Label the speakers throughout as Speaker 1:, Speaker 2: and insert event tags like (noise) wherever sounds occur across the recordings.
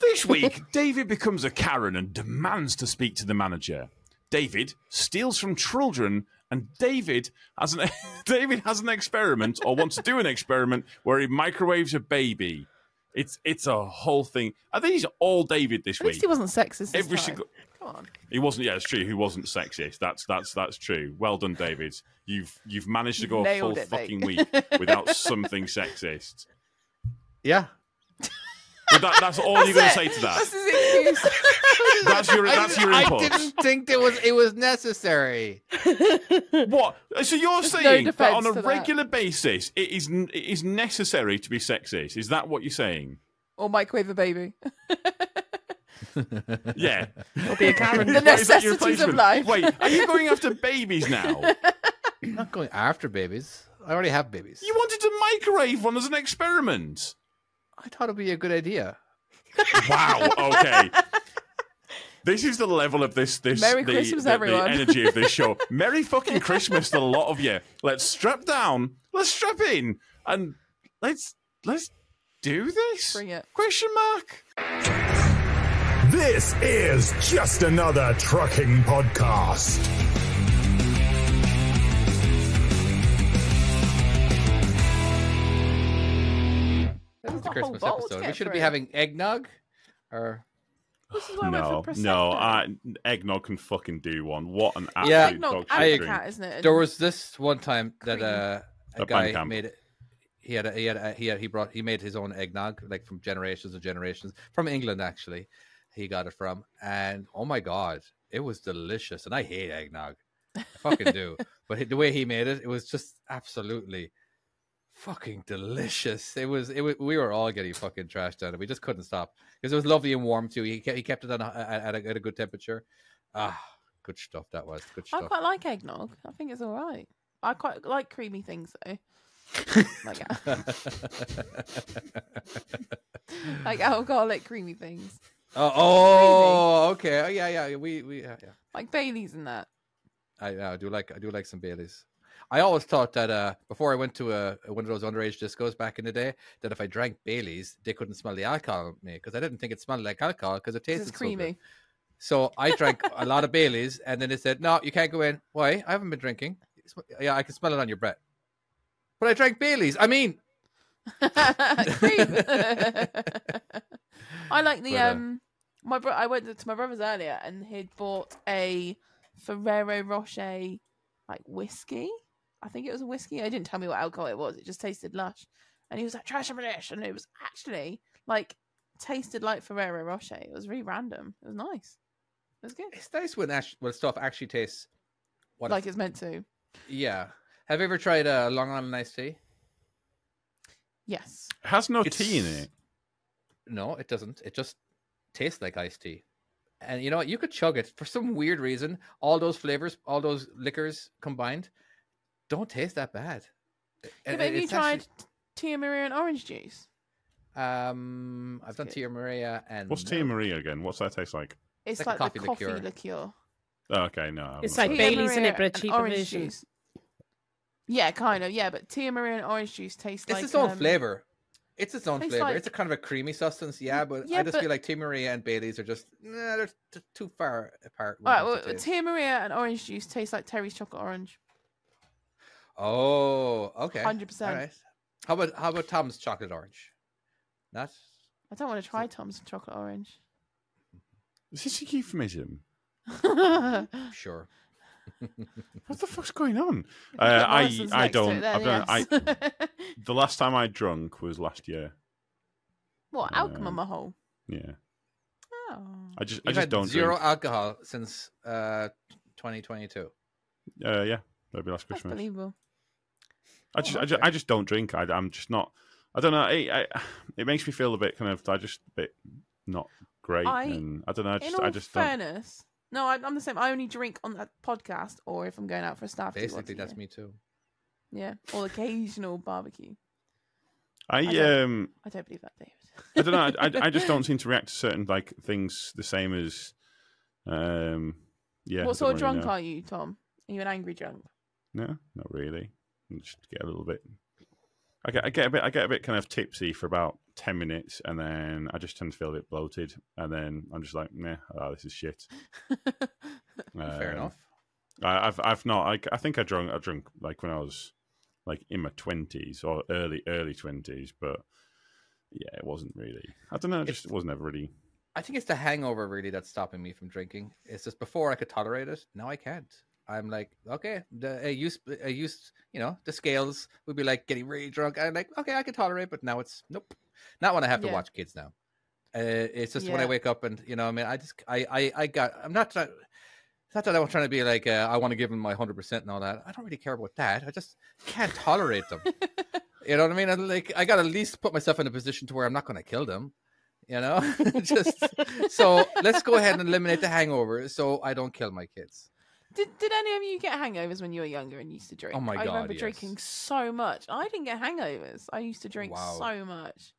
Speaker 1: This week, (laughs) David becomes a Karen and demands to speak to the manager. David steals from children, and David has an (laughs) David has an experiment or wants to do an experiment where he microwaves a baby. It's it's a whole thing. I think he's all David this
Speaker 2: At least
Speaker 1: week.
Speaker 2: he wasn't sexist. This
Speaker 1: Every
Speaker 2: time.
Speaker 1: single-
Speaker 2: Come on.
Speaker 1: He wasn't. Yeah, it's true. He wasn't sexist. That's that's that's true. Well done, David. You've you've managed to
Speaker 2: You've
Speaker 1: go a
Speaker 2: nailed
Speaker 1: full
Speaker 2: it, mate.
Speaker 1: fucking week
Speaker 2: (laughs)
Speaker 1: without something sexist.
Speaker 3: Yeah.
Speaker 1: But that, that's all you're going to say to
Speaker 2: That's
Speaker 1: that.
Speaker 2: his excuse.
Speaker 1: That's your
Speaker 3: I-
Speaker 1: that's your
Speaker 3: I,
Speaker 1: impulse.
Speaker 3: didn't think it was it was necessary.
Speaker 1: What? So you're
Speaker 2: no
Speaker 1: saying that
Speaker 2: defense
Speaker 1: on a
Speaker 2: to that.
Speaker 1: regular basis, it is n- it is necessary to be sexist? Is that what you're saying?
Speaker 2: or microwave a baby. (laughs)
Speaker 1: Yeah.
Speaker 2: Be a Karen. The
Speaker 1: (laughs) What is that, your
Speaker 2: necessities of
Speaker 1: replacement?
Speaker 2: life.
Speaker 1: Wait, are you going after babies now?
Speaker 3: I'm not going after babies. I already have babies.
Speaker 1: You wanted to microwave one as an experiment.
Speaker 3: I thought it'd be a good idea.
Speaker 1: Wow.
Speaker 2: (laughs)
Speaker 1: Okay. This is the level of this this
Speaker 2: Merry
Speaker 1: the,
Speaker 2: Christmas,
Speaker 1: the- the
Speaker 2: everyone.
Speaker 1: energy of this
Speaker 2: (laughs)
Speaker 1: show. Merry fucking Christmas to the lot of you. Let's strap down. Let's strap in, and let's let's do this.
Speaker 2: Bring it.
Speaker 1: Question mark.
Speaker 4: This is just another trucking podcast.
Speaker 3: This is the
Speaker 1: Oh,
Speaker 2: Got a whole
Speaker 3: Christmas
Speaker 2: bowl to
Speaker 3: episode. We
Speaker 2: get
Speaker 3: should
Speaker 2: through.
Speaker 3: be having eggnog, or
Speaker 2: This is why I
Speaker 1: no,
Speaker 2: went for Prosecco.
Speaker 1: no, I, eggnog can fucking do one. What an absolute
Speaker 3: Yeah.
Speaker 2: Eggnog
Speaker 1: dog
Speaker 2: and
Speaker 3: I
Speaker 1: shit
Speaker 3: agree.
Speaker 1: drink.
Speaker 2: cat, isn't it?
Speaker 3: there was this one time that
Speaker 2: Cream.
Speaker 3: uh, a
Speaker 1: At
Speaker 3: guy
Speaker 1: Bandcamp.
Speaker 3: made it. He had a, he had a, he had he brought he made his own eggnog like from generations and generations from England actually. He got it from and oh my god, it was delicious and I hate eggnog. I fucking do. But he- the way he made it, it was just absolutely fucking delicious. It was it was, we were all getting fucking trashed on it. We just couldn't stop because it was lovely and warm too. He kept, he kept it on a, at, a, at a good temperature. Ah, good stuff that was. Good
Speaker 2: I
Speaker 3: stuff.
Speaker 2: quite like eggnog. I think it's all right. I quite like creamy things
Speaker 3: (laughs)
Speaker 2: though. like, (laughs) like alcoholic creamy things,
Speaker 3: Oh, oh okay. Oh, yeah, yeah. yeah, We, we, yeah, yeah.
Speaker 2: like Bailey's and that.
Speaker 3: I, I do like, I do like some Baileys. I always thought that uh, before I went to a, one of those underage discos back in the day, that if I drank Baileys, they couldn't smell the alcohol in me because I didn't think it smelled like alcohol because it
Speaker 2: 'cause
Speaker 3: tasted
Speaker 2: It's
Speaker 3: So, good.
Speaker 2: creamy.
Speaker 3: so I drank a lot of Baileys, and then they said, "No, you can't go in." Why? I haven't been drinking. "It's- Yeah, I can smell it on your breath. But I drank Baileys. I mean,
Speaker 2: (laughs) Cream. I like the
Speaker 3: But, uh,
Speaker 2: um. My bro- I went to my brother's earlier and he'd bought a Ferrero Rocher like whiskey. I think it was a whiskey. He didn't tell me what alcohol it was. It just tasted lush, and he was like trash and relish, and it was actually like tasted like Ferrero Rocher. It was really random. It was nice. It was good,
Speaker 3: it's nice when act- when stuff actually tastes what
Speaker 2: like it's meant to.
Speaker 3: Yeah. Have you ever tried a Long Island iced tea?
Speaker 2: Yes.
Speaker 1: It has no
Speaker 3: It's-
Speaker 1: tea in it.
Speaker 3: No, it doesn't. It just tastes like iced tea. And you know what? You could chug it for some weird reason. All those flavors, all those liquors combined, don't taste that bad.
Speaker 2: Yeah,
Speaker 3: And
Speaker 2: but have
Speaker 3: it-
Speaker 2: you
Speaker 3: it's actually-
Speaker 2: tried Tia Maria and orange juice?
Speaker 3: um, I've done
Speaker 2: good.
Speaker 3: Tia Maria and
Speaker 1: What's tea Maria again? What's that taste like?
Speaker 2: It's
Speaker 3: Like a
Speaker 2: like,
Speaker 3: coffee
Speaker 2: the coffee
Speaker 3: liqueur.
Speaker 2: liqueur.
Speaker 1: Oh, okay, no. I
Speaker 5: It's
Speaker 1: haven't
Speaker 5: like
Speaker 1: tried
Speaker 2: Tia
Speaker 5: Bailey's in
Speaker 2: Maria
Speaker 5: it, but a
Speaker 2: and
Speaker 5: cheaper
Speaker 2: orange
Speaker 5: version.
Speaker 2: Juice. Yeah, kind of. Yeah, but Tia Maria and orange juice taste
Speaker 3: It's
Speaker 2: like
Speaker 3: its own
Speaker 2: um,
Speaker 3: flavor. It's its own
Speaker 2: tastes
Speaker 3: flavor.
Speaker 2: like-
Speaker 3: It's a kind of a creamy substance, yeah. But I
Speaker 2: yeah,
Speaker 3: just
Speaker 2: but-
Speaker 3: feel like Tia Maria and Bailey's are just nah, they're t- too far apart. when
Speaker 2: All
Speaker 3: it
Speaker 2: right,
Speaker 3: comes
Speaker 2: well,
Speaker 3: to taste.
Speaker 2: Tia Maria and orange juice taste like Terry's chocolate orange.
Speaker 3: Oh, okay.
Speaker 2: 100%.
Speaker 3: All right. How about how about Tom's chocolate orange?
Speaker 2: (gasps)
Speaker 3: Not
Speaker 2: I don't want to try Tom's
Speaker 1: (laughs)
Speaker 2: chocolate orange.
Speaker 1: it. Is this a
Speaker 2: (laughs)
Speaker 1: euphemism?
Speaker 3: sure.
Speaker 1: What the fuck's going
Speaker 2: (laughs)
Speaker 1: on? Uh, I I don't. I don't. I,
Speaker 2: I...
Speaker 1: the last time I drunk was last year.
Speaker 2: (laughs) what alchemy
Speaker 1: Um,
Speaker 2: my hole?
Speaker 1: Yeah,
Speaker 2: Oh,
Speaker 1: I just I
Speaker 3: You've
Speaker 1: just
Speaker 3: had
Speaker 1: don't
Speaker 3: zero
Speaker 1: drink.
Speaker 3: alcohol since uh 2022.
Speaker 1: Uh, yeah, that'd be last
Speaker 2: that's
Speaker 1: Christmas.
Speaker 2: believable.
Speaker 1: I just,
Speaker 3: Oh,
Speaker 1: I just,
Speaker 3: okay.
Speaker 1: I just don't drink. I, I'm just not. I don't know. I, (sighs) I, it makes me feel a bit kind of. I just a bit not great.
Speaker 2: I-
Speaker 1: and I don't know. I
Speaker 2: In
Speaker 1: just,
Speaker 2: all
Speaker 1: I just don't.
Speaker 2: fairness, no, I, I'm the same. I only drink on that podcast or if I'm going out for a staff. do once a
Speaker 3: Basically, that's
Speaker 2: year.
Speaker 3: me too.
Speaker 2: Yeah, or occasional barbecue.
Speaker 1: I,
Speaker 2: don't-
Speaker 1: um,
Speaker 2: I don't believe that, David.
Speaker 1: I don't know. I, I, I just
Speaker 2: (laughs)
Speaker 1: don't seem to react to certain like things the same as, um, yeah. I
Speaker 2: what sort of
Speaker 1: don't really
Speaker 2: drunk
Speaker 1: know.
Speaker 2: are you, Tom? Are you an angry drunk?
Speaker 1: No, not really. I just get a little bit. I get, I get a bit, I get a bit kind of tipsy for about 10 minutes and then I just tend to feel a bit bloated. And then I'm just like, nah, oh, this is shit.
Speaker 3: (laughs) Fair
Speaker 1: Um,
Speaker 3: enough.
Speaker 1: I, I've I've not. I, I think I drunk. I drunk like when I was like in my twenties or early early twenties, but yeah, it wasn't really. I don't know. It
Speaker 3: It's-
Speaker 1: just wasn't ever really.
Speaker 3: I think it's the hangover really that's stopping me from drinking. It's just before I could tolerate it. Now I can't. I'm like, okay, the, I used, I used, you know, the scales would be like getting really drunk. I'm like, okay, I can tolerate, but now it's nope. Not when I have to
Speaker 2: Yeah.
Speaker 3: watch kids now. Uh, it's just when I
Speaker 2: Yeah.
Speaker 3: wake up and you know, I mean, I just, I, I, I got. I'm not. try- It's not that I'm trying to be like, uh, I want to give them my hundred percent and all that. I don't really care about that. I just can't
Speaker 2: (laughs)
Speaker 3: tolerate them. You know what I mean? And like, I got to at least put myself in a position to where I'm not going to kill them. You know, (laughs) just so let's go ahead and eliminate the hangover, so I don't kill my kids.
Speaker 2: Did, did any of you get hangovers when you were younger and used to drink?
Speaker 3: Oh my
Speaker 2: I remember
Speaker 3: God,
Speaker 2: drinking
Speaker 3: yes.
Speaker 2: so much. I didn't get hangovers. I used to drink
Speaker 3: Wow.
Speaker 2: so much,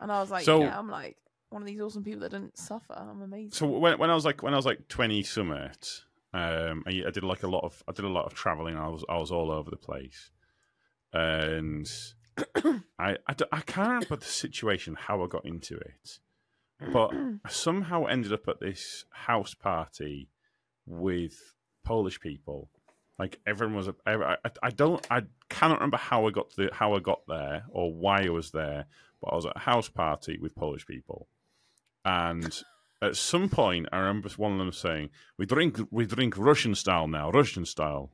Speaker 2: and I was like,
Speaker 1: So-
Speaker 2: yeah, I'm like one of these awesome people that didn't suffer. I'm amazing.
Speaker 1: So when when I was like when I was like twenty summit, um, I, I did like a lot of I did a lot of traveling. I was I was all over the place, and I I, don't- I can't remember the situation how I got into it, but I somehow ended up at this house party with Polish people. Like everyone was, I, I, I don't, I cannot remember how I got to the, how I got there or why I was there, but I was at a house party with Polish people, and at some point I remember one of them saying, "We drink, we drink Russian style now, Russian style."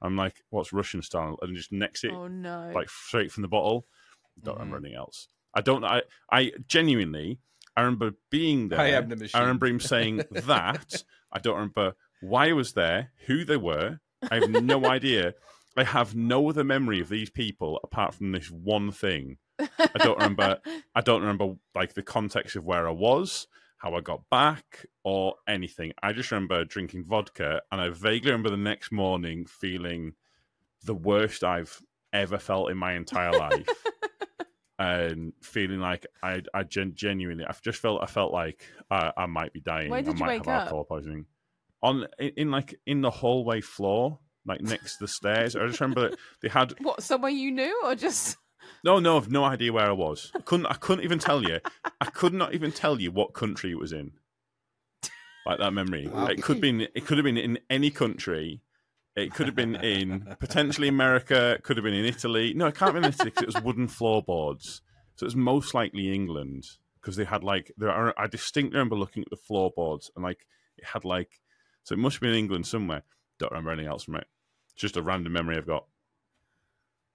Speaker 1: I'm like, "What's Russian style?" And just next it,
Speaker 2: oh no!
Speaker 1: like straight from the bottle. Don't remember
Speaker 3: Mhm.
Speaker 1: anything else. I don't. I. I genuinely. I remember being there.
Speaker 3: I am the machine.
Speaker 1: I remember him saying that. I don't remember why I was there, who they were. I have no idea. I have no other memory of these people apart from this one thing.
Speaker 2: I
Speaker 1: don't remember- I don't remember like the context of where I was, how I got back, or anything. I just remember drinking vodka, and I vaguely remember the next morning feeling the worst I've ever felt in my entire
Speaker 2: (laughs)
Speaker 1: life, and feeling like I, I gen- genuinely, I just felt, I felt like I, I might be dying.
Speaker 2: Where did
Speaker 1: I
Speaker 2: you
Speaker 1: might
Speaker 2: wake
Speaker 1: have
Speaker 2: up?
Speaker 1: alcohol poisoning. On in, in like in the hallway floor, like next to the stairs. I just remember that they had
Speaker 2: what somewhere you knew or just (laughs)
Speaker 1: no, no, I've no idea where I was. I couldn't. I couldn't even tell you. I could not even tell you what country it was in. Like that memory.
Speaker 3: Wow.
Speaker 1: It could been. It could have been in any country. It could have been in potentially America. It could have been in Italy. No, it can't be in Italy 'cause it was wooden floorboards. So it's most likely England because they had like there. Are, I distinctly remember looking at the floorboards and like it had like. So it must have been in England somewhere. Don't remember anything else from it. It's just a random memory I've got.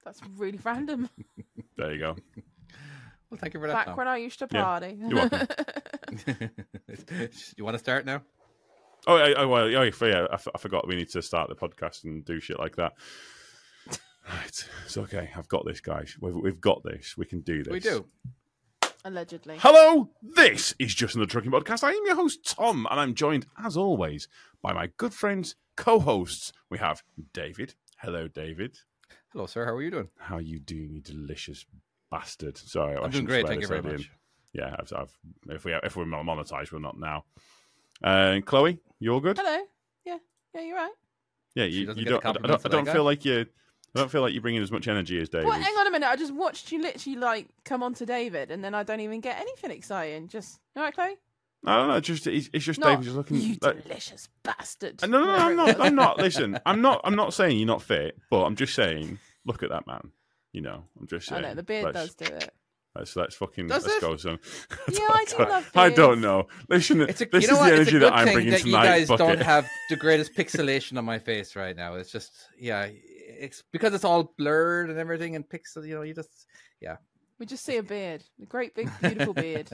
Speaker 2: that's really
Speaker 1: (laughs)
Speaker 2: random.
Speaker 1: There you go.
Speaker 3: Well, thank you for that.
Speaker 2: Back
Speaker 3: Tom.
Speaker 2: when I used to
Speaker 1: Yeah.
Speaker 2: party.
Speaker 1: You're welcome.
Speaker 3: (laughs) you want to start now?
Speaker 1: Oh, I, I, well, yeah, f- yeah I, f- I forgot we need to start the podcast and do shit like that. Right, it's okay. I've got this, guys. We've, we've got this. We can do this.
Speaker 3: We do.
Speaker 2: (laughs) Allegedly.
Speaker 1: Hello, this is Just Another Trucking Podcast. I am your host, Tom, and I'm joined, as always, by my good friends, co hosts. We have David. Hello, David.
Speaker 3: Hello, sir. How are you doing?
Speaker 1: How you doing, you delicious bastard? Sorry, Oh, I
Speaker 3: I'm doing
Speaker 1: shouldn't
Speaker 3: great.
Speaker 1: swear
Speaker 3: Thank you
Speaker 1: this
Speaker 3: very
Speaker 1: early in.
Speaker 3: much.
Speaker 1: Yeah, I've, I've, if, we, if we're not monetized, we're not now. Uh, Chloe, you're good?
Speaker 2: Hello. Yeah. Yeah, you're right.
Speaker 1: Yeah,
Speaker 3: She
Speaker 1: you,
Speaker 3: doesn't
Speaker 1: you
Speaker 3: get the
Speaker 1: don't. I
Speaker 3: compliments
Speaker 1: don't, I
Speaker 3: that I
Speaker 1: don't
Speaker 3: got.
Speaker 1: feel like you. I don't feel like you bring in as much energy as David.
Speaker 2: Well, hang on a minute. I just watched you literally like come on to David, and then I don't even get anything exciting. Just all right, Chloe.
Speaker 1: I don't know. Just it's, it's just
Speaker 2: Not
Speaker 1: David just looking.
Speaker 2: you
Speaker 1: like- Uh,
Speaker 2: delicious bastard.
Speaker 1: no, no, no,
Speaker 2: Whatever
Speaker 1: I'm
Speaker 2: it
Speaker 1: not.
Speaker 2: was.
Speaker 1: I'm not. Listen, I'm not. I'm not saying you're not fit, but I'm just saying, look at that man. You know, I'm just
Speaker 2: (laughs) I
Speaker 1: saying.
Speaker 2: know the beard
Speaker 1: let's,
Speaker 2: does do it.
Speaker 1: Let's let's fucking
Speaker 3: Does
Speaker 1: let's
Speaker 3: it?
Speaker 1: go son.
Speaker 2: (laughs)
Speaker 1: (laughs)
Speaker 2: Yeah, I do love
Speaker 1: I don't
Speaker 2: beards.
Speaker 1: know. Listen,
Speaker 3: It's a,
Speaker 1: (laughs) this
Speaker 3: you know
Speaker 1: is
Speaker 3: what?
Speaker 1: the
Speaker 3: it's a
Speaker 1: energy
Speaker 3: good
Speaker 1: that I'm
Speaker 3: thing
Speaker 1: bringing
Speaker 3: that you
Speaker 1: tonight.
Speaker 3: guys
Speaker 1: bucket. (laughs)
Speaker 3: don't have the greatest pixelation on my face right now. It's just, yeah, it's because it's all blurred and everything and pixel. You know, you just
Speaker 2: We just see a beard, a great big
Speaker 1: (laughs)
Speaker 2: beautiful beard,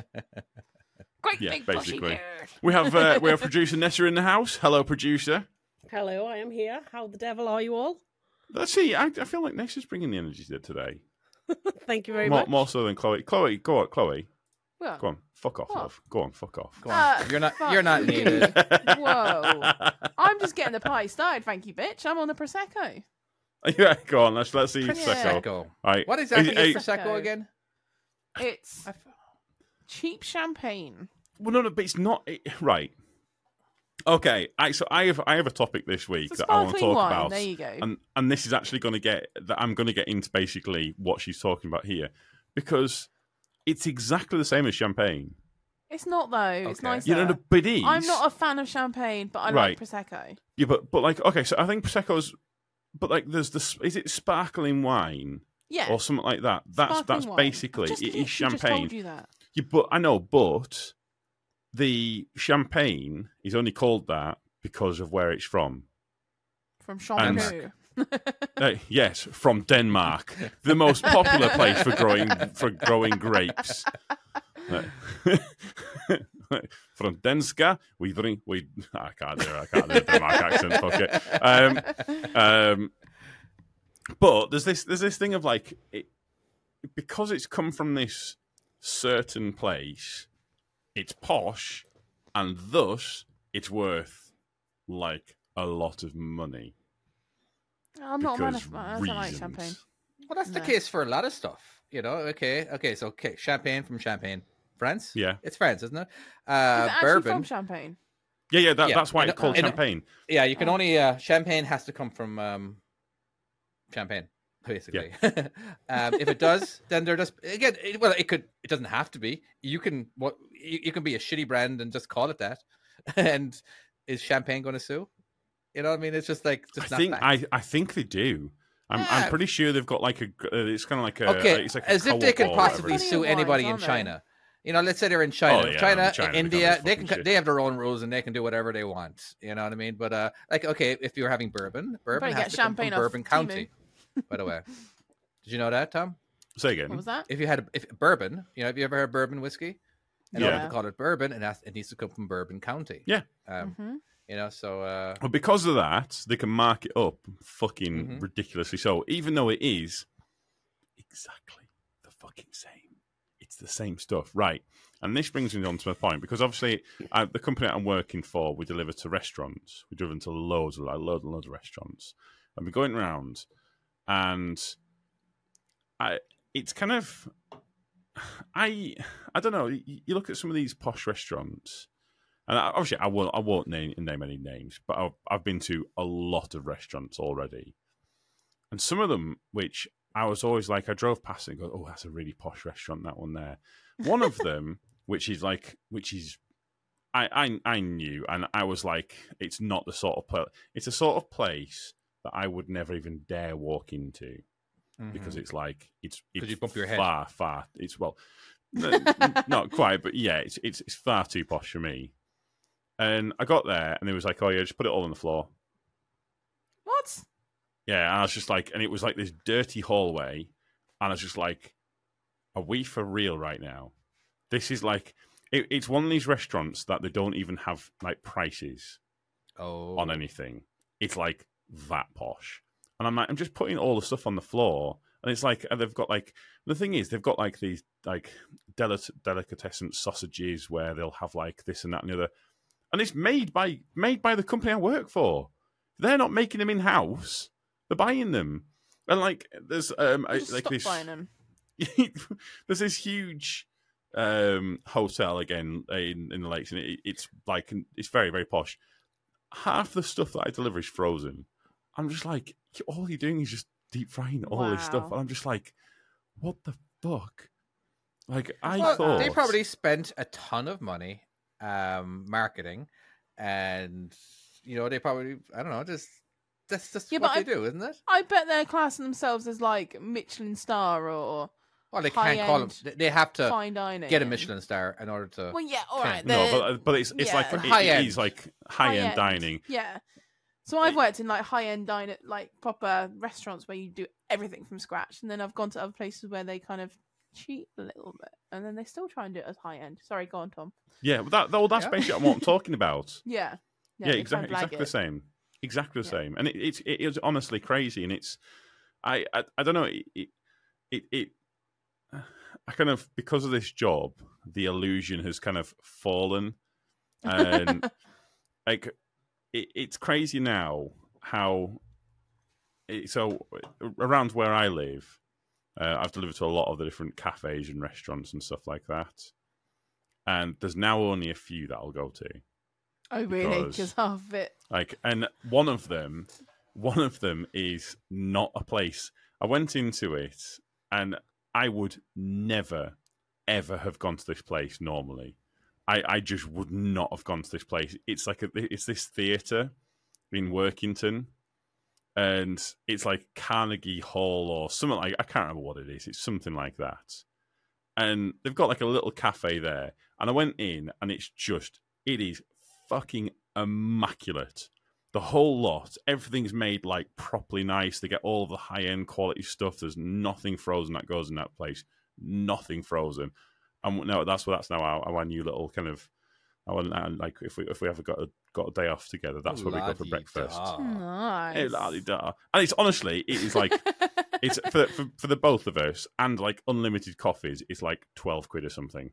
Speaker 2: great
Speaker 1: Yeah,
Speaker 2: big
Speaker 1: basically.
Speaker 2: bushy beard.
Speaker 1: we have uh,
Speaker 2: (laughs)
Speaker 1: we have producer Nessa in the house. Hello, producer.
Speaker 5: Hello, I am here. How the devil are you all?
Speaker 1: Let's see. I, I feel like Nessa's bringing the energy today,
Speaker 5: Thank you very
Speaker 1: more,
Speaker 5: much.
Speaker 1: more so than Chloe. Chloe, go on, Chloe.
Speaker 2: Well,
Speaker 1: Go on, fuck off,
Speaker 2: What?
Speaker 1: love. Go on, fuck off. (laughs)
Speaker 3: go on.
Speaker 2: Ah,
Speaker 3: you're not,
Speaker 2: fuck
Speaker 3: you're not
Speaker 2: you.
Speaker 3: needed.
Speaker 2: (laughs) Whoa.
Speaker 3: (laughs)
Speaker 2: I'm just getting the party started, thank you, bitch. I'm on the prosecco.
Speaker 1: yeah, go on. Let's let's see
Speaker 2: Yeah.
Speaker 1: Prosecco.
Speaker 3: Prosecco.
Speaker 1: Right.
Speaker 3: What exactly
Speaker 1: Hey,
Speaker 3: is
Speaker 1: hey,
Speaker 3: Prosecco
Speaker 2: Prosecco.
Speaker 3: again?
Speaker 2: It's cheap champagne.
Speaker 1: well, no, no, but it's not it, right. Okay, I, so I have I have a topic this week
Speaker 2: It's a
Speaker 1: that I want to
Speaker 2: sparkling
Speaker 1: talk
Speaker 2: wine.
Speaker 1: about,
Speaker 2: There you go.
Speaker 1: and and this is actually going to get that I'm going to get into basically what she's talking about here, because It's exactly the same as champagne.
Speaker 2: It's not though. It's
Speaker 3: Okay.
Speaker 2: nicer.
Speaker 1: You know, the, but it is.
Speaker 2: I'm not a fan of champagne, but I
Speaker 1: Right.
Speaker 2: like prosecco.
Speaker 1: Yeah, but but like okay, so I think prosecco's, but like there's this is it sparkling wine
Speaker 2: Yeah.
Speaker 1: or something like that. That's
Speaker 2: sparkling
Speaker 1: that's
Speaker 2: wine.
Speaker 1: basically
Speaker 2: I've just
Speaker 1: it
Speaker 2: literally
Speaker 1: is champagne.
Speaker 2: Just told you that.
Speaker 1: Yeah, but I know, but the champagne is only called that because of where it's from.
Speaker 2: From
Speaker 1: And-
Speaker 2: shampoo.
Speaker 1: Uh, yes, from Denmark, the most popular place for growing for growing grapes. Uh, (laughs) from Denska, we drink. We I can't do it. I can't do a Denmark accent. Fuck it. Um, um, but there's this there's this thing of like it, because it's come from this certain place, it's posh, and thus it's worth like a lot of money.
Speaker 2: I'm not a man
Speaker 1: because
Speaker 2: of I don't like
Speaker 1: reasons.
Speaker 2: champagne.
Speaker 3: Well, that's the
Speaker 2: No.
Speaker 3: case for a lot of stuff, you know. Okay, okay, so okay, champagne from Champagne, France.
Speaker 1: Yeah.
Speaker 3: it's France, isn't it?
Speaker 2: Is
Speaker 3: Uh,
Speaker 2: it actually from
Speaker 3: bourbon.
Speaker 2: champagne?
Speaker 1: Yeah, yeah, that,
Speaker 3: Yeah,
Speaker 1: that's why
Speaker 3: in-
Speaker 1: it's called
Speaker 3: in-
Speaker 1: champagne.
Speaker 3: yeah, you can only uh, champagne has to come from um, Champagne, basically. (laughs) um, if
Speaker 1: (laughs)
Speaker 3: it does, then they're just again. It, well, it could. It doesn't have to be. You can what you, you can be a shitty brand and just call it that. (laughs) and is Champagne going to sue? You know what I mean? It's just like
Speaker 1: I
Speaker 3: just not
Speaker 1: think
Speaker 3: fact.
Speaker 1: I, I think they do. I'm,
Speaker 3: Yeah.
Speaker 1: I'm pretty sure they've got like a. gr- Uh, it's kind of like a.
Speaker 3: okay,
Speaker 1: it's like a
Speaker 3: as if they
Speaker 1: co-op
Speaker 3: can
Speaker 1: or
Speaker 3: possibly
Speaker 1: whatever.
Speaker 2: Funny
Speaker 3: sue
Speaker 2: wines,
Speaker 3: anybody in
Speaker 2: aren't they?
Speaker 3: China. You know, let's say they're in China,
Speaker 1: Oh, yeah,
Speaker 3: China,
Speaker 1: in China, they
Speaker 3: India,
Speaker 1: can't do
Speaker 3: they can
Speaker 1: fucking
Speaker 3: they have their own rules and they can do whatever they want. You know what I mean? But uh, like, okay, if you're having bourbon, bourbon
Speaker 2: Better get
Speaker 3: has to come from
Speaker 2: champagne off
Speaker 3: Bourbon
Speaker 2: Temu.
Speaker 3: County. By the way, (laughs) did you know that, Tom?
Speaker 1: Say
Speaker 2: What
Speaker 1: again.
Speaker 2: was that?
Speaker 3: If you had a, if bourbon, you know, have you ever had bourbon whiskey? In order
Speaker 2: Yeah.
Speaker 3: to call it bourbon, it, has, it needs to come from Bourbon County.
Speaker 1: Yeah.
Speaker 3: Um,
Speaker 2: Mhm.
Speaker 3: You know, so uh,
Speaker 1: Well, because of that, they can mark it up fucking
Speaker 3: Mhm.
Speaker 1: ridiculously so, even though it is exactly the fucking same. It's the same stuff. Right. And this brings me on to my point because obviously, I, the company I'm working for, we deliver to restaurants. We deliver to loads of, like, loads and loads of restaurants. I've been going around and I, it's kind of, (sighs) I, I don't know. You, you look at some of these posh restaurants and I, obviously I won't I won't name, name any names, but I've, I've been to a lot of restaurants already, and some of them which I was always like I drove past it and go, oh, that's a really posh restaurant that one there. One of them, which is like, which is. I, I I knew, and I was like, it's not the sort of pla- it's a sort of place that I would never even dare walk into because
Speaker 3: mhm.
Speaker 1: it's like it's
Speaker 3: 'Cause
Speaker 1: it's
Speaker 3: you bump your head.
Speaker 1: far far it's well
Speaker 3: (laughs)
Speaker 1: n- n- not quite but yeah it's, it's it's far too posh for me and i got there and it was like oh yeah just put it all on the floor
Speaker 2: What?
Speaker 1: yeah and i was just like and it was like this dirty hallway and i was just like are we for real right now this is like it, it's one of these restaurants that they don't even have like prices
Speaker 3: oh,
Speaker 1: on anything. It's like that posh. And I'm like, I'm just putting all the stuff on the floor. And it's like, and they've got like, the thing is, they've got like these like delic- delicatessen sausages where they'll have like this and that and the other. And it's made by made by the company I work for. They're not making them in house. They're buying them. And like, there's um,
Speaker 2: You
Speaker 1: I-
Speaker 2: just
Speaker 1: like
Speaker 2: stop
Speaker 1: this.
Speaker 2: buying them.
Speaker 1: (laughs) there's this huge um hotel again uh, in in the lakes and it, it's like it's very very posh half the stuff that i deliver is frozen i'm just like all you're doing is just deep frying all this stuff
Speaker 2: Wow.
Speaker 1: and i'm just like what the fuck like i
Speaker 3: Well,
Speaker 1: thought
Speaker 3: they probably spent a ton of money um marketing and you know they probably i don't know just that's just
Speaker 2: Yeah,
Speaker 3: what
Speaker 2: but
Speaker 3: they
Speaker 2: I-
Speaker 3: do isn't it
Speaker 2: I bet they're classing themselves as like Michelin star or
Speaker 3: well they can't call them
Speaker 2: high-end
Speaker 3: they- they have to
Speaker 2: fine dining.
Speaker 3: get a michelin star in order to
Speaker 2: Well, yeah, all right.
Speaker 1: no
Speaker 2: they're
Speaker 1: but, but it's it's
Speaker 2: yeah.
Speaker 1: like
Speaker 2: But
Speaker 1: it-
Speaker 3: high-end.
Speaker 1: it is like high end
Speaker 2: high-end.
Speaker 1: dining
Speaker 2: Yeah. So I've
Speaker 1: It-
Speaker 2: worked in like high end diner, like proper restaurants where you do everything from scratch, and then I've gone to other places where they kind of cheat a little bit, and then they still try and do it as high end. Sorry, go on, Tom.
Speaker 1: yeah but that, well, that's
Speaker 3: Yeah.
Speaker 1: basically what i'm
Speaker 3: (laughs)
Speaker 1: talking about
Speaker 2: Yeah.
Speaker 1: yeah,
Speaker 2: they try and
Speaker 1: exactly,
Speaker 2: blag
Speaker 1: exactly the
Speaker 2: it.
Speaker 1: same, exactly the
Speaker 2: Yeah.
Speaker 1: same, and it, it's it is honestly crazy, and it's I I, I don't know it it, it it (sighs) I kind of because of this job the illusion has kind of fallen,
Speaker 2: (laughs)
Speaker 1: and like it, it's crazy now how it, so around where I live, uh, I've delivered to a lot of the different cafes and restaurants and stuff like that, and there's now only a few that I'll go to.
Speaker 2: Oh, really?
Speaker 1: because-
Speaker 2: Because half of it.
Speaker 1: Like, and one of them, one of them is not a place. I went into it, and I would never, ever have gone to this place normally. I, I just would not have gone to this place. It's like a, it's this theater in Workington, and it's like Carnegie Hall or something like I can't remember what it is. It's something like that, and they've got like a little cafe there. And I went in, and it's just it is fucking immaculate. The whole lot, everything's made like properly nice. They get all of the high end quality stuff. There's nothing frozen that goes in that place. Nothing frozen. And no, that's what that's now our, our new little kind of. Our, like if we if we ever got a got a day off together, that's where we go for
Speaker 3: Bloody
Speaker 1: breakfast.
Speaker 3: da.
Speaker 2: Hmm. Nice.
Speaker 1: Eh, la di
Speaker 2: (laughs)
Speaker 1: da. And it's honestly, it is like it's for, for for the both of us and like unlimited coffees. It's like twelve quid or something.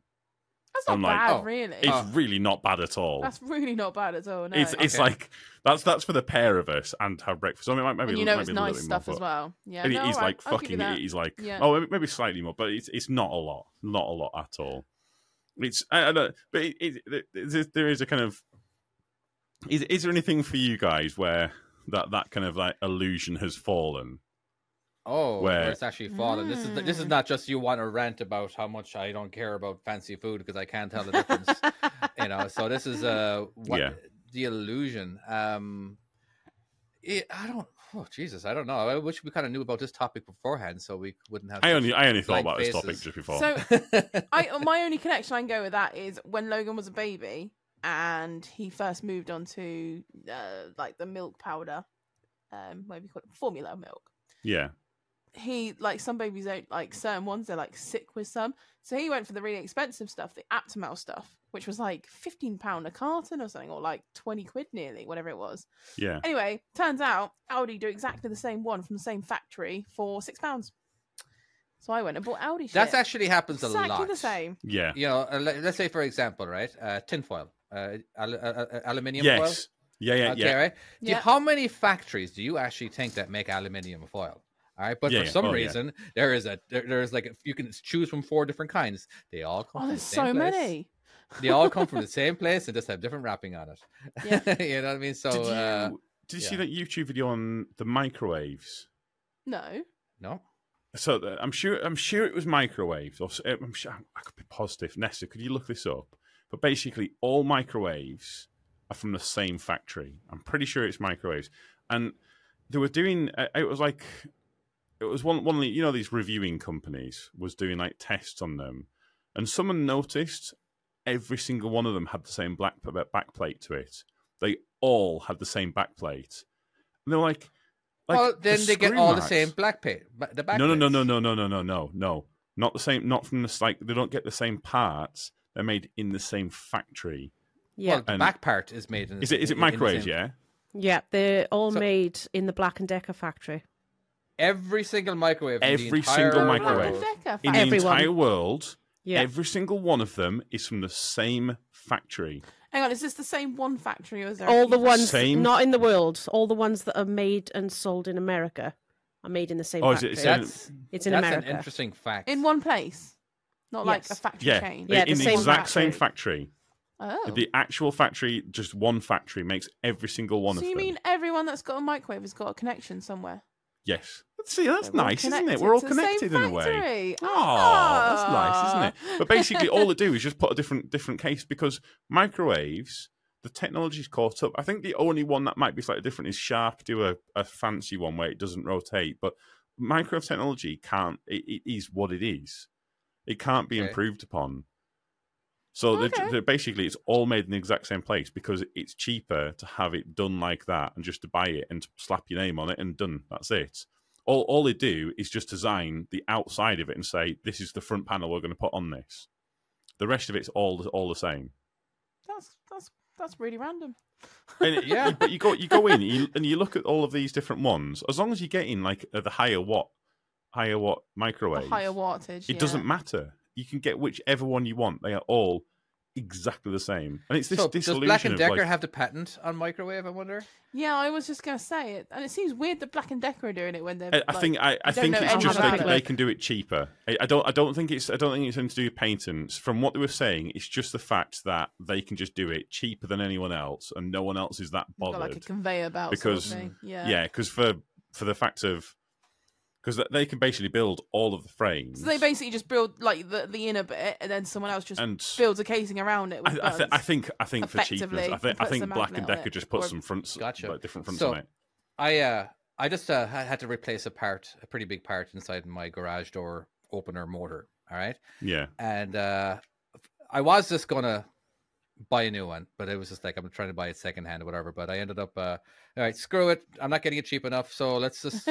Speaker 2: That's not
Speaker 1: I'm like,
Speaker 2: bad,
Speaker 3: oh,
Speaker 2: really.
Speaker 1: It's really not bad at all.
Speaker 2: That's really not bad at all. No.
Speaker 1: It's it's
Speaker 3: Okay.
Speaker 1: like that's that's for the pair of us and have breakfast. I mean, might- maybe
Speaker 2: and you know
Speaker 1: maybe
Speaker 2: it's
Speaker 1: a little
Speaker 2: nice
Speaker 1: bit
Speaker 2: stuff
Speaker 1: more,
Speaker 2: as
Speaker 1: but
Speaker 2: well. Yeah,
Speaker 1: It,
Speaker 2: no,
Speaker 1: it's
Speaker 2: all right,
Speaker 1: like
Speaker 2: I'll give you
Speaker 1: fucking.
Speaker 2: that.
Speaker 1: It is like
Speaker 2: Yeah.
Speaker 1: oh, maybe slightly more, but it's it's not a lot, not a lot at all. It's I, I don't, but it, it, it, it- there is a kind of. Is is there anything for you guys where that that kind of like illusion has fallen?
Speaker 3: Oh, where,
Speaker 1: Where-
Speaker 3: it's actually fallen. This is this is
Speaker 2: Mm.
Speaker 3: not just you want to rant about how much I don't care about fancy food because I can't tell the difference. you know, so this is uh what
Speaker 1: Yeah.
Speaker 3: the illusion. Um it, I don't oh Jesus, I don't know. I wish we kind of knew about this topic beforehand so we wouldn't have
Speaker 1: I
Speaker 3: such-
Speaker 1: only I only thought
Speaker 3: blank
Speaker 1: about this topic
Speaker 3: faces.
Speaker 1: just before.
Speaker 2: So
Speaker 1: (laughs)
Speaker 3: (laughs)
Speaker 2: I my only connection I can go with that is when Logan was a baby and he first moved on to uh, like the milk powder, um, whatever you call it, formula milk.
Speaker 1: yeah,
Speaker 2: He like some babies don't like certain ones; they're like sick with some. So he went for the really expensive stuff, the Aptamil stuff, which was like fifteen pound a carton or something, or like twenty quid nearly, whatever it was.
Speaker 1: yeah.
Speaker 2: Anyway, turns out Audi do exactly the same one from the same factory for six pounds. So I went and bought Audi.
Speaker 3: That's
Speaker 2: shit.
Speaker 3: actually happens
Speaker 2: exactly
Speaker 3: a lot.
Speaker 2: the same.
Speaker 1: Yeah.
Speaker 3: You know, uh, let, us say for example, right? Uh tinfoil. Uh, al- uh, uh, aluminium foil.
Speaker 1: Yes. Yeah. Yeah.
Speaker 3: okay,
Speaker 1: yeah.
Speaker 3: right? Do you-
Speaker 2: Yeah.
Speaker 3: how many factories do you actually think that make aluminium foil? All right, but
Speaker 1: Yeah,
Speaker 3: for
Speaker 1: yeah.
Speaker 3: some
Speaker 1: Oh, yeah.
Speaker 3: reason there is a there, there is like a, you can choose from four different kinds. They all come.
Speaker 2: Oh,
Speaker 3: from
Speaker 2: there's
Speaker 3: the same
Speaker 2: so
Speaker 3: place.
Speaker 2: many.
Speaker 3: They all
Speaker 2: (laughs)
Speaker 3: come from the same place and just have different wrapping on it.
Speaker 2: Yeah.
Speaker 3: (laughs) you know what I mean? So
Speaker 1: Did you
Speaker 3: uh,
Speaker 1: did you see
Speaker 3: yeah.
Speaker 1: that YouTube video on the microwaves?
Speaker 2: No.
Speaker 3: no,
Speaker 1: So the, I'm sure I'm sure it was microwaves. Or s- uh, I'm sure I could be positive. Nessa, could you look this up? But basically, all microwaves are from the same factory. I'm pretty sure it's microwaves, and they were doing. uh, It was like it was one one of the- you know these reviewing companies was doing like tests on them, and someone noticed every single one of them had the same black uh, backplate to it. They all had the same backplate, and they were like. like
Speaker 3: well
Speaker 1: the
Speaker 3: then they get
Speaker 1: screw
Speaker 3: all the
Speaker 1: marks-
Speaker 3: same black paint. The back
Speaker 1: no, no, no,
Speaker 3: plates.
Speaker 1: no, no, no, no, no, no, no. Not the same. Not from the like. They don't get the same parts. They're made in the same factory.
Speaker 5: Yeah.
Speaker 3: Well, the
Speaker 1: And-
Speaker 3: back part is made in.
Speaker 1: Is it? Is it
Speaker 3: in- in the
Speaker 1: microwaves?
Speaker 3: same-
Speaker 1: Yeah.
Speaker 5: yeah, they're all
Speaker 3: So-
Speaker 5: made in the Black and Decker factory.
Speaker 3: Every single microwave. in the
Speaker 1: Every single
Speaker 3: entire
Speaker 2: Black and
Speaker 1: microwave.
Speaker 3: world-
Speaker 2: Decker
Speaker 1: In
Speaker 2: factory.
Speaker 1: the
Speaker 5: Everyone.
Speaker 1: entire world,
Speaker 5: Yeah.
Speaker 1: every single one of them is from the same factory.
Speaker 2: Hang on, is this the same one factory or is there a
Speaker 5: all
Speaker 2: few
Speaker 5: the ones
Speaker 1: Same-
Speaker 5: not in the world, all the ones that are made and sold in America are made in the same
Speaker 1: Oh, is it
Speaker 5: factory.
Speaker 1: the same-
Speaker 3: That's
Speaker 5: It's in
Speaker 3: that's an
Speaker 5: America.
Speaker 3: interesting fact.
Speaker 2: in one place? Not like a
Speaker 5: Yes.
Speaker 2: factory
Speaker 1: Yeah.
Speaker 2: chain.
Speaker 1: they-
Speaker 5: Yeah, the
Speaker 1: in the,
Speaker 5: same
Speaker 1: exact same factory.
Speaker 2: Oh.
Speaker 1: The actual factory, just one factory, makes every single one
Speaker 2: so
Speaker 1: of
Speaker 2: you
Speaker 1: them.
Speaker 2: mean everyone that's got a microwave has got a connection somewhere?
Speaker 1: yes. See, that's
Speaker 2: They're all
Speaker 1: nice, isn't it?
Speaker 2: connected
Speaker 1: We're all
Speaker 2: to the same
Speaker 1: connected in a way.
Speaker 2: factory.
Speaker 1: Oh, that's nice, isn't
Speaker 2: Ah.
Speaker 1: it? But
Speaker 2: (laughs)
Speaker 1: basically, all they do is just put a different different case because microwaves, the technology's caught up. I think the only one that might be slightly different is Sharp do a, a fancy one where it doesn't rotate, but microwave technology can't. It, it is what it is. It can't be
Speaker 3: Okay.
Speaker 1: improved upon. So they're-
Speaker 2: Okay.
Speaker 1: they're basically, it's all made in the exact same place because it's cheaper to have it done like that and just to buy it and to slap your name on it and done. That's it. All, all they do is just design the outside of it and say, this is the front panel we're going to put on this. The rest of it's all all the same.
Speaker 2: that's that's that's really random.
Speaker 1: And it-
Speaker 3: Yeah.
Speaker 1: but you go you go in and you, and you look at all of these different ones. As long as you get in like uh, the higher watt, higher watt
Speaker 2: A
Speaker 1: microwave,
Speaker 2: higher wattage.
Speaker 1: it
Speaker 2: yeah.
Speaker 1: doesn't matter. You can get whichever one you want. They are all exactly the same, and it's this
Speaker 3: so
Speaker 1: this
Speaker 3: does
Speaker 1: illusion
Speaker 3: Black and
Speaker 1: of
Speaker 3: Decker
Speaker 1: like,
Speaker 3: have the patent on microwave? I wonder.
Speaker 2: Yeah, I was just gonna say it, and it seems weird that Black and Decker are doing it when they're.
Speaker 1: I, I
Speaker 2: like-
Speaker 1: think I, I
Speaker 2: don't
Speaker 1: think
Speaker 2: know
Speaker 1: it's
Speaker 2: anything
Speaker 1: just they
Speaker 2: about
Speaker 1: can,
Speaker 2: it.
Speaker 1: they can do it cheaper. I, I don't I don't think it's I don't think it's anything to do with patents. From what they were saying, it's just the fact that they can just do it cheaper than anyone else, and no one else is that
Speaker 2: They've
Speaker 1: bothered.
Speaker 2: got like a conveyor belt sort of
Speaker 1: because-
Speaker 2: thing. yeah,
Speaker 1: yeah, because for for the fact of because they can basically build all of the frames.
Speaker 2: So they basically just build like the, the inner bit, and then someone else just
Speaker 1: and
Speaker 2: builds a casing around it. With
Speaker 1: I, I, th-
Speaker 2: bugs.
Speaker 1: I think I think for cheapness,
Speaker 2: Effectively,
Speaker 1: I think I
Speaker 2: put
Speaker 1: think
Speaker 2: some
Speaker 1: Black
Speaker 2: magnet
Speaker 1: and
Speaker 2: on
Speaker 1: Decker
Speaker 2: it,
Speaker 1: just put
Speaker 2: or-
Speaker 1: some fronts,
Speaker 3: Gotcha.
Speaker 1: like different fronts
Speaker 3: So-
Speaker 1: on it.
Speaker 3: I uh I just uh, ha- had to replace a part, a pretty big part inside my garage door opener motor. All right,
Speaker 1: Yeah,
Speaker 3: and uh I was just gonna buy a new one, but it was just like I'm trying to buy it secondhand or whatever. But I ended up uh all right, screw it. I'm not getting it cheap enough, so let's just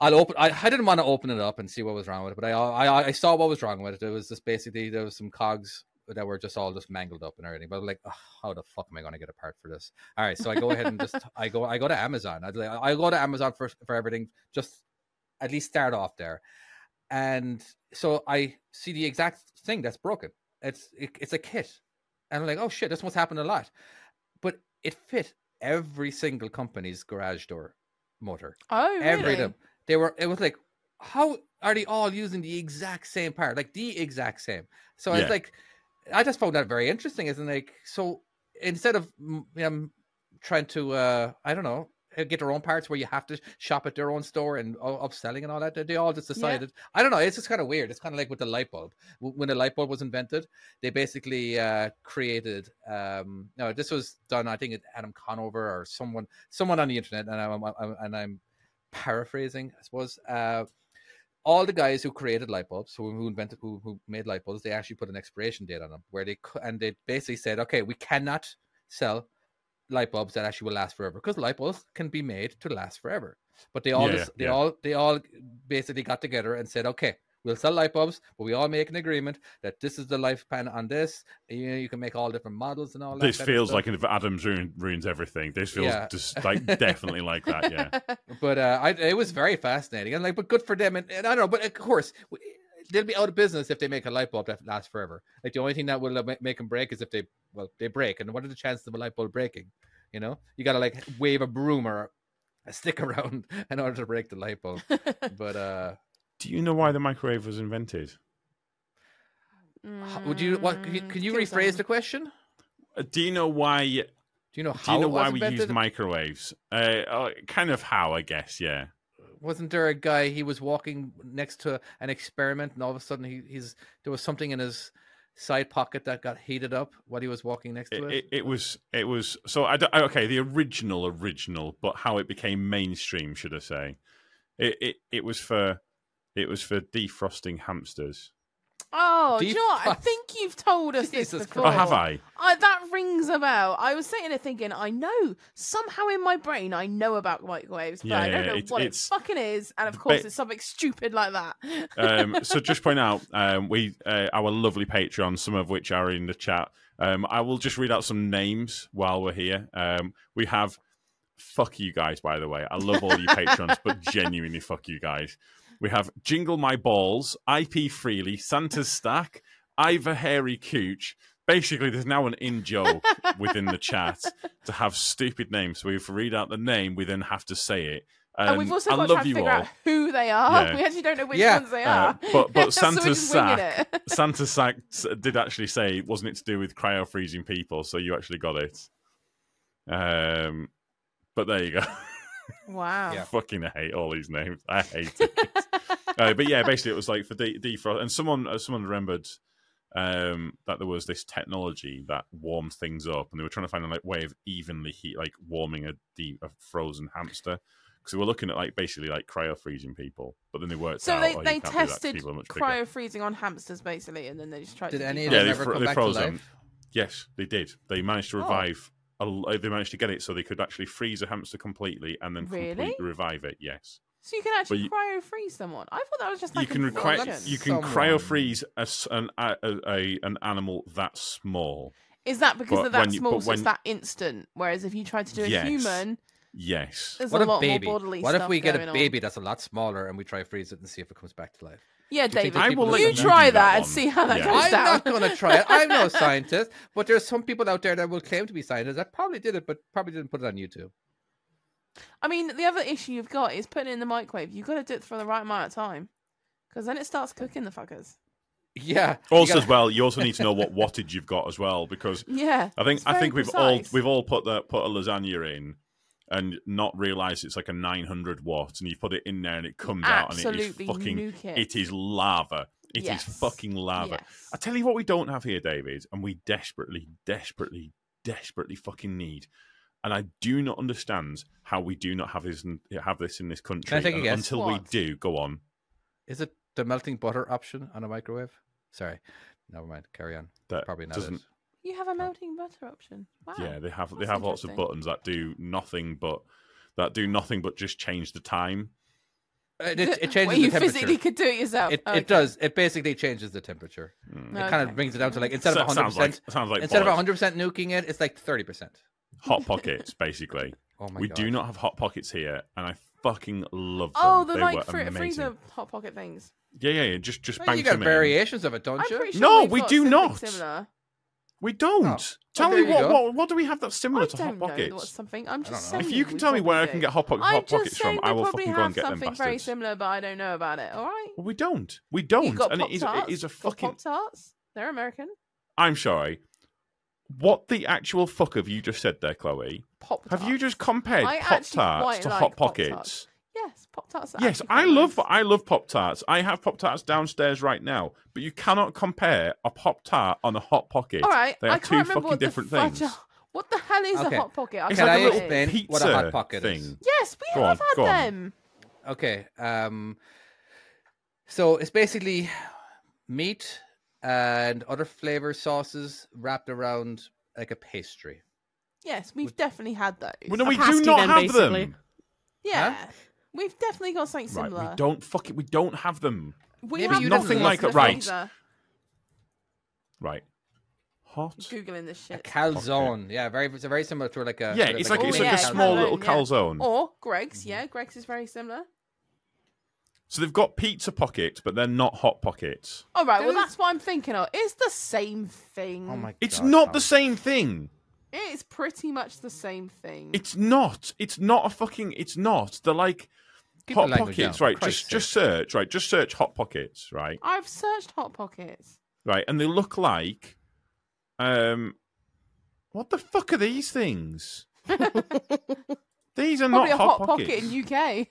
Speaker 3: I'll open. I, I didn't want to open it up and see what was wrong with it, but I, I I saw what was wrong with it. It was just basically there was some cogs that were just all just mangled up and everything. But I'm like, "Ugh, how the fuck am I going to get a part for this? All right, so I go ahead and just I go I go to Amazon. I like, I go to Amazon for for everything. Just at least start off there, and so I see the exact thing that's broken. It's it, it's a kit, and I'm like, oh shit, this must happen a lot, but it fit every single company's garage door motor
Speaker 2: oh, really?
Speaker 3: every of them. They were. It was like, how are they all using the exact same part? Like the exact same. So
Speaker 1: Yeah.
Speaker 3: it's like, I just found that very interesting. Isn't like so instead of mm, um trying to uh I don't know uh, get their own parts where you have to shop at their own store and u- upselling and all that they- they all just decided i don't know it's just kind of weird it's kind of like with the light bulb W- when the light bulb was invented they basically uh created um no this was done i think it adam conover or someone someone on the internet and i'm, I'm and i'm paraphrasing, I suppose. Uh, all the guys who created light bulbs, who, who invented, who, who made light bulbs, they actually put an expiration date on them, where they cou- and they basically said, okay, we cannot sell light bulbs that actually will last forever because light bulbs can be made to last forever. But they all,
Speaker 1: Yeah,
Speaker 3: just, they
Speaker 1: yeah.
Speaker 3: all, they all basically got together and said, okay, we'll sell light bulbs, but we all make an agreement that this is the lifespan on this. You know, you can make all different models and all that.
Speaker 1: this
Speaker 3: kind of
Speaker 1: feels
Speaker 3: stuff.
Speaker 1: like if Adams ruin, ruins everything. This feels
Speaker 3: Yeah.
Speaker 1: just
Speaker 3: (laughs)
Speaker 1: like definitely like that. Yeah,
Speaker 2: (laughs)
Speaker 3: but uh, I, it was very fascinating and like, but good for them. And, and I don't know, but of course, w- they'll be out of business if they make a light bulb that lasts forever. Like the only thing that will uh, ma- make them break is if they, well, they break. And what are the chances of a light bulb breaking? You know, you got to like wave a broom or a stick (laughs) around in order to break the light bulb. But uh,
Speaker 1: Do you know why the microwave was invented?
Speaker 3: h- would you what? Can you,
Speaker 2: Mm,
Speaker 3: can you
Speaker 2: kill
Speaker 3: rephrase
Speaker 2: someone.
Speaker 3: the question?
Speaker 1: Uh, Do you know why?
Speaker 3: Do you know
Speaker 1: Do
Speaker 3: how
Speaker 1: you know
Speaker 3: it was
Speaker 1: why we use
Speaker 3: invented?
Speaker 1: microwaves? Uh, uh, kind of how, I guess. Yeah.
Speaker 3: wasn't there a guy he was walking next to an experiment and all of a sudden he, he's there was something in his side pocket that got heated up while he was walking next to
Speaker 1: It,
Speaker 3: it,
Speaker 1: it, it was. It was. So I. Don't, okay, the original, original, but how it became mainstream, should I say? It. It. It was for. It was for defrosting hamsters.
Speaker 2: Oh, do you
Speaker 3: Deep
Speaker 2: know what? I
Speaker 3: cuts.
Speaker 2: think you've told us
Speaker 3: Jesus
Speaker 2: this
Speaker 3: Christ.
Speaker 2: before.
Speaker 1: Oh, have I?
Speaker 2: I, that rings a bell. I was sitting there thinking, I know somehow in my brain I know about microwaves, but
Speaker 1: Yeah,
Speaker 2: I don't
Speaker 1: yeah,
Speaker 2: know
Speaker 1: it's-
Speaker 2: what
Speaker 1: it's-
Speaker 2: it fucking is, and of course
Speaker 1: ba-
Speaker 2: it's something stupid like that.
Speaker 1: um, so just point out um, we uh, our lovely patrons, some of which are in the chat. Um, I will just read out some names while we're here. Um, we have fuck you guys, by the way. I love all you patrons,
Speaker 2: (laughs)
Speaker 1: but genuinely fuck you guys. We have Jingle My Balls, IP Freely, Santa's Stack, Ivor Hairy Cooch. Basically, there's now an in
Speaker 2: (laughs)
Speaker 1: joke within the chat to have stupid names. So we have to read out the name, we then have to say it. Um,
Speaker 2: and we've also
Speaker 1: I
Speaker 2: got to
Speaker 1: love
Speaker 2: try and
Speaker 1: you
Speaker 2: figure
Speaker 1: all.
Speaker 2: out who they are.
Speaker 1: Yeah.
Speaker 2: (laughs) We actually don't know which
Speaker 3: Yeah.
Speaker 2: ones they
Speaker 1: Uh,
Speaker 2: are.
Speaker 1: but- but
Speaker 2: (laughs) So we're
Speaker 1: Santa's
Speaker 2: just winging
Speaker 1: sack.
Speaker 2: it. (laughs)
Speaker 1: Santa Sack s- did actually say, wasn't it to do with cryo freezing people? So you actually got it. Um, but there you go. (laughs)
Speaker 2: Wow.
Speaker 3: Yeah.
Speaker 1: Fucking hate all these names. I hate it. uh, but yeah, basically it was like for de- defrost, and someone uh, someone remembered um, that there was this technology that warmed things up, and they were trying to find a like way of evenly heat, like warming a deep a frozen hamster. Because they were looking at like basically like cryo freezing people, but then they worked
Speaker 2: So
Speaker 1: out.
Speaker 2: they,
Speaker 1: oh, you
Speaker 2: they
Speaker 1: can't do that 'cause
Speaker 2: tested
Speaker 1: people are much bigger.
Speaker 2: cryo freezing on hamsters basically, and then they just tried
Speaker 3: did
Speaker 2: to.
Speaker 3: any
Speaker 2: defrost
Speaker 3: of
Speaker 1: Yeah,
Speaker 3: them
Speaker 1: they
Speaker 3: ever
Speaker 1: fro-
Speaker 3: come
Speaker 1: they
Speaker 3: back
Speaker 1: froze
Speaker 3: to
Speaker 1: 'em.
Speaker 3: life
Speaker 1: Yes, they did. They managed to
Speaker 3: Oh.
Speaker 1: revive. a l uh, they managed to get it so they could actually freeze a hamster completely and then
Speaker 2: Really?
Speaker 1: completely revive it. Yes,
Speaker 2: So you can actually
Speaker 1: you-
Speaker 2: cryo freeze someone. I thought that was just like
Speaker 1: you can
Speaker 2: a
Speaker 1: require
Speaker 2: function.
Speaker 1: you can
Speaker 3: Someone-
Speaker 1: cryo freeze an a, a, a- an animal that small.
Speaker 2: Is that because
Speaker 1: But
Speaker 2: they're that
Speaker 1: when you-
Speaker 2: small,
Speaker 1: but
Speaker 2: so it's
Speaker 1: when-
Speaker 2: that instant? Whereas if you tried to do a
Speaker 1: Yes.
Speaker 2: human,
Speaker 1: Yes,
Speaker 2: there's
Speaker 3: what
Speaker 2: a
Speaker 3: a
Speaker 2: lot
Speaker 3: baby
Speaker 2: more bodily
Speaker 3: what
Speaker 2: stuff
Speaker 3: if we get
Speaker 2: going
Speaker 3: a
Speaker 2: on.
Speaker 3: baby that's a lot smaller and we try freeze it and see if it comes back
Speaker 2: (laughs)
Speaker 3: to life
Speaker 2: Yeah,
Speaker 3: Do you think
Speaker 2: David,
Speaker 3: that
Speaker 2: you,
Speaker 3: people let you do
Speaker 2: try
Speaker 1: that
Speaker 2: that, and
Speaker 1: one?
Speaker 2: see how that
Speaker 1: Yeah.
Speaker 2: goes
Speaker 3: i'm
Speaker 2: down.
Speaker 3: not gonna try it i'm no scientist but there's some people out there that will claim to be scientists that probably did it but probably didn't put it on youtube
Speaker 2: (laughs) I mean, the other issue you've got is putting it in the microwave. You've got to do it for the right amount of time, because then it starts cooking the fuckers.
Speaker 3: yeah you
Speaker 1: also
Speaker 3: gotta-
Speaker 1: as well, you also need to know
Speaker 2: (laughs)
Speaker 1: what wattage you've got as well because
Speaker 2: Yeah,
Speaker 1: I think
Speaker 2: it's
Speaker 1: I
Speaker 2: very
Speaker 1: think we've all
Speaker 2: precise.
Speaker 1: we've all put the put a lasagna in and not realize it's like a 900 watt, and you put it in there and it comes out and it
Speaker 2: Absolutely
Speaker 1: is fucking,
Speaker 2: nuke it.
Speaker 1: it is lava. It is
Speaker 2: Yes.
Speaker 1: fucking lava.
Speaker 2: Yes.
Speaker 1: I tell you what, we don't have here, David, and we desperately, desperately, desperately fucking need. And I do not understand how we do not have this in, have this in this country.
Speaker 3: take a
Speaker 1: and
Speaker 3: guess?
Speaker 1: Until we
Speaker 2: What?
Speaker 1: do, go on.
Speaker 3: Is it the melting butter option on a microwave? Sorry, never mind. Carry on.
Speaker 1: That
Speaker 3: Probably not.
Speaker 1: Uh, doesn't.
Speaker 3: It.
Speaker 2: You have a melting butter option. Wow.
Speaker 1: Yeah, they have they
Speaker 2: That's
Speaker 1: have lots of
Speaker 2: interesting.
Speaker 1: buttons that do nothing but that do nothing but just change the time.
Speaker 3: Uh,
Speaker 2: (laughs)
Speaker 3: It, it
Speaker 2: Where
Speaker 3: changes
Speaker 2: you
Speaker 3: the temperature.
Speaker 2: physically could do it yourself.
Speaker 3: It,
Speaker 2: Okay.
Speaker 3: it does. It basically changes the temperature.
Speaker 1: Mm.
Speaker 3: It kind
Speaker 2: Okay.
Speaker 3: of brings it down to like instead of
Speaker 1: So-
Speaker 3: 100
Speaker 1: sounds like
Speaker 3: percent,
Speaker 1: sounds like
Speaker 3: instead of
Speaker 1: bollocks.
Speaker 3: 100 percent nuking it, it's like 30 percent.
Speaker 1: hot pockets,
Speaker 2: (laughs)
Speaker 1: basically.
Speaker 3: Oh my
Speaker 1: we
Speaker 3: god.
Speaker 1: do not have hot pockets here, and I fucking love them.
Speaker 2: Oh, the
Speaker 1: they
Speaker 2: like
Speaker 1: were
Speaker 2: fr-
Speaker 1: amazing.
Speaker 2: freezer hot pocket things.
Speaker 1: Yeah, yeah, yeah. Just just
Speaker 3: Well,
Speaker 1: bank
Speaker 3: you got
Speaker 1: them in.
Speaker 3: variations of it, don't
Speaker 2: I'm
Speaker 3: you?
Speaker 2: pretty sure
Speaker 1: No,
Speaker 2: we've
Speaker 1: we
Speaker 2: got
Speaker 1: do
Speaker 2: something
Speaker 1: not.
Speaker 2: Similar.
Speaker 1: We don't.
Speaker 3: Oh.
Speaker 1: Tell
Speaker 3: Well,
Speaker 1: me
Speaker 3: there you
Speaker 1: what,
Speaker 3: go.
Speaker 1: what what do we have that's similar
Speaker 2: I
Speaker 1: to
Speaker 2: don't
Speaker 1: hot
Speaker 2: know
Speaker 1: pockets?
Speaker 2: what's something. I'm just
Speaker 3: don't know.
Speaker 2: saying.
Speaker 1: if you can
Speaker 2: we
Speaker 1: tell me where I
Speaker 2: probably
Speaker 1: can
Speaker 2: do.
Speaker 1: get hot, po-
Speaker 2: I'm
Speaker 1: hot pockets
Speaker 2: just saying
Speaker 1: from, I
Speaker 2: they
Speaker 1: will
Speaker 2: probably
Speaker 1: fucking go
Speaker 2: have
Speaker 1: and get them
Speaker 2: something very
Speaker 1: bastards.
Speaker 2: similar, but I don't know about it. All right.
Speaker 1: Well, we don't. We
Speaker 2: You've
Speaker 1: don't.
Speaker 2: got
Speaker 1: And it is,
Speaker 2: Pop-Tarts.
Speaker 1: it is a
Speaker 2: You've got
Speaker 1: fucking.
Speaker 2: Pop Tarts. They're American.
Speaker 1: I'm sorry. What the actual fuck have you just said there, Chloe?
Speaker 2: Pop.
Speaker 1: Have you just compared
Speaker 2: I
Speaker 1: Pop
Speaker 2: actually
Speaker 1: Tarts
Speaker 2: quite
Speaker 1: to
Speaker 2: like
Speaker 1: Hot
Speaker 2: Pop-Tarts.
Speaker 1: Pockets?
Speaker 2: Yes, Pop Tarts.
Speaker 1: Yes, I love I love Pop Tarts. I have Pop Tarts downstairs right now, but you cannot compare a Pop Tart on a Hot Pocket.
Speaker 2: All right.
Speaker 1: they are
Speaker 2: I
Speaker 1: two
Speaker 2: can't remember
Speaker 1: fucking
Speaker 2: what
Speaker 1: different
Speaker 2: the fudge
Speaker 1: things.
Speaker 2: are- What the hell is
Speaker 3: Okay.
Speaker 2: a hot pocket? I
Speaker 1: It's
Speaker 2: can't
Speaker 3: Can
Speaker 1: like
Speaker 3: I
Speaker 1: a
Speaker 2: remember
Speaker 1: little
Speaker 2: what it is.
Speaker 3: explain?
Speaker 1: pizza
Speaker 3: what a Hot Pocket
Speaker 1: thing.
Speaker 3: is?
Speaker 2: Yes, we
Speaker 1: Go
Speaker 2: have
Speaker 1: on,
Speaker 2: had
Speaker 1: go on.
Speaker 2: them.
Speaker 3: Okay. Um, so it's basically meat and other flavor sauces wrapped around like a pastry.
Speaker 2: Yes, we've definitely had those.
Speaker 1: Well, no,
Speaker 5: A
Speaker 1: we do
Speaker 5: pasty
Speaker 1: not
Speaker 5: then,
Speaker 1: have
Speaker 5: basically.
Speaker 1: them.
Speaker 2: yeah, we've definitely got something
Speaker 1: Right,
Speaker 2: similar.
Speaker 1: we don't fuck it. We don't have them.
Speaker 2: We
Speaker 3: Maybe
Speaker 2: have
Speaker 3: you
Speaker 2: them
Speaker 3: Nothing
Speaker 2: in
Speaker 3: like
Speaker 2: the
Speaker 1: it, right.
Speaker 2: freezer.
Speaker 1: Right. Hot.
Speaker 2: Googling this
Speaker 3: A
Speaker 2: shit.
Speaker 3: calzone. Yeah, very it's very similar to like a
Speaker 1: Yeah,
Speaker 3: sort of
Speaker 1: it's like
Speaker 2: Oh,
Speaker 1: it's
Speaker 3: a
Speaker 1: like
Speaker 2: yeah,
Speaker 1: a
Speaker 2: it's
Speaker 1: small
Speaker 2: calzone,
Speaker 1: little
Speaker 2: yeah.
Speaker 1: calzone.
Speaker 2: Or Greg's, yeah, Greg's is very similar.
Speaker 1: So they've got pizza pockets, but they're not hot pockets.
Speaker 2: All right, well
Speaker 3: Dude.
Speaker 2: that's what I'm thinking of. It's the same thing.
Speaker 3: Oh my
Speaker 1: It's
Speaker 3: God,
Speaker 1: not
Speaker 3: Tom.
Speaker 1: the same thing.
Speaker 2: It's pretty much the same thing.
Speaker 1: It's not. It's not a fucking. It's not. They're like
Speaker 3: Keep
Speaker 1: hot
Speaker 3: the language
Speaker 1: pockets,
Speaker 3: down,
Speaker 1: right?
Speaker 3: Christ's
Speaker 1: Just
Speaker 3: sake.
Speaker 1: just search, right? Just search hot pockets, right?
Speaker 2: I've searched hot pockets.
Speaker 1: Right, and they look like, um, what the fuck are these
Speaker 2: (laughs)
Speaker 1: things? these are not
Speaker 2: Probably a hot,
Speaker 1: pockets.
Speaker 2: pocket in UK.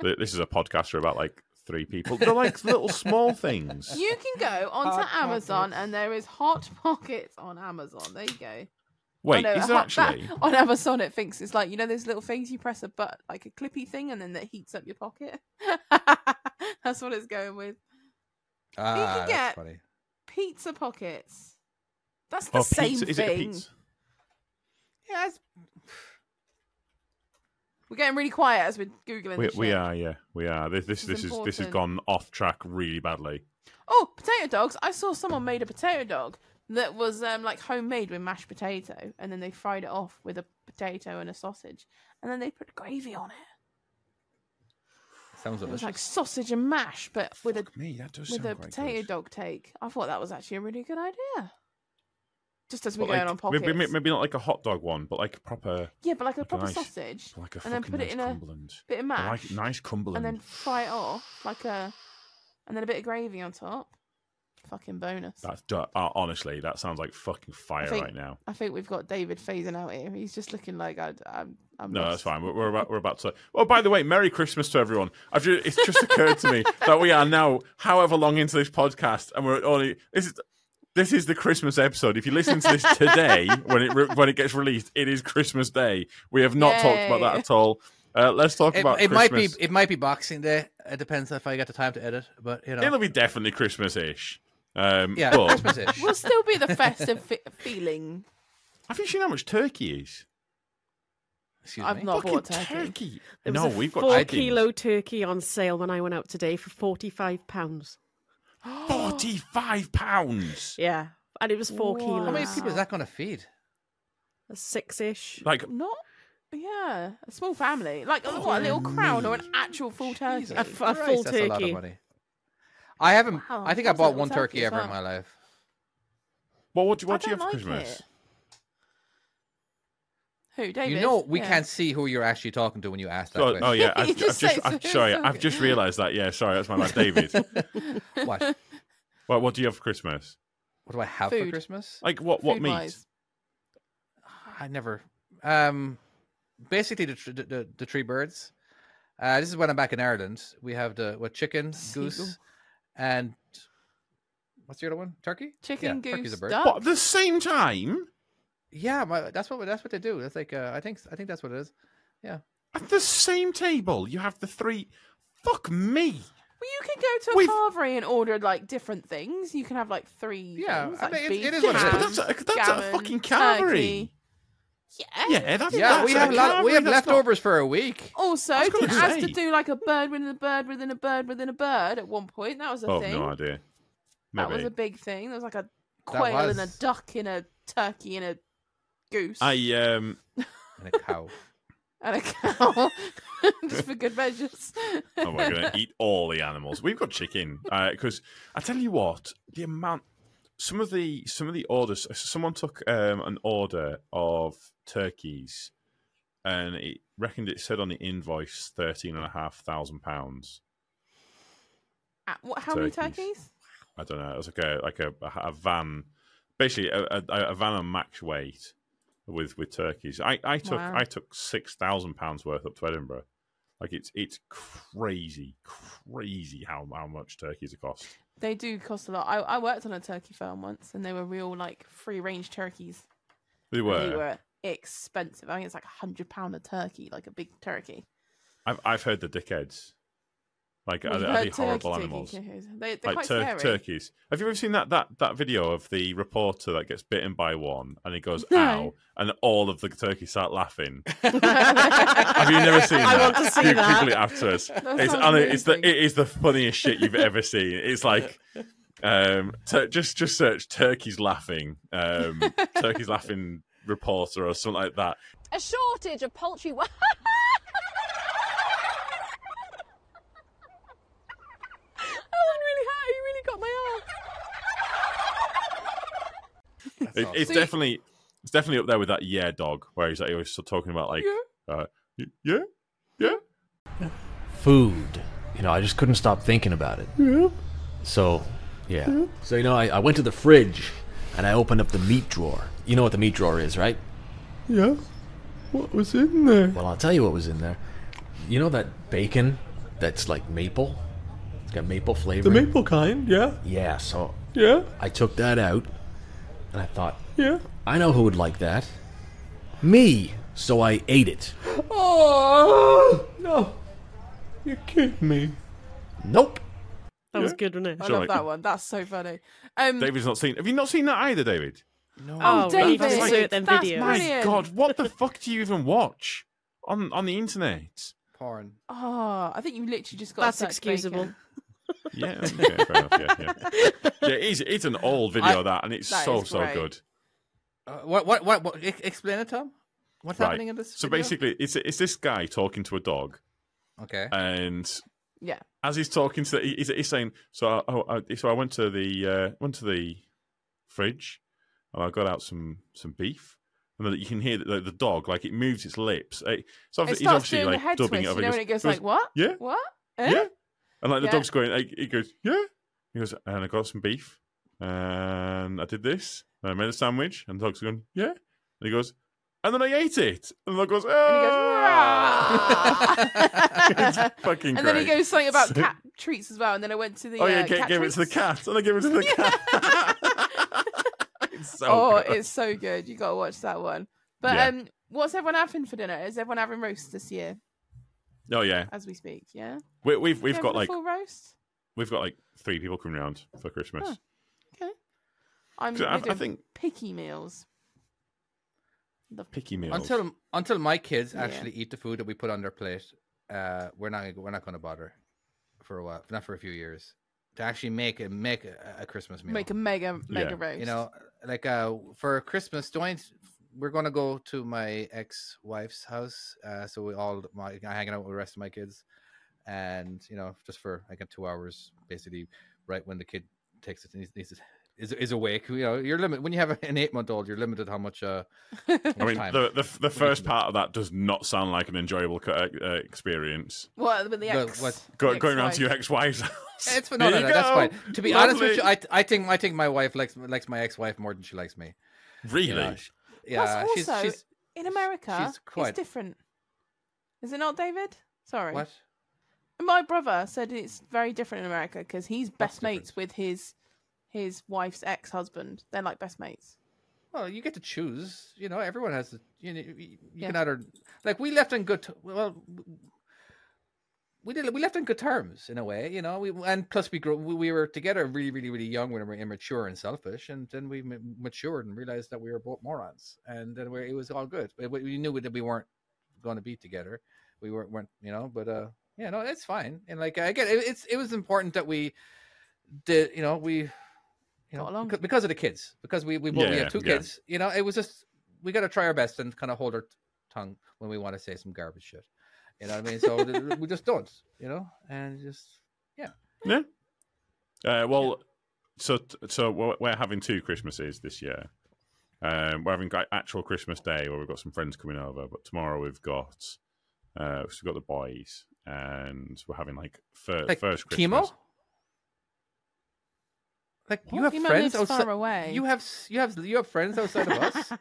Speaker 1: Th- This is a podcast for about like three people. They're like little
Speaker 2: (laughs)
Speaker 1: small things.
Speaker 2: (laughs) you can go onto
Speaker 3: Hot
Speaker 2: Amazon
Speaker 3: pockets.
Speaker 2: and there is hot pockets on Amazon. There you go.
Speaker 1: Wait,
Speaker 2: Oh, no,
Speaker 1: is
Speaker 2: a
Speaker 1: there
Speaker 2: hot- that-
Speaker 1: actually?
Speaker 2: (laughs) on Amazon it thinks it's like you know those little things you press a button like a clippy thing and then that heats up your pocket. (laughs) That's what it's going with.
Speaker 3: Ah, that's
Speaker 2: get-
Speaker 3: funny.
Speaker 2: Pizza pockets. That's the
Speaker 1: Oh,
Speaker 2: same
Speaker 1: pizza.
Speaker 2: thing.
Speaker 1: Is it a pizza?
Speaker 3: Yeah, it's
Speaker 2: (sighs) We're getting really quiet as we're googling.
Speaker 1: We,
Speaker 2: this
Speaker 1: we
Speaker 2: shit.
Speaker 1: are, yeah, we are. This this,
Speaker 2: This
Speaker 1: this
Speaker 2: is
Speaker 1: is this has
Speaker 2: important.
Speaker 1: gone off track really badly.
Speaker 2: Oh, potato dogs! I saw someone made a potato dog that was um, like homemade with mashed potato, and then they fried it off with a potato and a sausage, and then they put gravy on it.
Speaker 3: sounds
Speaker 2: It was
Speaker 3: delicious.
Speaker 2: like sausage and mash, but with a
Speaker 1: Me, that does
Speaker 2: with a potato dog take. I thought that was actually a really good idea. Just as we're going on pockets.
Speaker 1: maybe, maybe not like a hot dog one, but like a proper,
Speaker 2: yeah, but like a
Speaker 1: like a
Speaker 2: proper
Speaker 1: nice-
Speaker 2: sausage,
Speaker 1: like a
Speaker 2: and then
Speaker 1: fucking
Speaker 2: put it
Speaker 1: nice
Speaker 2: in a
Speaker 1: Cumberland.
Speaker 2: bit of
Speaker 1: I
Speaker 2: mash,
Speaker 1: Like nice Cumberland.
Speaker 2: and then fry it off like a, and then a bit of gravy on top. Fucking bonus.
Speaker 1: That's du- uh, honestly, that sounds like fucking fire
Speaker 2: think-
Speaker 1: right now.
Speaker 2: I think we've got David phasing out here. He's just looking like I, I'm. I'm
Speaker 1: No,
Speaker 2: lost.
Speaker 1: that's fine. We're, we're about we're about to. Oh, by the way, Merry Christmas to everyone. I've just, it's just occurred to
Speaker 3: (laughs)
Speaker 1: me that we are now however long into this podcast, and we're only this is this is the Christmas episode. If you listen to this
Speaker 3: (laughs)
Speaker 1: today, when it re- when it gets released, it is Christmas Day. We have not talked about that
Speaker 2: Yay.
Speaker 1: at all. Uh, let's talk
Speaker 3: It,
Speaker 1: about
Speaker 3: it
Speaker 1: Christmas.
Speaker 3: might be it might be Boxing Day. It depends if I get the time to edit, but you know,
Speaker 1: It'll be definitely Christmas-ish. Um,
Speaker 3: yeah,
Speaker 1: but
Speaker 2: (laughs)
Speaker 3: Christmas-ish.
Speaker 2: We'll still be the festive
Speaker 3: (laughs)
Speaker 2: fe- feeling.
Speaker 1: (laughs) have you seen how much turkey is?
Speaker 3: Excuse
Speaker 2: I've
Speaker 3: me.
Speaker 2: not
Speaker 1: Fucking
Speaker 2: bought turkey.
Speaker 5: There was
Speaker 1: No,
Speaker 5: a
Speaker 1: we've got
Speaker 5: four
Speaker 1: chickens.
Speaker 3: (gasps)
Speaker 5: kilo turkey on sale when I went out today for forty five pounds.
Speaker 1: Forty-five pounds.
Speaker 5: Yeah, and it was four
Speaker 2: Wow.
Speaker 5: kilos.
Speaker 3: How many people is that going to feed?
Speaker 5: Six ish.
Speaker 1: Like
Speaker 2: Not. Yeah, a small family, like what, a little crown or an actual full turkey.
Speaker 3: Jesus
Speaker 5: A f- a
Speaker 3: Christ,
Speaker 5: full
Speaker 3: that's a lot
Speaker 5: turkey.
Speaker 3: of money. I haven't.
Speaker 2: Wow,
Speaker 3: I think I
Speaker 2: that's a
Speaker 3: bought
Speaker 2: little
Speaker 3: one turkey,
Speaker 2: turkey as
Speaker 3: ever in my
Speaker 2: well.
Speaker 3: life.
Speaker 1: Well, what do,
Speaker 2: I
Speaker 1: what do you have
Speaker 2: don't
Speaker 1: for
Speaker 2: like
Speaker 1: Christmas?
Speaker 2: it. Who, David?
Speaker 3: You know, we
Speaker 2: Yeah.
Speaker 3: can't see who you're actually talking to when you ask that
Speaker 1: Oh,
Speaker 3: question.
Speaker 1: oh yeah, I've,
Speaker 2: (laughs) You
Speaker 1: I've
Speaker 2: just
Speaker 1: just,
Speaker 2: say
Speaker 1: I've-
Speaker 2: it's-
Speaker 1: sorry,
Speaker 2: it's
Speaker 1: I've
Speaker 2: okay.
Speaker 1: just realised that. Yeah, sorry, that's my bad,
Speaker 2: (laughs)
Speaker 1: David.
Speaker 3: What? What
Speaker 1: well, what do you have for Christmas?
Speaker 3: do I have for
Speaker 2: Food.
Speaker 3: Christmas?
Speaker 1: Like what? What meat?
Speaker 2: Food-wise.
Speaker 3: I never. Um, basically the, tr- the, the, the three birds. Uh, this is when I'm back in Ireland. We have the what chicken,
Speaker 2: Seagull.
Speaker 3: goose, and what's the other one? Turkey.
Speaker 2: Chicken,
Speaker 3: yeah, turkey's
Speaker 2: goose,
Speaker 3: a bird.
Speaker 2: duck.
Speaker 1: What, at the same time?
Speaker 3: Yeah, my, that's what that's what they do. That's like uh, I think I think that's what it is.
Speaker 1: At the same table, you have the three. Fuck me.
Speaker 2: Well, you can go to a
Speaker 1: We've-
Speaker 2: carvery and order like different things. You can have like three.
Speaker 3: Yeah,
Speaker 2: things,
Speaker 3: I
Speaker 2: like
Speaker 3: mean, it-
Speaker 2: beef,
Speaker 3: it is what it
Speaker 1: Yeah, but
Speaker 3: is.
Speaker 2: ham,
Speaker 1: that's a, that's
Speaker 2: gammon,
Speaker 1: a fucking Calvary.
Speaker 2: turkey. Yeah.
Speaker 1: Yeah, that's
Speaker 3: Yeah,
Speaker 1: that's
Speaker 3: we
Speaker 1: a
Speaker 3: have lot, we
Speaker 1: Calvary,
Speaker 3: have
Speaker 1: that's not-
Speaker 3: leftovers for a week.
Speaker 2: Also,
Speaker 1: I was gonna
Speaker 2: it has to
Speaker 1: say.
Speaker 2: do like a bird within a bird within a bird within a bird at one point. That was a
Speaker 1: Oh,
Speaker 2: thing.
Speaker 1: no idea.
Speaker 2: that
Speaker 1: Maybe.
Speaker 2: was a big thing. There was like a quail and a
Speaker 3: was-
Speaker 2: duck and a turkey and a goose
Speaker 1: I um
Speaker 3: And a cow.
Speaker 2: and a cow, (laughs) just for good measures.
Speaker 1: oh, we're gonna eat all the animals. We've got chicken because I tell you what, the amount some of the some of the orders. Someone took um, an order of turkeys, and it reckoned it said on the invoice thirteen and a half thousand pounds.
Speaker 2: Uh, what- how many
Speaker 1: Turkeys.
Speaker 2: turkeys?
Speaker 1: I don't know. It was like a like a, a, van, basically a, a, a van on max weight with with turkeys. I, I took
Speaker 2: Wow.
Speaker 1: I took six thousand pounds worth up to Edinburgh. Like it's it's crazy, crazy how how much turkeys cost.
Speaker 2: They do cost a lot. I, I worked on a turkey farm once, and they were real like free range turkeys.
Speaker 1: They
Speaker 2: and
Speaker 1: were.
Speaker 2: They were expensive. I think it's like a hundred pound a turkey, like a big turkey.
Speaker 1: I've I've heard the dickheads. Like are,
Speaker 2: We've
Speaker 1: they-
Speaker 2: heard
Speaker 1: are they horrible
Speaker 2: turkey-
Speaker 1: animals?
Speaker 2: turkey- turkeys. They,
Speaker 1: Like
Speaker 2: they're quite
Speaker 1: tur-
Speaker 2: scary. (laughs)
Speaker 1: turkeys. Have you ever seen that, that that video of the reporter that gets bitten by one and he goes
Speaker 2: No.
Speaker 1: ow and all of the turkeys start
Speaker 2: (laughs)
Speaker 1: laughing? Have you never seen
Speaker 5: I
Speaker 1: that?
Speaker 5: want to see
Speaker 1: Go-
Speaker 5: that.
Speaker 1: Google it after us.
Speaker 2: That
Speaker 1: It's,
Speaker 2: sounds
Speaker 1: and it- it's the
Speaker 2: amazing.
Speaker 1: it is the funniest shit you've ever seen. It's like um, tur just just search turkeys laughing,
Speaker 2: (laughs)
Speaker 1: um, turkeys laughing reporter or something like that.
Speaker 6: A shortage of poultry. wo- (laughs) That one really hurt. You really got my arm.
Speaker 1: It, it's
Speaker 2: awesome.
Speaker 1: definitely it's definitely up there with that yeah dog where he's like he was talking about like uh, y- yeah yeah
Speaker 7: food. You know, I just couldn't stop thinking about it. So, yeah. So, you know, I, I went to the fridge and I opened up the meat drawer. You know what the meat drawer is, right?
Speaker 8: Yeah. What was in there?
Speaker 7: Well, I'll tell you what was in there. You know that bacon that's like maple? It's got maple
Speaker 8: The
Speaker 7: flavor.
Speaker 8: maple kind, yeah?
Speaker 7: yeah, so
Speaker 8: Yeah?
Speaker 7: I took that out and I thought,
Speaker 8: Yeah?
Speaker 7: I know who would like that. Me. So I ate it.
Speaker 8: Oh! No. You're kidding me.
Speaker 7: Nope.
Speaker 5: That was good, wasn't
Speaker 2: I
Speaker 5: it?
Speaker 1: Sure,
Speaker 2: love
Speaker 1: like-
Speaker 2: that one. That's so funny. Um,
Speaker 1: David's not seen have you not seen that either David
Speaker 5: Oh,
Speaker 2: David,
Speaker 5: we need to
Speaker 1: that's
Speaker 5: insert
Speaker 1: like-
Speaker 5: them
Speaker 2: that's
Speaker 5: videos.
Speaker 1: my
Speaker 2: Brilliant.
Speaker 1: god what the fuck do you even watch on on the internet
Speaker 3: Porn.
Speaker 2: oh, I think you literally just got
Speaker 5: That's excusable.
Speaker 1: yeah okay, fair enough, yeah yeah yeah it's, it's an old video
Speaker 3: I-
Speaker 1: that and it's
Speaker 2: that
Speaker 1: so
Speaker 2: is
Speaker 1: so
Speaker 2: great.
Speaker 1: good
Speaker 3: Uh, what, what what what? ex- Explain it, Tom. What's
Speaker 1: Right.
Speaker 3: happening in this?
Speaker 1: so
Speaker 3: video?
Speaker 1: basically it's it's this guy talking to a dog
Speaker 3: okay.
Speaker 1: and
Speaker 2: Yeah.
Speaker 1: as he's talking to, he's, he's saying, "So, I, oh, I, so I went to the uh, went to the fridge, and I got out some some beef." And then you can hear that the, the dog, like it moves its lips. Eh, So
Speaker 2: It
Speaker 1: obviously-
Speaker 2: starts doing the
Speaker 1: like
Speaker 2: head twist.
Speaker 1: dubbing it
Speaker 2: You
Speaker 1: over.
Speaker 2: know when
Speaker 1: He
Speaker 2: it goes
Speaker 1: he
Speaker 2: like, what?
Speaker 1: "Yeah,
Speaker 2: What? Eh?
Speaker 1: yeah," and like the
Speaker 2: Yeah.
Speaker 1: dog's going, like, it goes, "Yeah." He goes, and I got some beef, and I did this, and I made a sandwich, and the dog's going, "Yeah," and he goes, and then I ate it, and the dog goes,
Speaker 2: And he goes,
Speaker 1: "Ah." (laughs)
Speaker 2: "Rah." (laughs)
Speaker 1: It's fucking
Speaker 2: And then he
Speaker 1: great.
Speaker 2: goes something about
Speaker 1: So-
Speaker 2: cat treats as well. And then I went to the.
Speaker 1: Oh yeah,
Speaker 2: uh,
Speaker 1: gave,
Speaker 2: cat
Speaker 1: gave it to the
Speaker 2: treats.
Speaker 1: cat, and I gave it to
Speaker 3: (laughs)
Speaker 1: the cat. it's so
Speaker 2: oh,
Speaker 1: good.
Speaker 2: it's so good. You gotta watch that one. But
Speaker 1: Yeah.
Speaker 2: um, what's everyone having for dinner? Is everyone having roast this year
Speaker 1: oh yeah,
Speaker 2: as we speak? Yeah,
Speaker 1: we, we've we've
Speaker 2: You
Speaker 1: got
Speaker 2: having a
Speaker 1: like
Speaker 2: full roast.
Speaker 1: we've got like three people coming round for Christmas.
Speaker 2: Huh. I'm.
Speaker 1: So I-
Speaker 2: we're
Speaker 1: I
Speaker 2: doing
Speaker 1: think-
Speaker 2: picky meals. Love
Speaker 1: Picky meals.
Speaker 3: Until until my kids
Speaker 2: Yeah.
Speaker 3: actually eat the food that we put on their plate, uh, we're not we're not going to bother for a while, not for a few years, to actually make a make a, a Christmas meal.
Speaker 2: make a mega mega
Speaker 1: Yeah.
Speaker 2: roast.
Speaker 3: you know, like uh, for Christmas, Dwayne, we're gonna go to my ex-wife's house. Uh, so we all my I'm hanging out with the rest of my kids, and you know, just for like a two hours, basically, right when the kid takes it, needs, needs it is is awake. You know, you're limited when you have an eight-month-old, you're limited how much. Uh,
Speaker 1: (laughs) I mean,
Speaker 3: time.
Speaker 1: the, the the first
Speaker 3: do.
Speaker 1: part of that does not sound like an enjoyable co- uh, experience.
Speaker 2: what with the
Speaker 3: Well,
Speaker 2: ex?
Speaker 3: what's-
Speaker 1: Go,
Speaker 2: the
Speaker 1: going round to your
Speaker 2: ex-wife.
Speaker 1: ex-wife's house.
Speaker 3: It's no, no,
Speaker 1: There you
Speaker 3: no, that's
Speaker 1: go.
Speaker 3: fine. To be honest with you,
Speaker 1: Lovely.
Speaker 3: I, I think I think my wife likes likes my ex-wife more than she likes me. you know.
Speaker 1: really.
Speaker 3: She- Yeah, she's
Speaker 2: also,
Speaker 3: she's
Speaker 2: in America,
Speaker 3: quite-
Speaker 2: it's different. Is it not David? Sorry.
Speaker 3: What?
Speaker 2: My brother said it's very different in America because he's best
Speaker 3: different?
Speaker 2: mates with his his wife's ex husband. They're like best mates.
Speaker 3: Well, you get to choose. You know, everyone has to. You know, you you can
Speaker 2: Yeah.
Speaker 3: either like we left on good. T- well, we did. We left on good terms in a way. You know, we and plus we grew. We, we were together really, really, really young when we were immature and selfish, and then we ma- matured and realized that we were both morons, and then we, it was all good. But we- we knew that we weren't going to be together. We weren't, weren't you know. But uh, yeah, no, it's fine. And like I get it, it's it was important that we did. You know, we. You know,
Speaker 2: Got along.
Speaker 3: becau- because of the kids, because we we, both, we
Speaker 1: Yeah,
Speaker 3: have two
Speaker 1: yeah.
Speaker 3: kids. You know, it was just we got to try our best and kind of hold our tongue when we want to say some garbage shit. You know what I mean? So th- we just don't. You know, and just
Speaker 1: Uh, well, so so we're, we're having two Christmases this year. Um, we're having got actual Christmas Day where we've got some friends coming over, but tomorrow we've got uh, so we've got the boys and we're having like, fir-
Speaker 3: like
Speaker 1: first Christmas.
Speaker 3: chemo. Like you
Speaker 2: What?
Speaker 3: have
Speaker 2: Chemo
Speaker 3: friends
Speaker 2: lives far
Speaker 3: outside.
Speaker 2: away.
Speaker 3: You have s- you have you have friends outside of
Speaker 1: (laughs)
Speaker 3: us.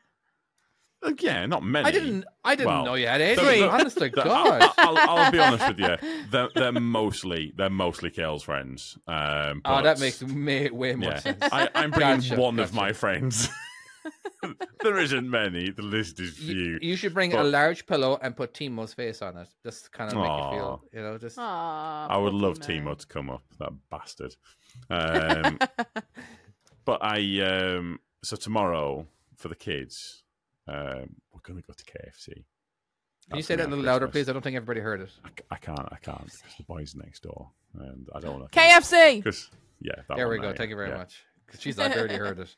Speaker 1: Uh, yeah, not many.
Speaker 3: I didn't I didn't
Speaker 1: Well,
Speaker 3: know you had
Speaker 1: the-
Speaker 3: any.
Speaker 1: the-
Speaker 3: Honestly,
Speaker 1: (laughs) The-
Speaker 3: God.
Speaker 1: I'll, I'll, I'll be honest with you. They're, they're mostly they're mostly Kale's friends. Um,
Speaker 3: Oh,
Speaker 1: but-
Speaker 3: that makes may, way more
Speaker 1: yeah.
Speaker 3: sense. (laughs)
Speaker 1: I, I'm bringing
Speaker 3: Gotcha,
Speaker 1: one of
Speaker 3: gotcha.
Speaker 1: my friends. (laughs) there isn't many. The list is
Speaker 3: You,
Speaker 1: few.
Speaker 3: you should bring a
Speaker 1: but-
Speaker 3: large pillow and put Timo's face on it. Just kind of make you feel,
Speaker 1: Aw.
Speaker 3: you know, just
Speaker 2: Aw,
Speaker 1: I would
Speaker 2: poor
Speaker 1: love
Speaker 2: Timo.
Speaker 1: Timo to come up, that bastard.
Speaker 2: (laughs)
Speaker 1: Um, but I um, so tomorrow for the kids, um, we're gonna go to KFC.
Speaker 3: Can you
Speaker 1: That's
Speaker 3: say that
Speaker 1: gonna
Speaker 3: a
Speaker 1: be
Speaker 3: little
Speaker 1: our
Speaker 3: louder,
Speaker 1: Christmas.
Speaker 3: please? I don't think everybody heard it.
Speaker 1: I, c- I can't. I can't because the boys next door, and I don't want
Speaker 2: KFC.
Speaker 1: Because yeah, that
Speaker 3: there
Speaker 1: one
Speaker 3: we go.
Speaker 1: there,
Speaker 3: Thank you very
Speaker 1: yeah.
Speaker 3: much. 'Cause She's like, I already heard it.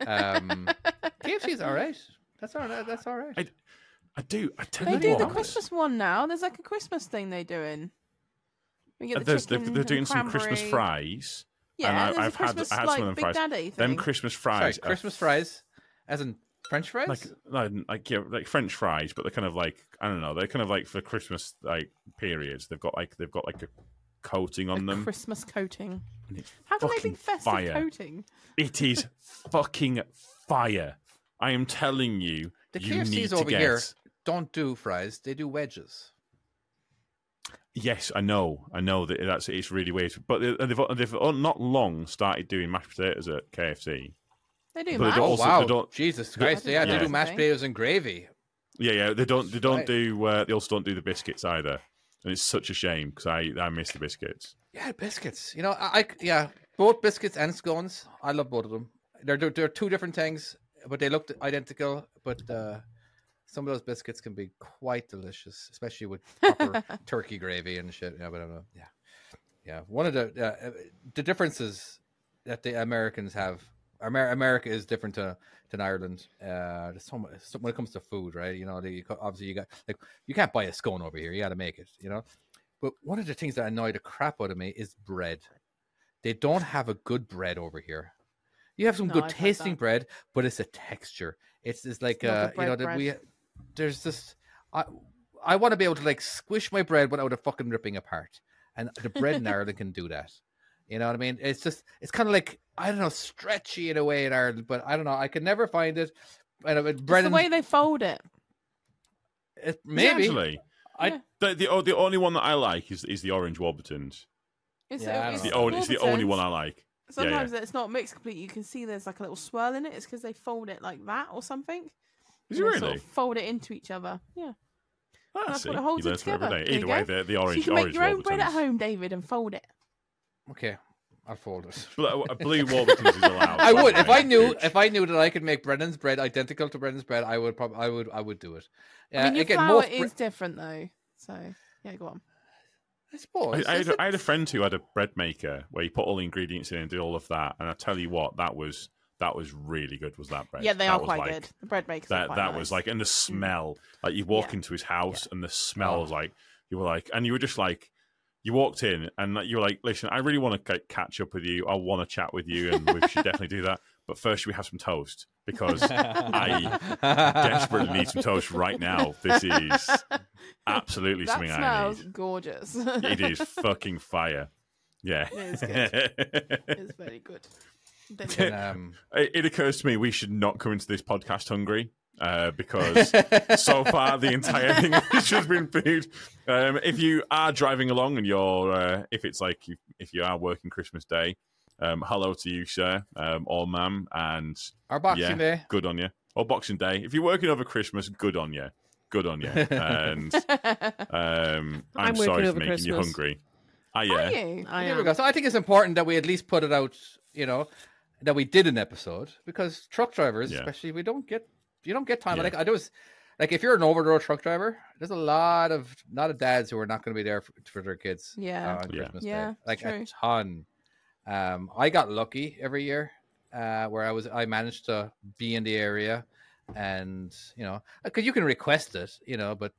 Speaker 1: (laughs)
Speaker 3: Um, KFC's all right. That's all right. That's all right.
Speaker 1: I- I do. I tell
Speaker 2: They
Speaker 1: you
Speaker 2: do
Speaker 1: what,
Speaker 2: the Christmas one now. There's like a Christmas thing they're doing. We get the
Speaker 1: There's, they're,
Speaker 2: chicken
Speaker 1: they're
Speaker 2: and
Speaker 1: doing some Christmas
Speaker 2: cranberry.
Speaker 1: fries. and
Speaker 2: Yeah,
Speaker 1: I,
Speaker 2: there's a
Speaker 1: I've had,
Speaker 2: Christmas
Speaker 1: I had
Speaker 2: like
Speaker 1: some of them
Speaker 2: Big
Speaker 1: fries.
Speaker 2: Daddy
Speaker 1: Them
Speaker 2: thing.
Speaker 1: Christmas
Speaker 3: Sorry,
Speaker 1: fries. are
Speaker 3: Christmas fries, as in French
Speaker 1: uh,
Speaker 3: fries.
Speaker 1: like like like, yeah, like French fries, but they're kind of like I don't know. They're kind of like for Christmas like periods. They've got like they've got like a coating on them.
Speaker 2: Christmas coating.
Speaker 1: and it's
Speaker 2: How can they
Speaker 1: fucking
Speaker 2: be festive
Speaker 1: fire.
Speaker 2: coating?
Speaker 1: It is fucking fire. I am telling you,
Speaker 3: the
Speaker 1: you need
Speaker 3: KFCs
Speaker 1: to
Speaker 3: over
Speaker 1: get.
Speaker 3: here don't do fries; they do wedges.
Speaker 1: Yes, I know, I know that that's it's really weird. But they- they've they've not long started doing mashed potatoes at KFC.
Speaker 2: They
Speaker 1: But they
Speaker 2: do,
Speaker 1: don't-
Speaker 2: man.
Speaker 3: Oh
Speaker 1: also- they
Speaker 3: wow!
Speaker 1: don't-
Speaker 3: Jesus Christ! Yeah,
Speaker 1: Yeah.
Speaker 3: they do mashed potatoes and gravy.
Speaker 1: Yeah, yeah. They don't. They don't
Speaker 3: Right.
Speaker 1: do. Uh, they also don't do the biscuits either, and it's such a shame because I I miss the biscuits.
Speaker 3: Yeah, biscuits. You know, I, I yeah, both biscuits and scones. I love both of them. They're they're- they're two different things, but they looked identical. But uh, some of those biscuits can be quite delicious, especially with
Speaker 2: (laughs)
Speaker 3: proper turkey gravy and shit. Yeah, but I don't know. Yeah, yeah. One of the uh, the differences that the Americans have. Amer- America is different to than Ireland. Uh, there's so much, so when it comes to food, right? You know, the, obviously you got like you can't buy a scone over here. You got to make it. You know, but one of the things that annoy the crap out of me is bread. They don't have a good bread over here. You have some
Speaker 2: No,
Speaker 3: good
Speaker 2: I've had
Speaker 3: tasting
Speaker 2: that.
Speaker 3: bread, but it's a texture. It's it's like
Speaker 2: not
Speaker 3: uh,
Speaker 2: good
Speaker 3: you know
Speaker 2: bread,
Speaker 3: that we
Speaker 2: bread.
Speaker 3: there's this. I I want to be able to like squish my bread without it fucking ripping apart, and the
Speaker 2: (laughs)
Speaker 3: bread in Ireland can do that. You know what I mean? It's just it's kind of like I don't know, stretchy in a way in Ireland, but I don't know. I could never find it. And uh,
Speaker 2: It's
Speaker 3: bread
Speaker 2: the
Speaker 3: and
Speaker 2: way they fold it.
Speaker 3: it- maybe
Speaker 1: Actually,
Speaker 3: I-
Speaker 2: Yeah.
Speaker 1: the, the o- the only one that I like is is the orange Warburtons.
Speaker 2: It's,
Speaker 3: Yeah, I
Speaker 2: it's,
Speaker 1: It's the
Speaker 3: Oh,
Speaker 1: only it's the only
Speaker 2: Warburtons.
Speaker 1: one I like. yeah.
Speaker 2: Sometimes it's not mixed completely. You can see there's like a little swirl in it. It's because they fold it like that or something.
Speaker 1: Is it
Speaker 2: And they
Speaker 1: really?
Speaker 2: Sort of fold it into each other. Yeah.
Speaker 1: Ah,
Speaker 2: That's
Speaker 1: see,
Speaker 2: what it holds
Speaker 1: you
Speaker 2: it
Speaker 1: learn something every day.
Speaker 2: together. There
Speaker 1: Either
Speaker 2: you
Speaker 1: way,
Speaker 2: go.
Speaker 1: they're the
Speaker 2: So you
Speaker 1: orange
Speaker 2: can make
Speaker 1: orange
Speaker 2: your own bread at
Speaker 1: Warburtons.
Speaker 2: home, David, and fold it.
Speaker 3: okay. I'll fold
Speaker 2: (laughs)
Speaker 3: it.
Speaker 1: Bl- uh, Blue Warburtons is allowed.
Speaker 3: I
Speaker 1: by
Speaker 3: would
Speaker 1: the
Speaker 3: if
Speaker 1: way.
Speaker 3: I knew
Speaker 1: Huge.
Speaker 3: if I knew that I could make Brennan's bread identical to Brennan's bread. I would probably I would I would do it. Uh,
Speaker 2: I mean, your
Speaker 3: again,
Speaker 2: flour
Speaker 3: most bre-
Speaker 2: is different though. So yeah, go on.
Speaker 3: I suppose
Speaker 1: I, I,
Speaker 3: is
Speaker 1: had,
Speaker 3: it-
Speaker 1: I had a friend who had a bread maker where he put all the ingredients in and did all of that, and I tell you what, that was that was really good. Was that bread?
Speaker 2: Yeah, they
Speaker 1: That
Speaker 2: are
Speaker 1: was
Speaker 2: quite
Speaker 1: like-
Speaker 2: good. The bread makers. are
Speaker 1: That
Speaker 2: quite
Speaker 1: that
Speaker 2: nice. Mm.
Speaker 1: was like, and the smell, like you walk
Speaker 2: Yeah.
Speaker 1: into his house and the smell
Speaker 3: Oh.
Speaker 1: was like you were like, and you were just like, you walked in and like, you were like, listen, I really want to catch up with you. I want to chat with you, and we should definitely do that. But first, we have some toast because I desperately need some toast right now. This is absolutely
Speaker 2: that
Speaker 1: something I
Speaker 2: smells
Speaker 1: need.
Speaker 2: gorgeous. (laughs)
Speaker 1: It is fucking fire. Yeah.
Speaker 2: It
Speaker 1: (laughs)
Speaker 2: is
Speaker 1: It,
Speaker 2: It's very good. There you go.
Speaker 3: um,
Speaker 1: it occurs to me we should not come into this podcast hungry. uh, because so far the entire English (laughs) has been food. Um, if you are driving along and you're, uh, if it's like you, if you are working Christmas Day, um, hello to you, sir um, or ma'am, and
Speaker 3: Our boxing
Speaker 1: yeah,
Speaker 3: day.
Speaker 1: good on you. Or Boxing Day, if you're working over Christmas, good on you, good on you. And um, I'm,
Speaker 5: I'm working
Speaker 1: sorry for
Speaker 5: over
Speaker 1: making you
Speaker 5: Christmas.
Speaker 1: hungry. Ah,
Speaker 2: Are
Speaker 1: yeah,
Speaker 2: you?
Speaker 5: I
Speaker 3: There we
Speaker 5: am.
Speaker 3: go. So I think it's important that we at least put it out, you know, that we did an episode because truck drivers,
Speaker 1: Yeah.
Speaker 3: especially, we don't get you don't get time.
Speaker 1: Yeah.
Speaker 3: Like I do, like if you're an over the road truck driver, there's a lot of lot of dads who are not going to be there for, for their kids.
Speaker 2: Yeah.
Speaker 3: uh, on
Speaker 1: Yeah.
Speaker 3: Christmas
Speaker 2: Yeah,
Speaker 3: Day,
Speaker 2: it's
Speaker 3: like
Speaker 2: true.
Speaker 3: a ton. Um, I got lucky every year, uh, where I was I managed to be in the area, and you know, because you can request it, you know, but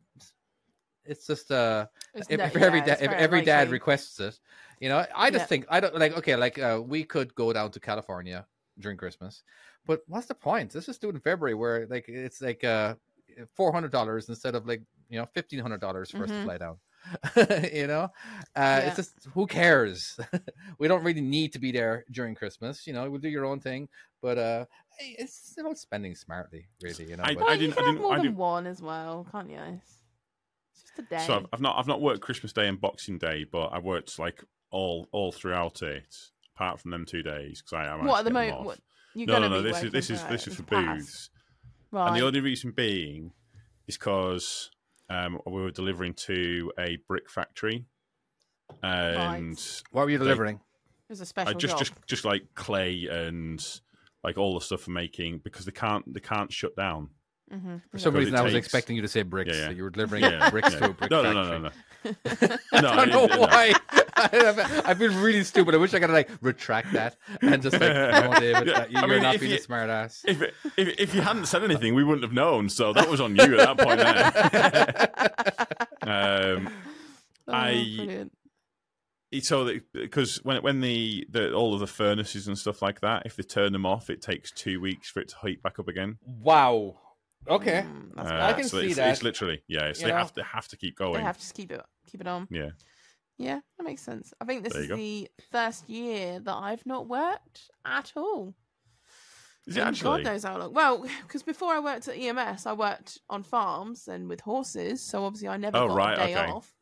Speaker 3: it's just uh
Speaker 2: It's
Speaker 3: if,
Speaker 2: no-
Speaker 3: if every
Speaker 2: yeah,
Speaker 3: da-
Speaker 2: it's
Speaker 3: if
Speaker 2: very
Speaker 3: every dad
Speaker 2: unlikely.
Speaker 3: requests it, you know, I just
Speaker 2: Yeah.
Speaker 3: think I don't like. Okay, like uh, we could go down to California during Christmas, but what's the point? Let's just do it in February, where like it's like uh four hundred dollars instead of like you know fifteen hundred dollars for us
Speaker 2: Mhm.
Speaker 3: to fly down. (laughs) you know, uh,
Speaker 2: Yeah.
Speaker 3: it's just who cares? (laughs) we don't really need to be there during Christmas. You know, we'll do your own thing, but uh, it's about spending smartly, really. You know,
Speaker 1: I-
Speaker 3: but-
Speaker 2: Well,
Speaker 1: didn't-
Speaker 2: you can
Speaker 1: I
Speaker 2: have
Speaker 1: didn't-
Speaker 2: more
Speaker 1: I
Speaker 2: than
Speaker 1: didn't-
Speaker 2: one as well, can't you? It's it's just a day.
Speaker 1: So I've, I've not I've not worked Christmas Day and Boxing Day, but I worked like all all throughout it, apart from them two days because I am.
Speaker 2: what at the moment? What, you're
Speaker 1: No,
Speaker 2: gonna
Speaker 1: no, no.
Speaker 2: be
Speaker 1: This is
Speaker 2: working
Speaker 1: this is
Speaker 2: for
Speaker 1: this
Speaker 2: it.
Speaker 1: is for
Speaker 2: It's past.
Speaker 1: booths,
Speaker 2: Right.
Speaker 1: and the only reason being is because um, we were delivering to a brick factory, and
Speaker 3: what were you delivering?
Speaker 2: it was a
Speaker 1: I
Speaker 2: special
Speaker 1: just
Speaker 2: job.
Speaker 1: just just like clay and like all the stuff for making because they can't they can't shut down.
Speaker 2: hmm
Speaker 3: For some
Speaker 1: Because
Speaker 3: reason,
Speaker 1: it
Speaker 3: I was
Speaker 1: takes-
Speaker 3: expecting you to say bricks.
Speaker 1: Yeah, yeah.
Speaker 3: so you were delivering
Speaker 1: Yeah, (laughs)
Speaker 3: bricks
Speaker 1: yeah.
Speaker 3: to a brick
Speaker 1: no, no,
Speaker 3: factory.
Speaker 1: no, no, no.
Speaker 2: (laughs)
Speaker 1: No,
Speaker 3: (laughs) I don't know
Speaker 1: it- no.
Speaker 3: why. (laughs) I, I feel really stupid. I wish I could like retract that and
Speaker 1: (laughs)
Speaker 3: just like, no, David,
Speaker 1: Yeah,
Speaker 3: that you,
Speaker 1: I
Speaker 3: are
Speaker 1: mean,
Speaker 3: not
Speaker 1: if
Speaker 3: being
Speaker 1: you-
Speaker 3: a
Speaker 1: (laughs)
Speaker 3: smart ass.
Speaker 1: If, it- if if you hadn't said anything, we wouldn't have known. So that was on you at that point. There. um,
Speaker 2: Oh,
Speaker 1: I-
Speaker 2: brilliant.
Speaker 1: so because when when the, the all of the furnaces and stuff like that, if they turn them off, it takes two weeks for it to heat back up again.
Speaker 3: Wow. Okay.
Speaker 2: Mm,
Speaker 1: Uh,
Speaker 2: that's
Speaker 3: I can
Speaker 1: so
Speaker 3: see
Speaker 1: it's,
Speaker 3: that.
Speaker 1: It's literally yeah. It's,
Speaker 3: You
Speaker 1: they
Speaker 3: know?
Speaker 1: have to have to keep
Speaker 2: They
Speaker 1: going.
Speaker 2: have to just keep it keep it on.
Speaker 1: Yeah.
Speaker 2: Yeah, that makes sense. I think this
Speaker 1: There you
Speaker 2: is
Speaker 1: go.
Speaker 2: the first year that I've not worked at all.
Speaker 1: Is it
Speaker 2: And
Speaker 1: actually?
Speaker 2: God knows how long. Well, (laughs) because before I worked at EMS, I worked on farms and with horses, so obviously I never
Speaker 1: Oh,
Speaker 2: got
Speaker 1: right,
Speaker 2: a day
Speaker 1: okay.
Speaker 2: off.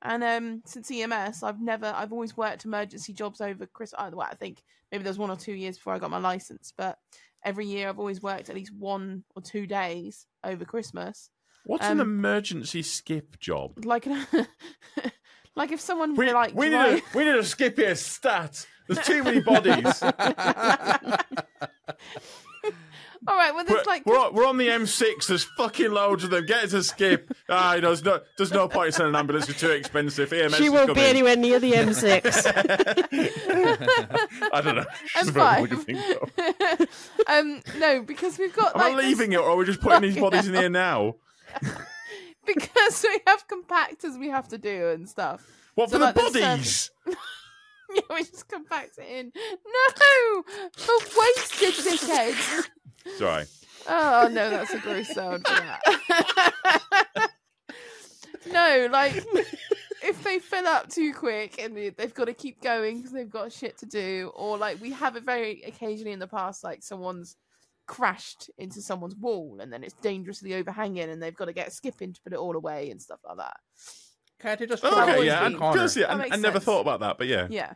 Speaker 2: And um, since EMS, I've never, I've always worked emergency jobs over Christmas. Well, I think maybe there was one or two years before I got my license, but every year I've always worked at least one or two days over Christmas,
Speaker 1: What's an
Speaker 2: um,
Speaker 1: emergency skip job?
Speaker 2: like (laughs) like if someone were like
Speaker 1: we
Speaker 2: dri-
Speaker 1: need a, we need to skip here. Stat. There's too many bodies.
Speaker 2: (laughs) all right, well,
Speaker 1: We're,
Speaker 2: there's like
Speaker 1: we're, on, we're on the M6. There's fucking loads of them. Get it to skip. Ah, you know, there's no there's no point in sending an ambulance. It's too expensive. EMS
Speaker 5: She
Speaker 1: is
Speaker 5: won't be
Speaker 1: coming.
Speaker 5: anywhere near the M6.
Speaker 1: I don't know.
Speaker 2: And
Speaker 1: Just about what you
Speaker 2: five.
Speaker 1: think of.
Speaker 2: um no because we've got
Speaker 1: Am
Speaker 2: like
Speaker 1: I
Speaker 2: this-
Speaker 1: leaving it, or are we just putting these
Speaker 2: Fucking
Speaker 1: bodies in here now?
Speaker 2: (laughs) because we have compactors we have to do and stuff. (laughs)
Speaker 1: What
Speaker 2: So
Speaker 1: for the
Speaker 2: like the surf-
Speaker 1: bodies?
Speaker 2: Yeah, we just compact it in. No, for wasted dickheads.
Speaker 1: Sorry.
Speaker 2: Oh no, that's a gross sound for that. (laughs) no, like if they fill up too quick and they- they've got to keep going because they've got shit to do, or like we have it very occasionally in the past, like someone's crashed into someone's wall and then it's dangerously overhanging and they've got to get skipping to put it all away and stuff like that.
Speaker 3: Can't you just
Speaker 1: Oh,
Speaker 2: that
Speaker 1: okay,
Speaker 2: would
Speaker 1: yeah, I
Speaker 2: be-
Speaker 1: can see it. I,
Speaker 2: That makes
Speaker 1: I never
Speaker 2: sense.
Speaker 1: thought about that, but yeah.
Speaker 2: Yeah.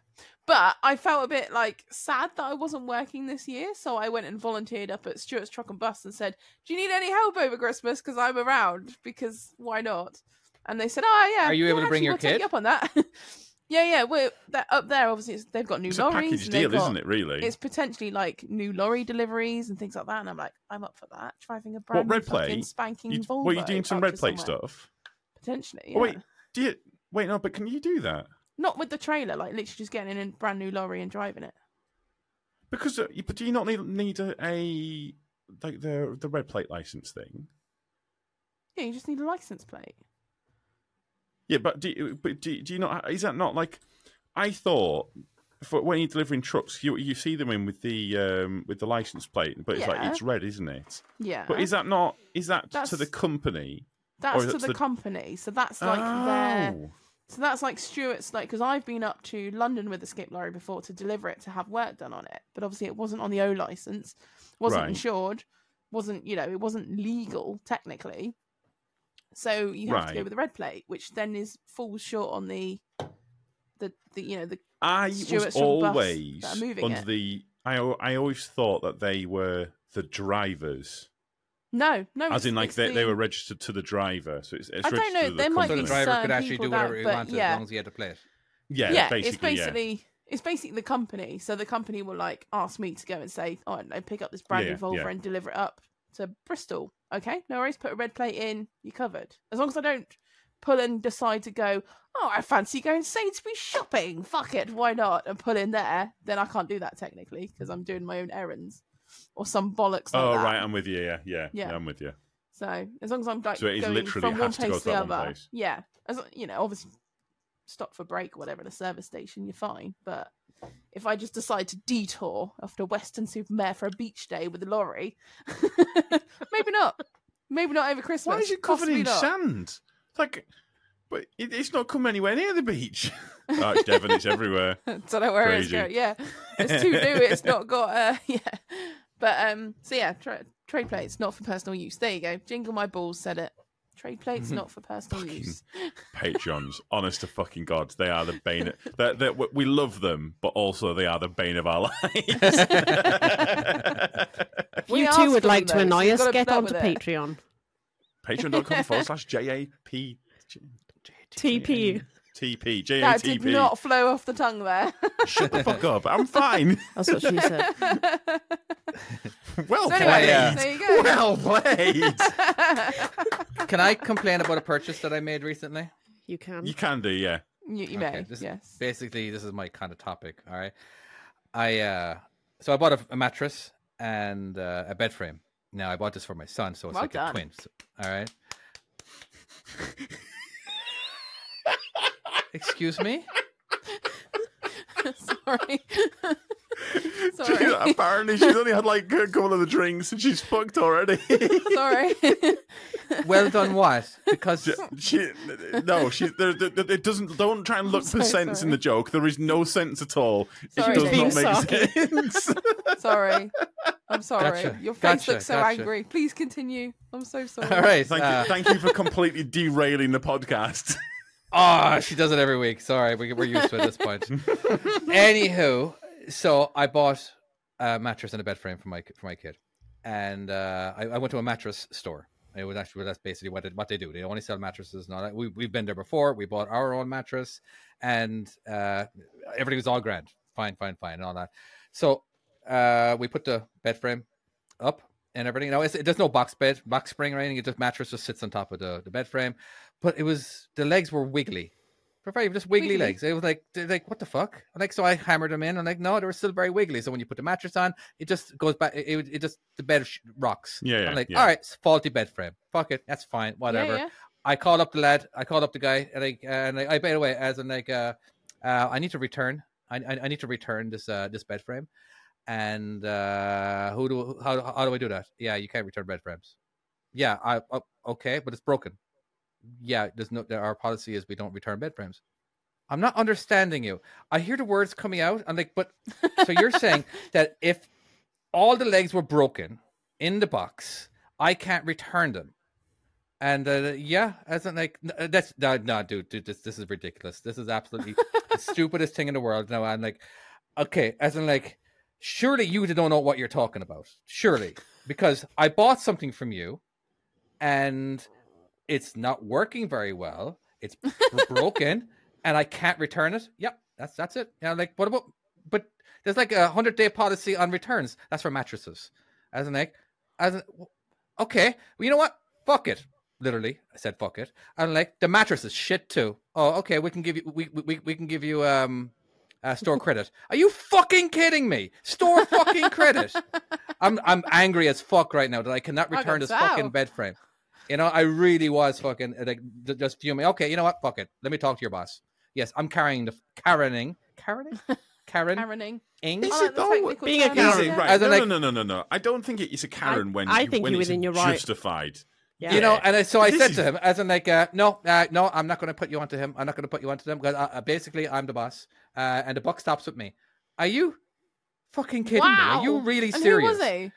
Speaker 2: But I felt a bit like sad that I wasn't working this year, so I went and volunteered up at Stuart's Truck and Bus and said, "Do you need any help over Christmas? Because I'm around. Because why not?" And they said, "Oh yeah."
Speaker 3: Are you
Speaker 2: yeah,
Speaker 3: able to
Speaker 2: actually,
Speaker 3: bring your
Speaker 2: we'll take
Speaker 3: kid?"
Speaker 2: you up on that? (laughs) yeah, yeah. We're that up there. Obviously, it's, they've got new
Speaker 1: It's a
Speaker 2: lorries.
Speaker 1: package
Speaker 2: and they've
Speaker 1: deal,
Speaker 2: got-
Speaker 1: isn't it, really?
Speaker 2: It's potentially like new lorry deliveries and things like that. And I'm like, I'm up for that. Driving a brand
Speaker 1: Red
Speaker 2: new fucking
Speaker 1: Plate?
Speaker 2: spanking
Speaker 1: You,
Speaker 2: Volvo.
Speaker 1: well, you're doing some
Speaker 2: up
Speaker 1: red
Speaker 2: to
Speaker 1: plate
Speaker 2: somewhere.
Speaker 1: stuff.
Speaker 2: Potentially.
Speaker 1: Oh, wait,
Speaker 2: yeah.
Speaker 1: do you? Wait, no, but can you do that?
Speaker 2: Not with the trailer. Like literally just getting in a brand new lorry and driving it.
Speaker 1: Because uh, you- but do you not need need a, a like the the red plate license thing?
Speaker 2: Yeah, you just need a license plate.
Speaker 1: Yeah, but do you, but do, do you not? Is that not like? I thought for when you're delivering trucks, you you see them in with the um with the license plate, but it's like
Speaker 2: Yeah.
Speaker 1: it's red, isn't it?
Speaker 2: Yeah.
Speaker 1: But is oh, that not? Is that to
Speaker 2: That's-
Speaker 1: the company?
Speaker 2: that's
Speaker 1: or
Speaker 2: to
Speaker 1: that's
Speaker 2: the,
Speaker 1: the-
Speaker 2: company. So that's like their.
Speaker 1: Oh.
Speaker 2: So that's like Stuart's, like, because I've been up to London with the skip lorry before to deliver it to have work done on it. But obviously, it wasn't on the O license, wasn't
Speaker 1: Right.
Speaker 2: insured. wasn't you know it wasn't legal technically so you have to go
Speaker 1: Right.
Speaker 2: with the red plate which then is falls short on the the, the you know the
Speaker 1: I
Speaker 2: Stuart's
Speaker 1: was
Speaker 2: from the bus
Speaker 1: always
Speaker 2: that are moving
Speaker 1: under
Speaker 2: it.
Speaker 1: the. I, al- I always thought that they were the drivers,
Speaker 2: no no
Speaker 1: as
Speaker 2: it's-
Speaker 1: in like
Speaker 2: it's
Speaker 1: they, they
Speaker 2: the-
Speaker 1: were registered to the driver. So it's, it's
Speaker 2: I don't
Speaker 1: registered
Speaker 2: know,
Speaker 1: to the
Speaker 2: there might
Speaker 3: So the
Speaker 2: be
Speaker 1: company.
Speaker 3: driver
Speaker 2: some
Speaker 3: could actually do
Speaker 2: people that-
Speaker 3: whatever he
Speaker 2: but
Speaker 3: wanted
Speaker 2: yeah.
Speaker 3: as long as he had to play it.
Speaker 1: Yeah,
Speaker 2: yeah
Speaker 1: basically,
Speaker 2: it's basically it's basically the company so the company will like ask me to go and say oh, I don't know pick up this brand
Speaker 1: Yeah,
Speaker 2: new Volvo
Speaker 1: yeah.
Speaker 2: and deliver it up to Bristol okay no worries put a red plate in you're covered as long as I don't pull and decide to go oh I fancy going Sainsbury's shopping fuck it why not and pull in there then I can't do that technically because I'm doing my own errands or some bollocks like
Speaker 1: Oh
Speaker 2: that.
Speaker 1: right, I'm with you. Yeah, yeah,
Speaker 2: Yeah.
Speaker 1: yeah, I'm with you.
Speaker 2: So as long as I'm like
Speaker 1: So it is
Speaker 2: going
Speaker 1: literally
Speaker 2: from one
Speaker 1: has to go
Speaker 2: place
Speaker 1: to
Speaker 2: to the
Speaker 1: that one
Speaker 2: other,
Speaker 1: place.
Speaker 2: yeah. As you know, obviously stop for break, or whatever, at a service station, you're fine. But if I just decide to detour after Western Supermare for a beach day with a lorry, (laughs) maybe not. Maybe not over Christmas.
Speaker 1: Why is it covered
Speaker 2: Possibly
Speaker 1: in
Speaker 2: not.
Speaker 1: sand? Like, but it, it's not come anywhere near the beach. (laughs) oh, it's Devon. It's everywhere.
Speaker 2: (laughs) Don't know where it's
Speaker 1: Crazy. (laughs)
Speaker 2: going. Yeah, it's too new. It's not got. Uh, (laughs) yeah, but um. So yeah, tra- trade plates not for personal use. There you go. Jingle my balls said it.
Speaker 1: (laughs)
Speaker 2: Trade plates not for personal
Speaker 1: Fucking-
Speaker 2: use.
Speaker 1: Patreons, honest to fucking god, they are the bane. Of, they're, they're, we love them, but also they are the bane of our (laughs) lives.
Speaker 2: We
Speaker 5: you
Speaker 2: asked
Speaker 5: too would
Speaker 2: for
Speaker 5: like
Speaker 2: them,
Speaker 5: to
Speaker 2: though, so
Speaker 5: annoy
Speaker 2: you've
Speaker 5: us.
Speaker 2: gotta
Speaker 5: Get
Speaker 2: put up
Speaker 5: onto
Speaker 2: with it.
Speaker 5: Patreon.
Speaker 1: Patreon.com forward slash J-A-P-
Speaker 5: TPU.
Speaker 1: TP.
Speaker 2: That did
Speaker 1: J-A-T-P.
Speaker 2: not flow off the tongue
Speaker 5: (laughs)
Speaker 2: there.
Speaker 1: Shut the fuck up.
Speaker 2: (laughs)
Speaker 1: I'm fine.
Speaker 5: That's what she (laughs) said.
Speaker 1: Well
Speaker 2: So
Speaker 1: played.
Speaker 2: anyway,
Speaker 3: Yeah.
Speaker 2: there you go.
Speaker 5: (laughs)
Speaker 1: Well played.
Speaker 3: Can I complain about a purchase that I made recently?
Speaker 5: You can.
Speaker 1: you can do, yeah.
Speaker 2: you you
Speaker 3: Okay,
Speaker 2: may,
Speaker 3: this-
Speaker 5: (laughs)
Speaker 2: yes.
Speaker 3: Basically, this is my kind of topic. All right. I uh, so I bought a, a mattress and uh, a bed frame. Now I bought this for my son, so it's
Speaker 2: Well
Speaker 3: like
Speaker 2: done.
Speaker 3: a twin. so- all right. Excuse me.
Speaker 2: Sorry. (laughs)
Speaker 1: (laughs)
Speaker 2: Sorry.
Speaker 1: Apparently, she's only had like a couple of the drinks and she's fucked already.
Speaker 2: (laughs) Sorry.
Speaker 3: Well done. What? Because
Speaker 1: (laughs) she, no, she. There, there, there- it doesn't. Don't try and look for
Speaker 2: so
Speaker 1: sense in
Speaker 2: sorry.
Speaker 1: the joke. There is no sense at all.
Speaker 2: Sorry,
Speaker 1: it does
Speaker 2: Dave.
Speaker 1: not make sense.
Speaker 2: sorry. I'm sorry.
Speaker 3: Gotcha,
Speaker 2: Your face
Speaker 3: gotcha,
Speaker 2: looks so
Speaker 3: gotcha.
Speaker 2: angry. Please continue. I'm so sorry.
Speaker 3: (laughs) all right.
Speaker 1: thank
Speaker 3: uh,
Speaker 1: you. Thank you for completely derailing the podcast.
Speaker 3: Ah, she does it every week. Sorry, we, we're used to it at this
Speaker 1: (laughs)
Speaker 3: point. Anywho, so I bought a mattress and a bed frame for my for my kid, and uh, I, I went to a mattress store. It was actually that's basically what they, what they do. They only sell mattresses. Not we we've been there before. We bought our own mattress, and uh, everything was all grand, fine, fine, fine, and all that. So uh, we put the bed frame up and everything. Now it's, it, there's no box bed, box spring or anything. It just mattress just sits on top of the, the bed frame. But it was the legs were wiggly, they're very just wiggly,
Speaker 2: Wiggly.
Speaker 3: legs. It was like they're like what the fuck? And like so I hammered them in. and like no, they were still very wiggly. So when you put the mattress on, it just goes back. It, it, it just the bed sh- rocks.
Speaker 1: Yeah, yeah,
Speaker 3: I'm like
Speaker 1: yeah.
Speaker 3: all right, it's faulty bed frame. Fuck it, that's fine, whatever.
Speaker 2: yeah.
Speaker 3: I called up the lad. I called up the guy, and I and I, I by the way, as in like, uh, uh, I need to return. I, I I need to return this uh this bed frame, and uh, who do how how do I do that? Yeah, you can't return bed frames. Yeah, I o- okay, but it's broken. Yeah, there's no. there- Our policy is we don't return bed frames. I'm not understanding you. I hear the words coming out. I'm like, but so you're saying that if all the legs were broken in the box, I can't return them. And uh, yeah, as in like n- uh, that's no, no, dude, dude, this this is ridiculous. This is absolutely the stupidest thing in the world. No, I'm like, okay, as in like, surely you don't know what you're talking about, surely, because I bought something from you, and it's not working very well. It's b- broken, and I can't return it. Yep, that's that's it. Yeah, like what about? But there's like a hundred day policy on returns. That's for mattresses. As in like, as in, okay, well, you know what? Fuck it. Literally, I said fuck it. And like the mattress is shit too. Oh, okay, we can give you we we, we can give you um uh, store credit. Are you fucking kidding me? Store fucking credit. I'm I'm angry as fuck right now that I cannot
Speaker 2: I can
Speaker 3: return this
Speaker 2: tell.
Speaker 3: fucking bed frame. You know, I really was fucking uh, like j- just fuming. Okay, you know what? Fuck it. Let me talk to your boss. Yes, I'm carrying the Karening.
Speaker 2: (laughs)
Speaker 3: Karening? Karen
Speaker 2: Karening.
Speaker 3: ing.
Speaker 2: I
Speaker 1: Is
Speaker 2: like
Speaker 1: it
Speaker 2: the
Speaker 1: though?
Speaker 2: technical
Speaker 5: Being a
Speaker 2: term,
Speaker 1: Is
Speaker 5: Karen.
Speaker 1: it
Speaker 2: yeah.
Speaker 1: right?
Speaker 3: As in,
Speaker 1: no,
Speaker 3: like-
Speaker 1: no, no, no, no, no. I don't think it's a Karen when
Speaker 5: I
Speaker 1: you,
Speaker 5: think
Speaker 1: when
Speaker 5: you're
Speaker 1: it's
Speaker 5: within your right.
Speaker 1: justified.
Speaker 5: Yeah.
Speaker 3: You know, and I- so I
Speaker 1: This
Speaker 3: said
Speaker 1: is-
Speaker 3: to him, as in like, uh, no, uh, no, I'm not going to put you onto him. I'm not going to put you onto them because uh, basically I'm the boss, uh, and the buck stops with me. Are you fucking kidding me? Are you
Speaker 2: Wow.
Speaker 3: really
Speaker 2: and
Speaker 3: serious?
Speaker 2: Who was he?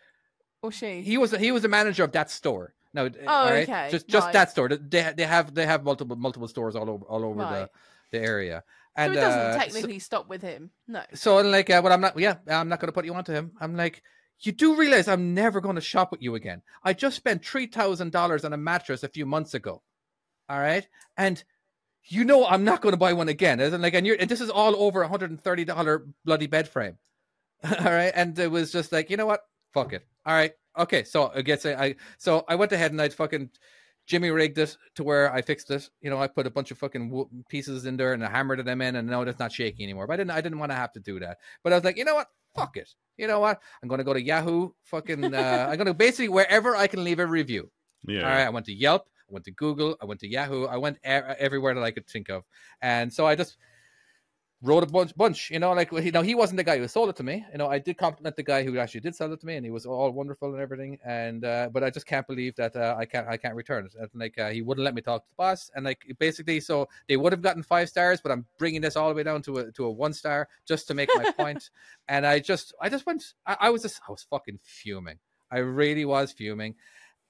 Speaker 2: or she?
Speaker 3: he was he was the manager of that store. No, oh, all right?
Speaker 2: okay,
Speaker 3: just just
Speaker 2: right.
Speaker 3: that store. They they have they have multiple multiple stores all over all over
Speaker 2: Right.
Speaker 3: the, the area.
Speaker 2: so
Speaker 3: And,
Speaker 2: it doesn't
Speaker 3: uh, so-
Speaker 2: technically stop with him. No.
Speaker 3: So I'm like, uh, well, I'm not. Yeah, I'm not going to put you onto him. I'm like, you do realize I'm never going to shop with you again. I just spent three thousand dollars on a mattress a few months ago. All right, and you know I'm not going to buy one again. As in, like, and you're and this is all over a hundred and thirty dollar bloody bed frame. (laughs) all right, and it was just like, you know what? Fuck it. All right, okay. So I guess I, I so I went ahead and I fucking. Jimmy rigged it to where I fixed it. You know, I put a bunch of fucking wo- pieces in there and I hammered them in, and now it's not shaky anymore. But I didn't, I didn't want to have to do that. But I was like, you know what? Fuck it. You know what? I'm gonna go to Yahoo. Fucking, uh, I'm gonna basically wherever I can leave a review.
Speaker 1: Yeah.
Speaker 3: All right, I went to Yelp, I went to Google, I went to Yahoo, I went e- everywhere that I could think of, and so I just wrote a bunch, bunch. You know, like you know, he wasn't the guy who sold it to me. You know, I did compliment the guy who actually did sell it to me, and he was all wonderful and everything. And uh, but I just can't believe that uh, I can't, I can't return it. And, like uh, he wouldn't let me talk to the boss, and like basically, so they would have gotten five stars, but I'm bringing this all the way down to a to a one star just to make my point. And I just, I just went, I, I was just, I was fucking fuming. I really was fuming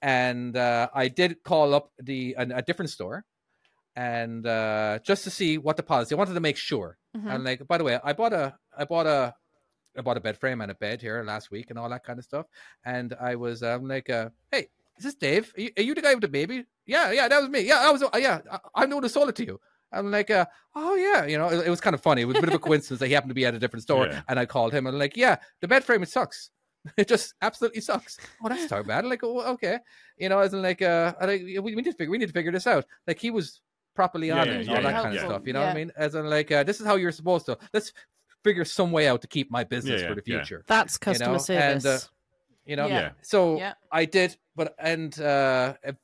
Speaker 3: and uh, I did call up the an, a different store and uh, just to see what the policy. I wanted to make sure.
Speaker 2: Mhm.
Speaker 3: And like, by the way, I bought a I bought a I bought a bed frame and a bed here last week and all that kind of stuff. And I was um, like, uh, hey, is this Dave? Are you, are you the guy with the baby? Yeah, yeah, that was me. Yeah, I was. Uh, yeah, I, I'm the one who sold it to you. I'm like, uh, oh yeah, you know, it, it was kind of funny. It was a bit of a coincidence that he happened to be at a different store,
Speaker 1: Yeah.
Speaker 3: and I called him and like, yeah, the bed frame it sucks. (laughs) It just absolutely sucks. Oh, that's so bad. Like, oh, okay, you know, as in like, uh, I think we, we need to figure, we need to figure this out. Like, he was properly
Speaker 1: Yeah,
Speaker 3: on
Speaker 1: yeah,
Speaker 3: it, and
Speaker 1: yeah,
Speaker 3: all that
Speaker 1: yeah.
Speaker 3: kind of
Speaker 1: Helpful,
Speaker 3: stuff. You know what I
Speaker 2: yeah.
Speaker 3: mean? As in like, uh, this is how you're supposed to. Let's figure some way out to keep my business
Speaker 1: yeah,
Speaker 3: for the
Speaker 1: yeah.
Speaker 3: future
Speaker 5: That's
Speaker 3: know,
Speaker 5: customer
Speaker 3: and, uh,
Speaker 5: service.
Speaker 3: you know
Speaker 2: Yeah.
Speaker 1: Yeah.
Speaker 3: so
Speaker 2: Yeah.
Speaker 3: i did but and uh if-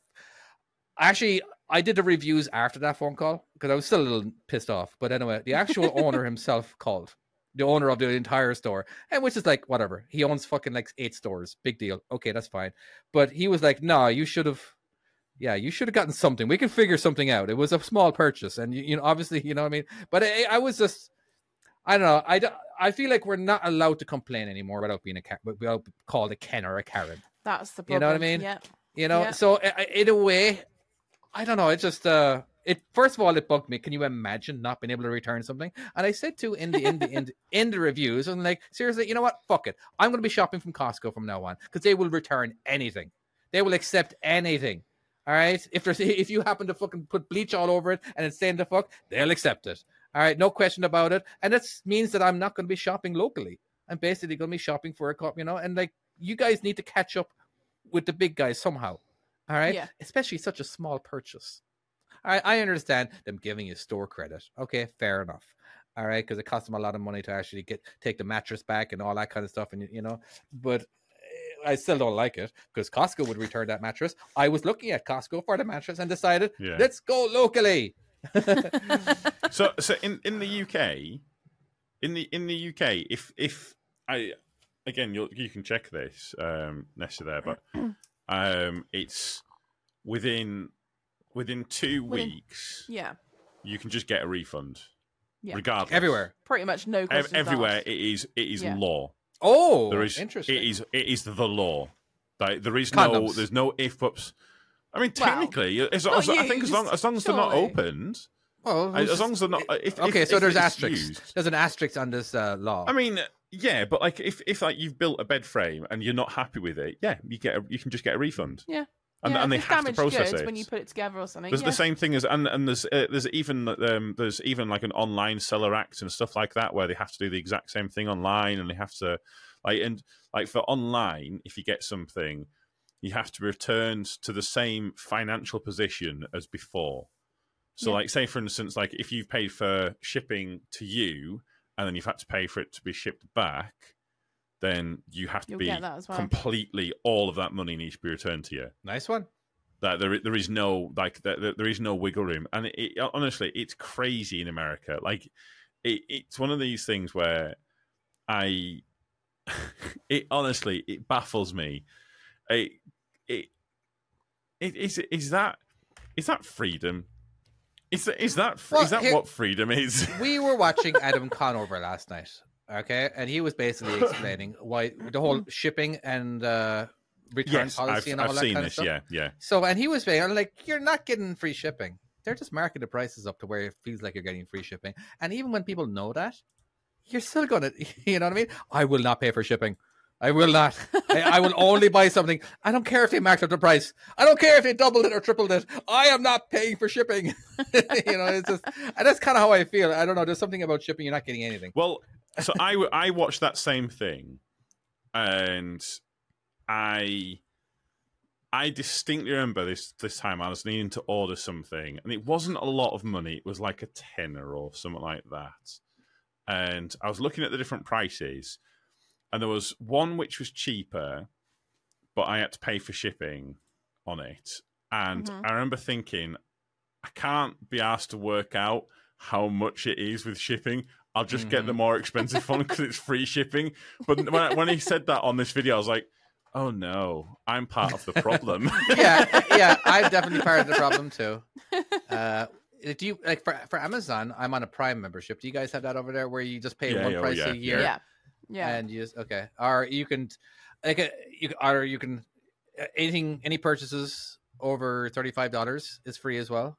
Speaker 3: actually i did the reviews after that phone call because i was still a little pissed off but anyway the actual owner himself called the owner of the entire store and which is like whatever he owns fucking like eight stores big deal okay that's fine but he was like nah you should have yeah, you should have gotten something. We can figure something out. It was a small purchase, and you, you know, obviously, you know what I mean. But I, I was just, I don't know. I, d- I feel like we're not allowed to complain anymore without being a Ka- without being called a Ken or a Karen.
Speaker 2: That's the
Speaker 3: You
Speaker 2: problem.
Speaker 3: know what I mean?
Speaker 2: Yeah.
Speaker 3: You know.
Speaker 2: Yeah.
Speaker 3: So I- I- in a way, I don't know. It just uh, it first of all it bugged me. Can you imagine not being able to return something? And I said to in the in the in, the- (laughs) in the reviews, I'm like, seriously, you know what? Fuck it. I'm gonna be shopping from Costco from now on because they will return anything. They will accept anything. All right. If there's (laughs) if you happen to fucking put bleach all over it and it's saying the fuck, they'll accept it. All right, no question about it. And that means that I'm not going to be shopping locally. I'm basically going to be shopping for a cop, you know. And like, you guys need to catch up with the big guys somehow. All right,
Speaker 2: Yeah.
Speaker 3: especially such a small purchase. All right, I understand them giving you store credit. Okay, fair enough. All right, because it cost them a lot of money to actually get take the mattress back and all that kind of stuff, and you- you know, but. eh, I still don't like it because Costco would return that mattress. I was looking at Costco for the mattress and decided,
Speaker 1: Yeah.
Speaker 3: let's go locally.
Speaker 1: so so in, in the UK, in the in the UK, if if I again you you can check this um, Nessa there,
Speaker 2: (clears throat)
Speaker 1: but um, it's within within two
Speaker 2: Within-
Speaker 1: weeks
Speaker 2: Yeah.
Speaker 1: you can just get a refund,
Speaker 2: Yeah.
Speaker 1: regardless
Speaker 3: Everywhere.
Speaker 2: Pretty much no
Speaker 1: Ev-
Speaker 2: questions
Speaker 1: everywhere.
Speaker 2: asked.
Speaker 1: It is it is
Speaker 2: Yeah.
Speaker 1: law.
Speaker 3: Oh,
Speaker 1: There is
Speaker 3: interesting.
Speaker 1: It is it is the law. Like, there is no
Speaker 3: Condoms.
Speaker 1: there's no if bups. I mean,
Speaker 2: Well,
Speaker 1: technically, as,
Speaker 2: not
Speaker 1: as- I
Speaker 2: you,
Speaker 1: think as long
Speaker 2: just
Speaker 1: as long as they're not
Speaker 2: surely.
Speaker 1: opened,
Speaker 3: Well,
Speaker 1: as
Speaker 3: who's-
Speaker 1: long as they're not. If, if-
Speaker 3: (laughs) okay, so
Speaker 1: if
Speaker 3: there's
Speaker 1: it's
Speaker 3: asterisks.
Speaker 1: used-
Speaker 3: There's an asterisk on this uh, law.
Speaker 1: I mean, yeah, but like if if like you've built a bed frame and you're not happy with it, yeah, you get a, you can just get a refund,
Speaker 2: Yeah.
Speaker 1: and,
Speaker 2: yeah,
Speaker 1: and they
Speaker 2: if it's
Speaker 1: have to
Speaker 2: damaged
Speaker 1: process
Speaker 2: goods
Speaker 1: it.
Speaker 2: when you put it together or something.
Speaker 1: there's
Speaker 2: yeah.
Speaker 1: the same thing as and and there's uh, there's even um, there's even like an online seller act and stuff like that where they have to do the exact same thing online and they have to like and like for online if you get something you have to return to the same financial position as before. So
Speaker 2: Yeah.
Speaker 1: like say for instance like if you've paid for shipping to you and then you've had to pay for it to be shipped back then you have to
Speaker 2: You'll
Speaker 1: be
Speaker 2: get that as well.
Speaker 1: completely all of that money needs to be returned to you
Speaker 3: nice one.
Speaker 1: that there there is no like there, there- there is no wiggle room and it, it- honestly it's crazy in america like it, it's one of these things where i (laughs) it honestly it baffles me it it, it is is that is that freedom is that is that
Speaker 3: Well,
Speaker 1: is that
Speaker 3: here-
Speaker 1: what freedom
Speaker 3: (laughs)
Speaker 1: is
Speaker 3: We were watching Adam Conover last night. Okay, and he was basically explaining why the whole shipping and uh,
Speaker 1: Mm-hmm.
Speaker 3: return
Speaker 1: Yes,
Speaker 3: policy
Speaker 1: I've,
Speaker 3: and all
Speaker 1: I've
Speaker 3: that
Speaker 1: seen
Speaker 3: kind
Speaker 1: this.
Speaker 3: of stuff.
Speaker 1: Yeah, yeah.
Speaker 3: So, and he was saying, I'm like, you're not getting free shipping. They're just marking the prices up to where it feels like you're getting free shipping. And even when people know that, you're still gonna, (laughs) you know what I mean? I will not pay for shipping. I will not. I, I will only buy something. I don't care if they marked up the price. I don't care if they doubled it or tripled it. I am not paying for shipping. (laughs) you know, it's just, and that's kind of how I feel. I don't know. There's something about shipping. You're not getting anything.
Speaker 1: Well, so I w- I watched that same thing, and I I distinctly remember this this time I was needing to order something, and it wasn't a lot of money. It was like a tenner or something like that. And I was looking at the different prices, and there was one which was cheaper, but I had to pay for shipping on it. And
Speaker 3: Mm-hmm.
Speaker 2: Mhm.
Speaker 1: I remember thinking, I can't be asked to work out how much it is with shipping. I'll just get
Speaker 3: Mm-hmm.
Speaker 1: the more expensive one because it's free shipping. But when, I- when he said that on this video, I was like, oh no, I'm part of the problem.
Speaker 3: (laughs)
Speaker 1: (laughs)
Speaker 3: yeah, yeah, I'm definitely part of the problem too. Uh, do you like for for Amazon? I'm on a Prime membership. Do you guys have that over there where you just pay
Speaker 1: Yeah,
Speaker 3: one
Speaker 1: yeah, oh,
Speaker 3: price
Speaker 1: yeah,
Speaker 3: a year
Speaker 2: Yeah. Yeah.
Speaker 3: and you just okay, or you can like uh, you can, or you can uh, anything any purchases over thirty five dollars is free as well.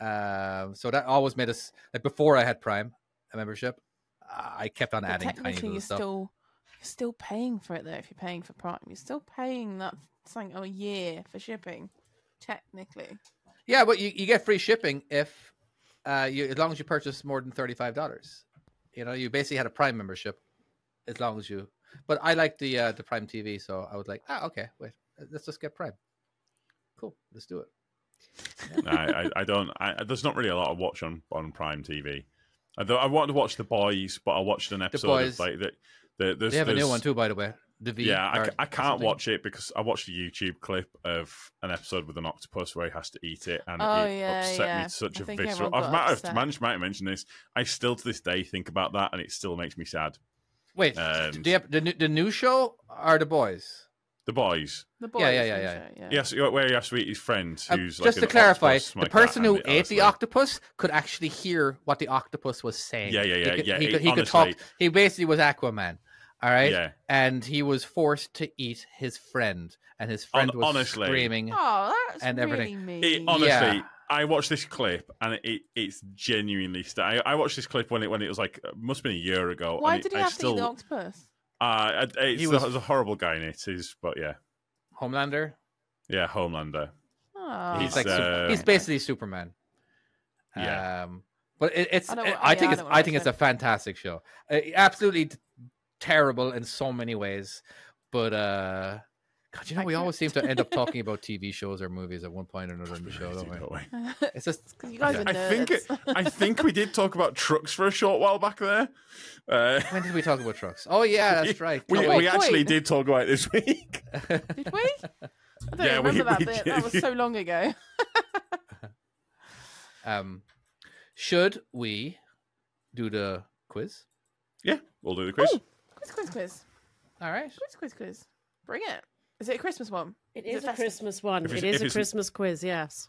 Speaker 3: Um, so that always made us like before I had Prime a membership, I kept on
Speaker 2: But
Speaker 3: adding tiny
Speaker 2: technically,
Speaker 3: little
Speaker 2: you're
Speaker 3: stuff.
Speaker 2: still you're still paying for it though. If you're paying for Prime, you're still paying that thing a year for shipping. Technically,
Speaker 3: Yeah, but you, you get free shipping if uh, you as long as you purchase more than thirty five dollars. You know, you basically had a Prime membership as long as you. But I like the uh, the Prime TV, so I was like, ah, okay, wait, let's just get Prime. Cool, let's do it.
Speaker 1: I, I, I don't. I, there's not really a lot I watch on on Prime TV. I, I wanted to watch The Boys, but I watched an episode
Speaker 3: Boys.
Speaker 1: of like the, the, there's,
Speaker 3: they have a new
Speaker 1: there's-
Speaker 3: one too, by the way. The V.
Speaker 1: Yeah, I,
Speaker 3: or
Speaker 1: ca- I can't
Speaker 3: something.
Speaker 1: watch it because I watched a YouTube clip of an episode with an octopus where he has to eat it, and
Speaker 2: Oh,
Speaker 1: it
Speaker 2: yeah,
Speaker 1: upset me
Speaker 2: yeah.
Speaker 1: to such
Speaker 2: I
Speaker 1: a
Speaker 2: think
Speaker 1: visceral.
Speaker 2: everyone
Speaker 1: I've
Speaker 2: got
Speaker 1: might have
Speaker 2: upset.
Speaker 1: managed might have mentioned this. I still to this day think about that, and it still makes me sad.
Speaker 3: Wait,
Speaker 1: And-
Speaker 3: the, ep- the new- the new show are the boys.
Speaker 1: The Boys,
Speaker 2: the boys.
Speaker 3: Yeah, yeah, yeah,
Speaker 2: I'm
Speaker 3: yeah.
Speaker 2: sure, yeah.
Speaker 1: yes, where he has to eat his friend,
Speaker 3: Uh,
Speaker 1: who's like
Speaker 3: just to
Speaker 1: an
Speaker 3: clarify,
Speaker 1: octopus,
Speaker 3: the
Speaker 1: like that,
Speaker 3: person who
Speaker 1: and it-
Speaker 3: ate
Speaker 1: honestly.
Speaker 3: the octopus could actually hear what the octopus was saying.
Speaker 1: Yeah, yeah, yeah,
Speaker 3: He could,
Speaker 1: yeah,
Speaker 3: He
Speaker 1: he-
Speaker 3: could, he could talk.
Speaker 1: honestly.
Speaker 3: He basically was Aquaman. All right.
Speaker 1: Yeah.
Speaker 3: And he was forced to eat his friend, and his
Speaker 1: Hon-
Speaker 3: friend was
Speaker 1: honestly.
Speaker 3: screaming.
Speaker 2: Oh, that's
Speaker 3: And
Speaker 2: really
Speaker 3: everything.
Speaker 2: mean.
Speaker 1: It, honestly,
Speaker 3: Yeah.
Speaker 1: I watched this clip and it, it's genuinely. St- I, I watched this clip when it when it was like uh, must have been a year ago.
Speaker 2: Why
Speaker 1: and it-
Speaker 2: did he
Speaker 1: I
Speaker 2: have
Speaker 1: still,
Speaker 2: to eat the octopus?
Speaker 1: Uh, it- it's,
Speaker 3: He was-
Speaker 1: there's a horrible guy in it. Is but yeah,
Speaker 3: Homelander.
Speaker 1: yeah, Homelander.
Speaker 2: Oh,
Speaker 1: He's
Speaker 3: He's like Sup-
Speaker 1: uh,
Speaker 2: (laughs)
Speaker 3: he's basically Superman.
Speaker 1: Yeah.
Speaker 3: Um, but it, it's.
Speaker 2: I
Speaker 3: I,
Speaker 2: don't wa-
Speaker 3: I
Speaker 2: yeah,
Speaker 3: think
Speaker 2: I
Speaker 3: it's.
Speaker 2: don't
Speaker 3: I think
Speaker 2: watch
Speaker 3: it's a fantastic show. Uh, absolutely t- terrible in so many ways, but. uh God, you know, we always
Speaker 2: (laughs)
Speaker 3: seem to end up talking about TV shows or movies at one point or another in the
Speaker 1: (laughs)
Speaker 3: show, don't we?
Speaker 1: Don't we?
Speaker 3: It's just
Speaker 2: because you guys
Speaker 3: Yeah.
Speaker 2: are
Speaker 1: I
Speaker 2: nerds.
Speaker 1: think it, I think we did talk about trucks for a short while back there.
Speaker 2: (laughs)
Speaker 1: Uh,
Speaker 3: when did we talk about trucks? Oh yeah, that's right.
Speaker 1: (laughs) we,
Speaker 3: No,
Speaker 1: we
Speaker 3: wait.
Speaker 1: actually
Speaker 2: wait.
Speaker 1: did talk about it this week.
Speaker 2: (laughs)
Speaker 1: (laughs)
Speaker 2: did we? I don't
Speaker 1: Yeah, we-
Speaker 2: remember that
Speaker 1: we did.
Speaker 2: bit. That was so long
Speaker 1: (laughs)
Speaker 2: ago.
Speaker 3: um, should we do the quiz?
Speaker 1: Yeah, we'll do the quiz.
Speaker 2: Quiz, quiz, quiz,
Speaker 3: All right.
Speaker 2: quiz, quiz, quiz. Bring it. Is it a Christmas one?
Speaker 5: It
Speaker 2: Is it
Speaker 5: is a
Speaker 2: festive?
Speaker 5: Christmas one.
Speaker 1: If it's-
Speaker 5: It is
Speaker 1: if
Speaker 5: a
Speaker 1: it's-
Speaker 5: Christmas quiz, yes.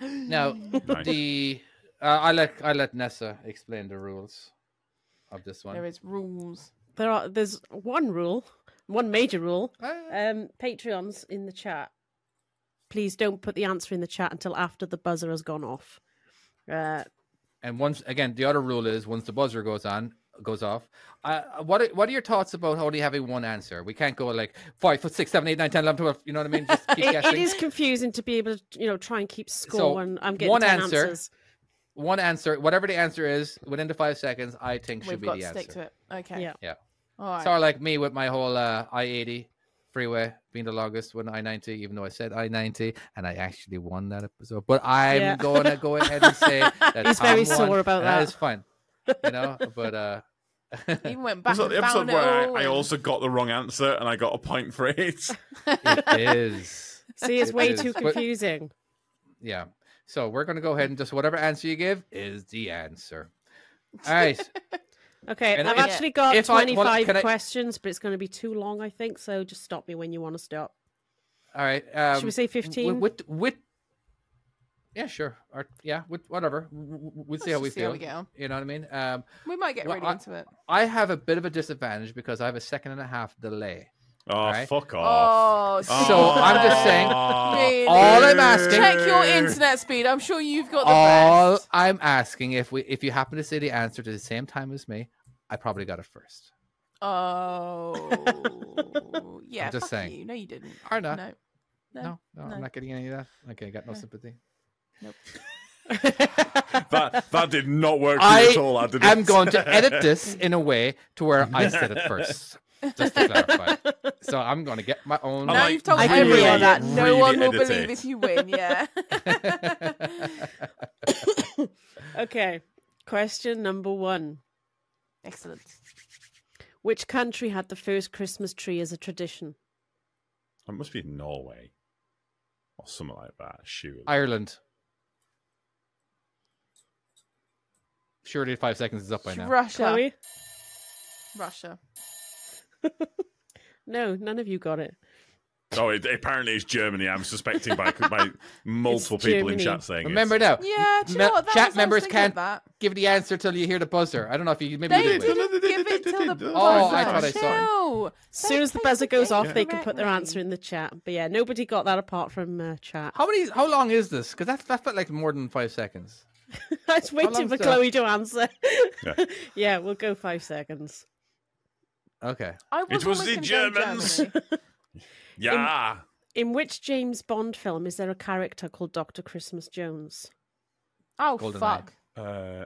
Speaker 3: Now
Speaker 1: Nice.
Speaker 3: the uh, I let I let Nessa explain the rules of this one.
Speaker 2: There is rules.
Speaker 5: There are there's one rule, one major rule.
Speaker 3: Ah,
Speaker 5: Um Patreons in the chat. Please don't put the answer in the chat until after the buzzer has gone off. Uh
Speaker 3: and once again, the other rule is once the buzzer goes on goes off. Uh, what are, what are your thoughts about only having one answer? We can't go like five, foot six, seven, eight, nine, ten, eleven, twelve. You know what I mean?
Speaker 2: (laughs)
Speaker 3: Just keep
Speaker 5: it, it
Speaker 3: guessing.
Speaker 5: is confusing to be able to, you know, try and keep score
Speaker 3: So,
Speaker 5: when I'm getting
Speaker 3: one
Speaker 5: 10
Speaker 3: answer.
Speaker 5: answers.
Speaker 3: One answer, whatever the answer is, within the five seconds, I think should
Speaker 2: We've
Speaker 3: be
Speaker 2: got
Speaker 3: the
Speaker 2: to
Speaker 3: answer.
Speaker 2: stick to it. Okay.
Speaker 5: Yeah.
Speaker 3: Yeah.
Speaker 2: All right.
Speaker 3: Sorry, like me with my whole uh, I eighty freeway being the longest when I ninety, even though I said I ninety and I actually won that episode. But I'm
Speaker 5: Yeah.
Speaker 3: gonna go ahead and
Speaker 5: (laughs)
Speaker 3: say that
Speaker 5: He's very
Speaker 3: Tom won,
Speaker 5: sore about
Speaker 3: and
Speaker 5: that.
Speaker 3: That is fine, you
Speaker 5: (laughs)
Speaker 3: know. But uh,
Speaker 2: Even went back
Speaker 1: Was that
Speaker 2: and
Speaker 1: the episode
Speaker 2: found it
Speaker 1: where I,
Speaker 2: all
Speaker 1: I
Speaker 2: and-
Speaker 1: also got the wrong answer and I got a point for
Speaker 2: (laughs)
Speaker 1: it?
Speaker 3: it is
Speaker 5: See, it's
Speaker 3: It
Speaker 5: way
Speaker 3: is,
Speaker 5: too
Speaker 3: but-
Speaker 5: confusing.
Speaker 3: yeah. So we're gonna go ahead and just whatever answer you give is the answer. All
Speaker 5: (laughs)
Speaker 3: right.
Speaker 5: Okay,
Speaker 3: And
Speaker 5: I've
Speaker 3: if-
Speaker 5: actually got
Speaker 3: if I- well,
Speaker 5: 25
Speaker 3: can I-
Speaker 5: questions, but it's going to be too long, I think. So just stop me when you want to stop.
Speaker 3: All right. Um,
Speaker 5: Should we say
Speaker 3: w-
Speaker 5: 15?
Speaker 3: With, with, yeah, sure. Or yeah, with whatever. W- w- w- We'll see how
Speaker 2: just
Speaker 3: we
Speaker 2: see
Speaker 3: feel.
Speaker 2: how we get on.
Speaker 3: You know what I mean? Um,
Speaker 2: We might get
Speaker 3: Well,
Speaker 2: really
Speaker 3: I-
Speaker 2: into it.
Speaker 3: I have a bit of a disadvantage because I have a second and a half delay.
Speaker 1: Oh,
Speaker 3: Alright.
Speaker 1: fuck
Speaker 2: (laughs)
Speaker 1: off.
Speaker 2: Oh,
Speaker 3: So I'm just saying,
Speaker 2: Really?
Speaker 3: all I'm asking,
Speaker 2: Check your internet speed. I'm sure you've got the
Speaker 3: all
Speaker 2: best.
Speaker 3: I'm asking, if we, if you happen to say the answer to the same time as me, I probably got it first.
Speaker 2: Oh, yeah.
Speaker 3: (laughs) I'm just
Speaker 2: fuck
Speaker 3: saying.
Speaker 2: You. No, you didn't.
Speaker 3: Or not.
Speaker 2: No.
Speaker 3: No,
Speaker 2: No,
Speaker 3: no,
Speaker 2: no.
Speaker 3: I'm not getting any of that. Okay, got no
Speaker 2: No.
Speaker 3: sympathy. (laughs)
Speaker 2: Nope.
Speaker 1: That that did not work for you
Speaker 3: I
Speaker 1: at all. I did
Speaker 3: am going
Speaker 1: (laughs)
Speaker 3: to edit this in a way to where I said it first. Just
Speaker 2: (laughs)
Speaker 3: to clarify. So I'm going to get my own.
Speaker 1: I
Speaker 2: now
Speaker 1: like-
Speaker 2: you've told
Speaker 5: I can
Speaker 2: everyone
Speaker 5: really,
Speaker 2: that. No
Speaker 1: really
Speaker 2: one will
Speaker 1: edit
Speaker 2: believe
Speaker 1: it.
Speaker 2: if you win.
Speaker 3: (laughs)
Speaker 2: Yeah. (laughs)
Speaker 5: Okay. Question number one.
Speaker 2: Excellent.
Speaker 5: Which country had the first Christmas tree as a tradition?
Speaker 1: It must be Norway or something like that. Surely.
Speaker 3: Ireland. Surely five seconds is up by now.
Speaker 2: Russia.
Speaker 5: Chloe?
Speaker 2: Russia.
Speaker 5: No, none of you got it.
Speaker 1: (laughs) Oh, it, apparently it's Germany. I'm suspecting by, by multiple
Speaker 5: It's
Speaker 1: people in
Speaker 5: Germany.
Speaker 1: chat saying
Speaker 3: Remember
Speaker 1: it's,
Speaker 3: now.
Speaker 2: Yeah, do you
Speaker 3: me-
Speaker 2: know what? That
Speaker 3: chat
Speaker 2: was- I was
Speaker 3: members
Speaker 2: thinking of
Speaker 3: can't
Speaker 2: that.
Speaker 3: give the answer till you hear the buzzer. I don't know if you maybe
Speaker 2: They
Speaker 3: you did.
Speaker 2: didn't give it till the
Speaker 3: Oh,
Speaker 2: buzzer.
Speaker 3: I thought I saw
Speaker 2: Chill.
Speaker 5: As soon as the buzzer goes off, they can put their
Speaker 2: Correctly.
Speaker 5: answer in the chat. But yeah, nobody got that apart from uh, chat.
Speaker 3: How many? How long is this? Because that that felt like more than five seconds.
Speaker 5: (laughs) I was waiting
Speaker 3: long's
Speaker 5: for
Speaker 3: that?
Speaker 5: Chloe to answer.
Speaker 1: Yeah.
Speaker 5: (laughs) yeah. we'll go five seconds.
Speaker 3: Okay.
Speaker 2: I was
Speaker 1: was
Speaker 2: almost
Speaker 1: the
Speaker 2: gonna go
Speaker 1: Germans.
Speaker 2: Germany.
Speaker 1: yeah.
Speaker 5: In which James Bond film is there a character called Dr. Christmas Jones?
Speaker 2: (laughs) Oh
Speaker 3: Golden Eye.
Speaker 2: fuck!
Speaker 1: Uh,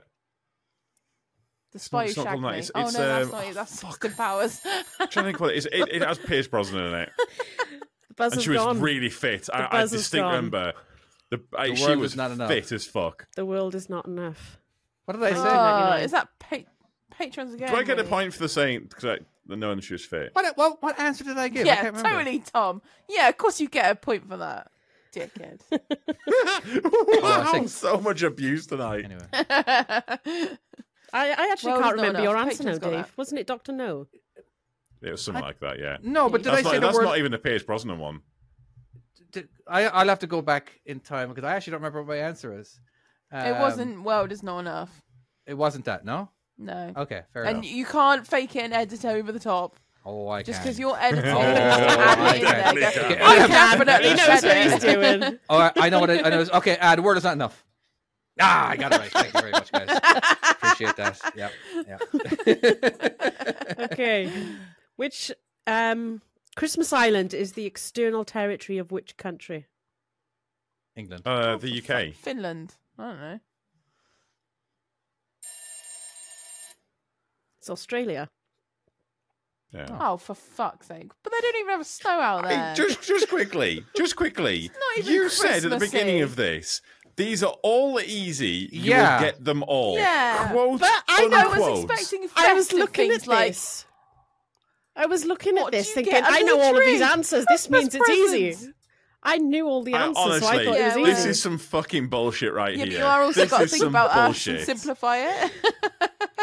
Speaker 2: The
Speaker 1: not-
Speaker 2: spy who
Speaker 1: it's not
Speaker 2: shagged
Speaker 1: Golden Eye,
Speaker 2: me.
Speaker 1: it's-
Speaker 2: oh no,
Speaker 1: it's,
Speaker 2: that's
Speaker 1: um,
Speaker 2: not
Speaker 1: oh,
Speaker 2: it. That's
Speaker 1: fuck.
Speaker 2: Austin Powers.
Speaker 1: trying to think what it is. It, it has Pierce Brosnan in it,
Speaker 5: The
Speaker 1: and
Speaker 5: buzzer's
Speaker 1: she was
Speaker 5: gone.
Speaker 1: really fit. I,
Speaker 5: The
Speaker 1: I
Speaker 5: buzz is
Speaker 1: distinctly
Speaker 5: gone.
Speaker 1: remember. The, I,
Speaker 3: The
Speaker 1: she
Speaker 3: world
Speaker 1: was
Speaker 3: is not enough.
Speaker 1: fit as fuck.
Speaker 5: The world is not enough.
Speaker 3: What did I say?
Speaker 5: Oh.
Speaker 2: Uh,
Speaker 5: 1999.
Speaker 2: is that pa- patrons again?
Speaker 1: Do I get a
Speaker 2: really?
Speaker 1: point for the saying because I knowing she was
Speaker 3: (laughs)
Speaker 1: fit?
Speaker 3: What, what what answer did I give? I
Speaker 2: Yeah,
Speaker 3: can't remember.
Speaker 2: totally, Tom. Yeah, of course you get a point for that, dickhead.
Speaker 1: (laughs) wow,
Speaker 3: think-
Speaker 1: so much abuse tonight.
Speaker 3: Anyway.
Speaker 2: (laughs)
Speaker 5: I, I actually
Speaker 2: World's
Speaker 5: can't
Speaker 2: not
Speaker 5: remember
Speaker 2: enough.
Speaker 5: your answer now,
Speaker 2: Patrons got
Speaker 5: Dave.
Speaker 2: that.
Speaker 5: Wasn't it Dr. No?
Speaker 1: It was something like that, yeah.
Speaker 3: No, but did
Speaker 1: that's
Speaker 3: I
Speaker 1: not,
Speaker 3: say
Speaker 1: that's
Speaker 3: the word?
Speaker 1: not even the Pierce Brosnan one.
Speaker 3: did- I I'll have to go back in time because I actually don't remember what my answer is.
Speaker 2: it
Speaker 3: Um,
Speaker 2: wasn't. World is not enough.
Speaker 3: It wasn't that. No.
Speaker 2: No,
Speaker 3: Okay. Fair
Speaker 2: and
Speaker 3: enough.
Speaker 2: you can't fake it and edit over the top
Speaker 3: Oh, I
Speaker 2: just
Speaker 3: can.
Speaker 2: because you're editing.
Speaker 3: Oh,
Speaker 2: you have to
Speaker 3: I
Speaker 2: add it in
Speaker 1: definitely
Speaker 2: there. Go,
Speaker 1: can.
Speaker 3: I
Speaker 2: I
Speaker 3: can.
Speaker 2: definitely
Speaker 5: He knows what
Speaker 2: said
Speaker 5: he's
Speaker 2: it.
Speaker 3: (laughs)
Speaker 5: doing.
Speaker 3: Oh, I, I know what I, I know. Okay. (laughs) Uh, the word is not enough. Ah, I got it right. Thank you very much,
Speaker 2: (laughs)
Speaker 3: guys. Appreciate that. Yep. Yeah.
Speaker 5: Okay. Which um, Christmas Island is the external territory of which country?
Speaker 3: (laughs) England.
Speaker 1: Uh, the UK.
Speaker 2: Finland. I don't know.
Speaker 5: It's Australia.
Speaker 1: Yeah.
Speaker 2: Oh, for fuck's sake! But they don't even have snow out there.
Speaker 1: Hey, just, just quickly, just
Speaker 2: (laughs)
Speaker 1: quickly.
Speaker 2: not even
Speaker 1: You said at the beginning
Speaker 2: Christmassy.
Speaker 1: of this, these are all easy. You
Speaker 3: Yeah.
Speaker 1: will get them all.
Speaker 2: Yeah.
Speaker 1: Quote
Speaker 5: But I
Speaker 2: I
Speaker 1: unquote.
Speaker 2: was expecting.
Speaker 5: I was
Speaker 2: festive
Speaker 5: looking at
Speaker 2: things like
Speaker 5: this. I was looking at
Speaker 2: What
Speaker 5: this
Speaker 2: do you
Speaker 5: thinking,
Speaker 2: get
Speaker 5: I
Speaker 2: under
Speaker 5: know
Speaker 2: the
Speaker 5: all of these
Speaker 2: tree?
Speaker 5: answers. This
Speaker 2: Christmas
Speaker 5: means it's easy.
Speaker 2: presents.
Speaker 5: I knew all the
Speaker 1: I-
Speaker 5: answers,
Speaker 1: honestly,
Speaker 5: so I thought
Speaker 2: Yeah,
Speaker 5: it was
Speaker 1: this
Speaker 5: easy.
Speaker 1: is some fucking bullshit right
Speaker 2: Yeah,
Speaker 1: here.
Speaker 2: but you are also
Speaker 1: This
Speaker 2: got to
Speaker 1: is
Speaker 2: think
Speaker 1: some
Speaker 2: about uh, us
Speaker 1: bullshit.
Speaker 2: and simplify
Speaker 5: (laughs)
Speaker 2: it.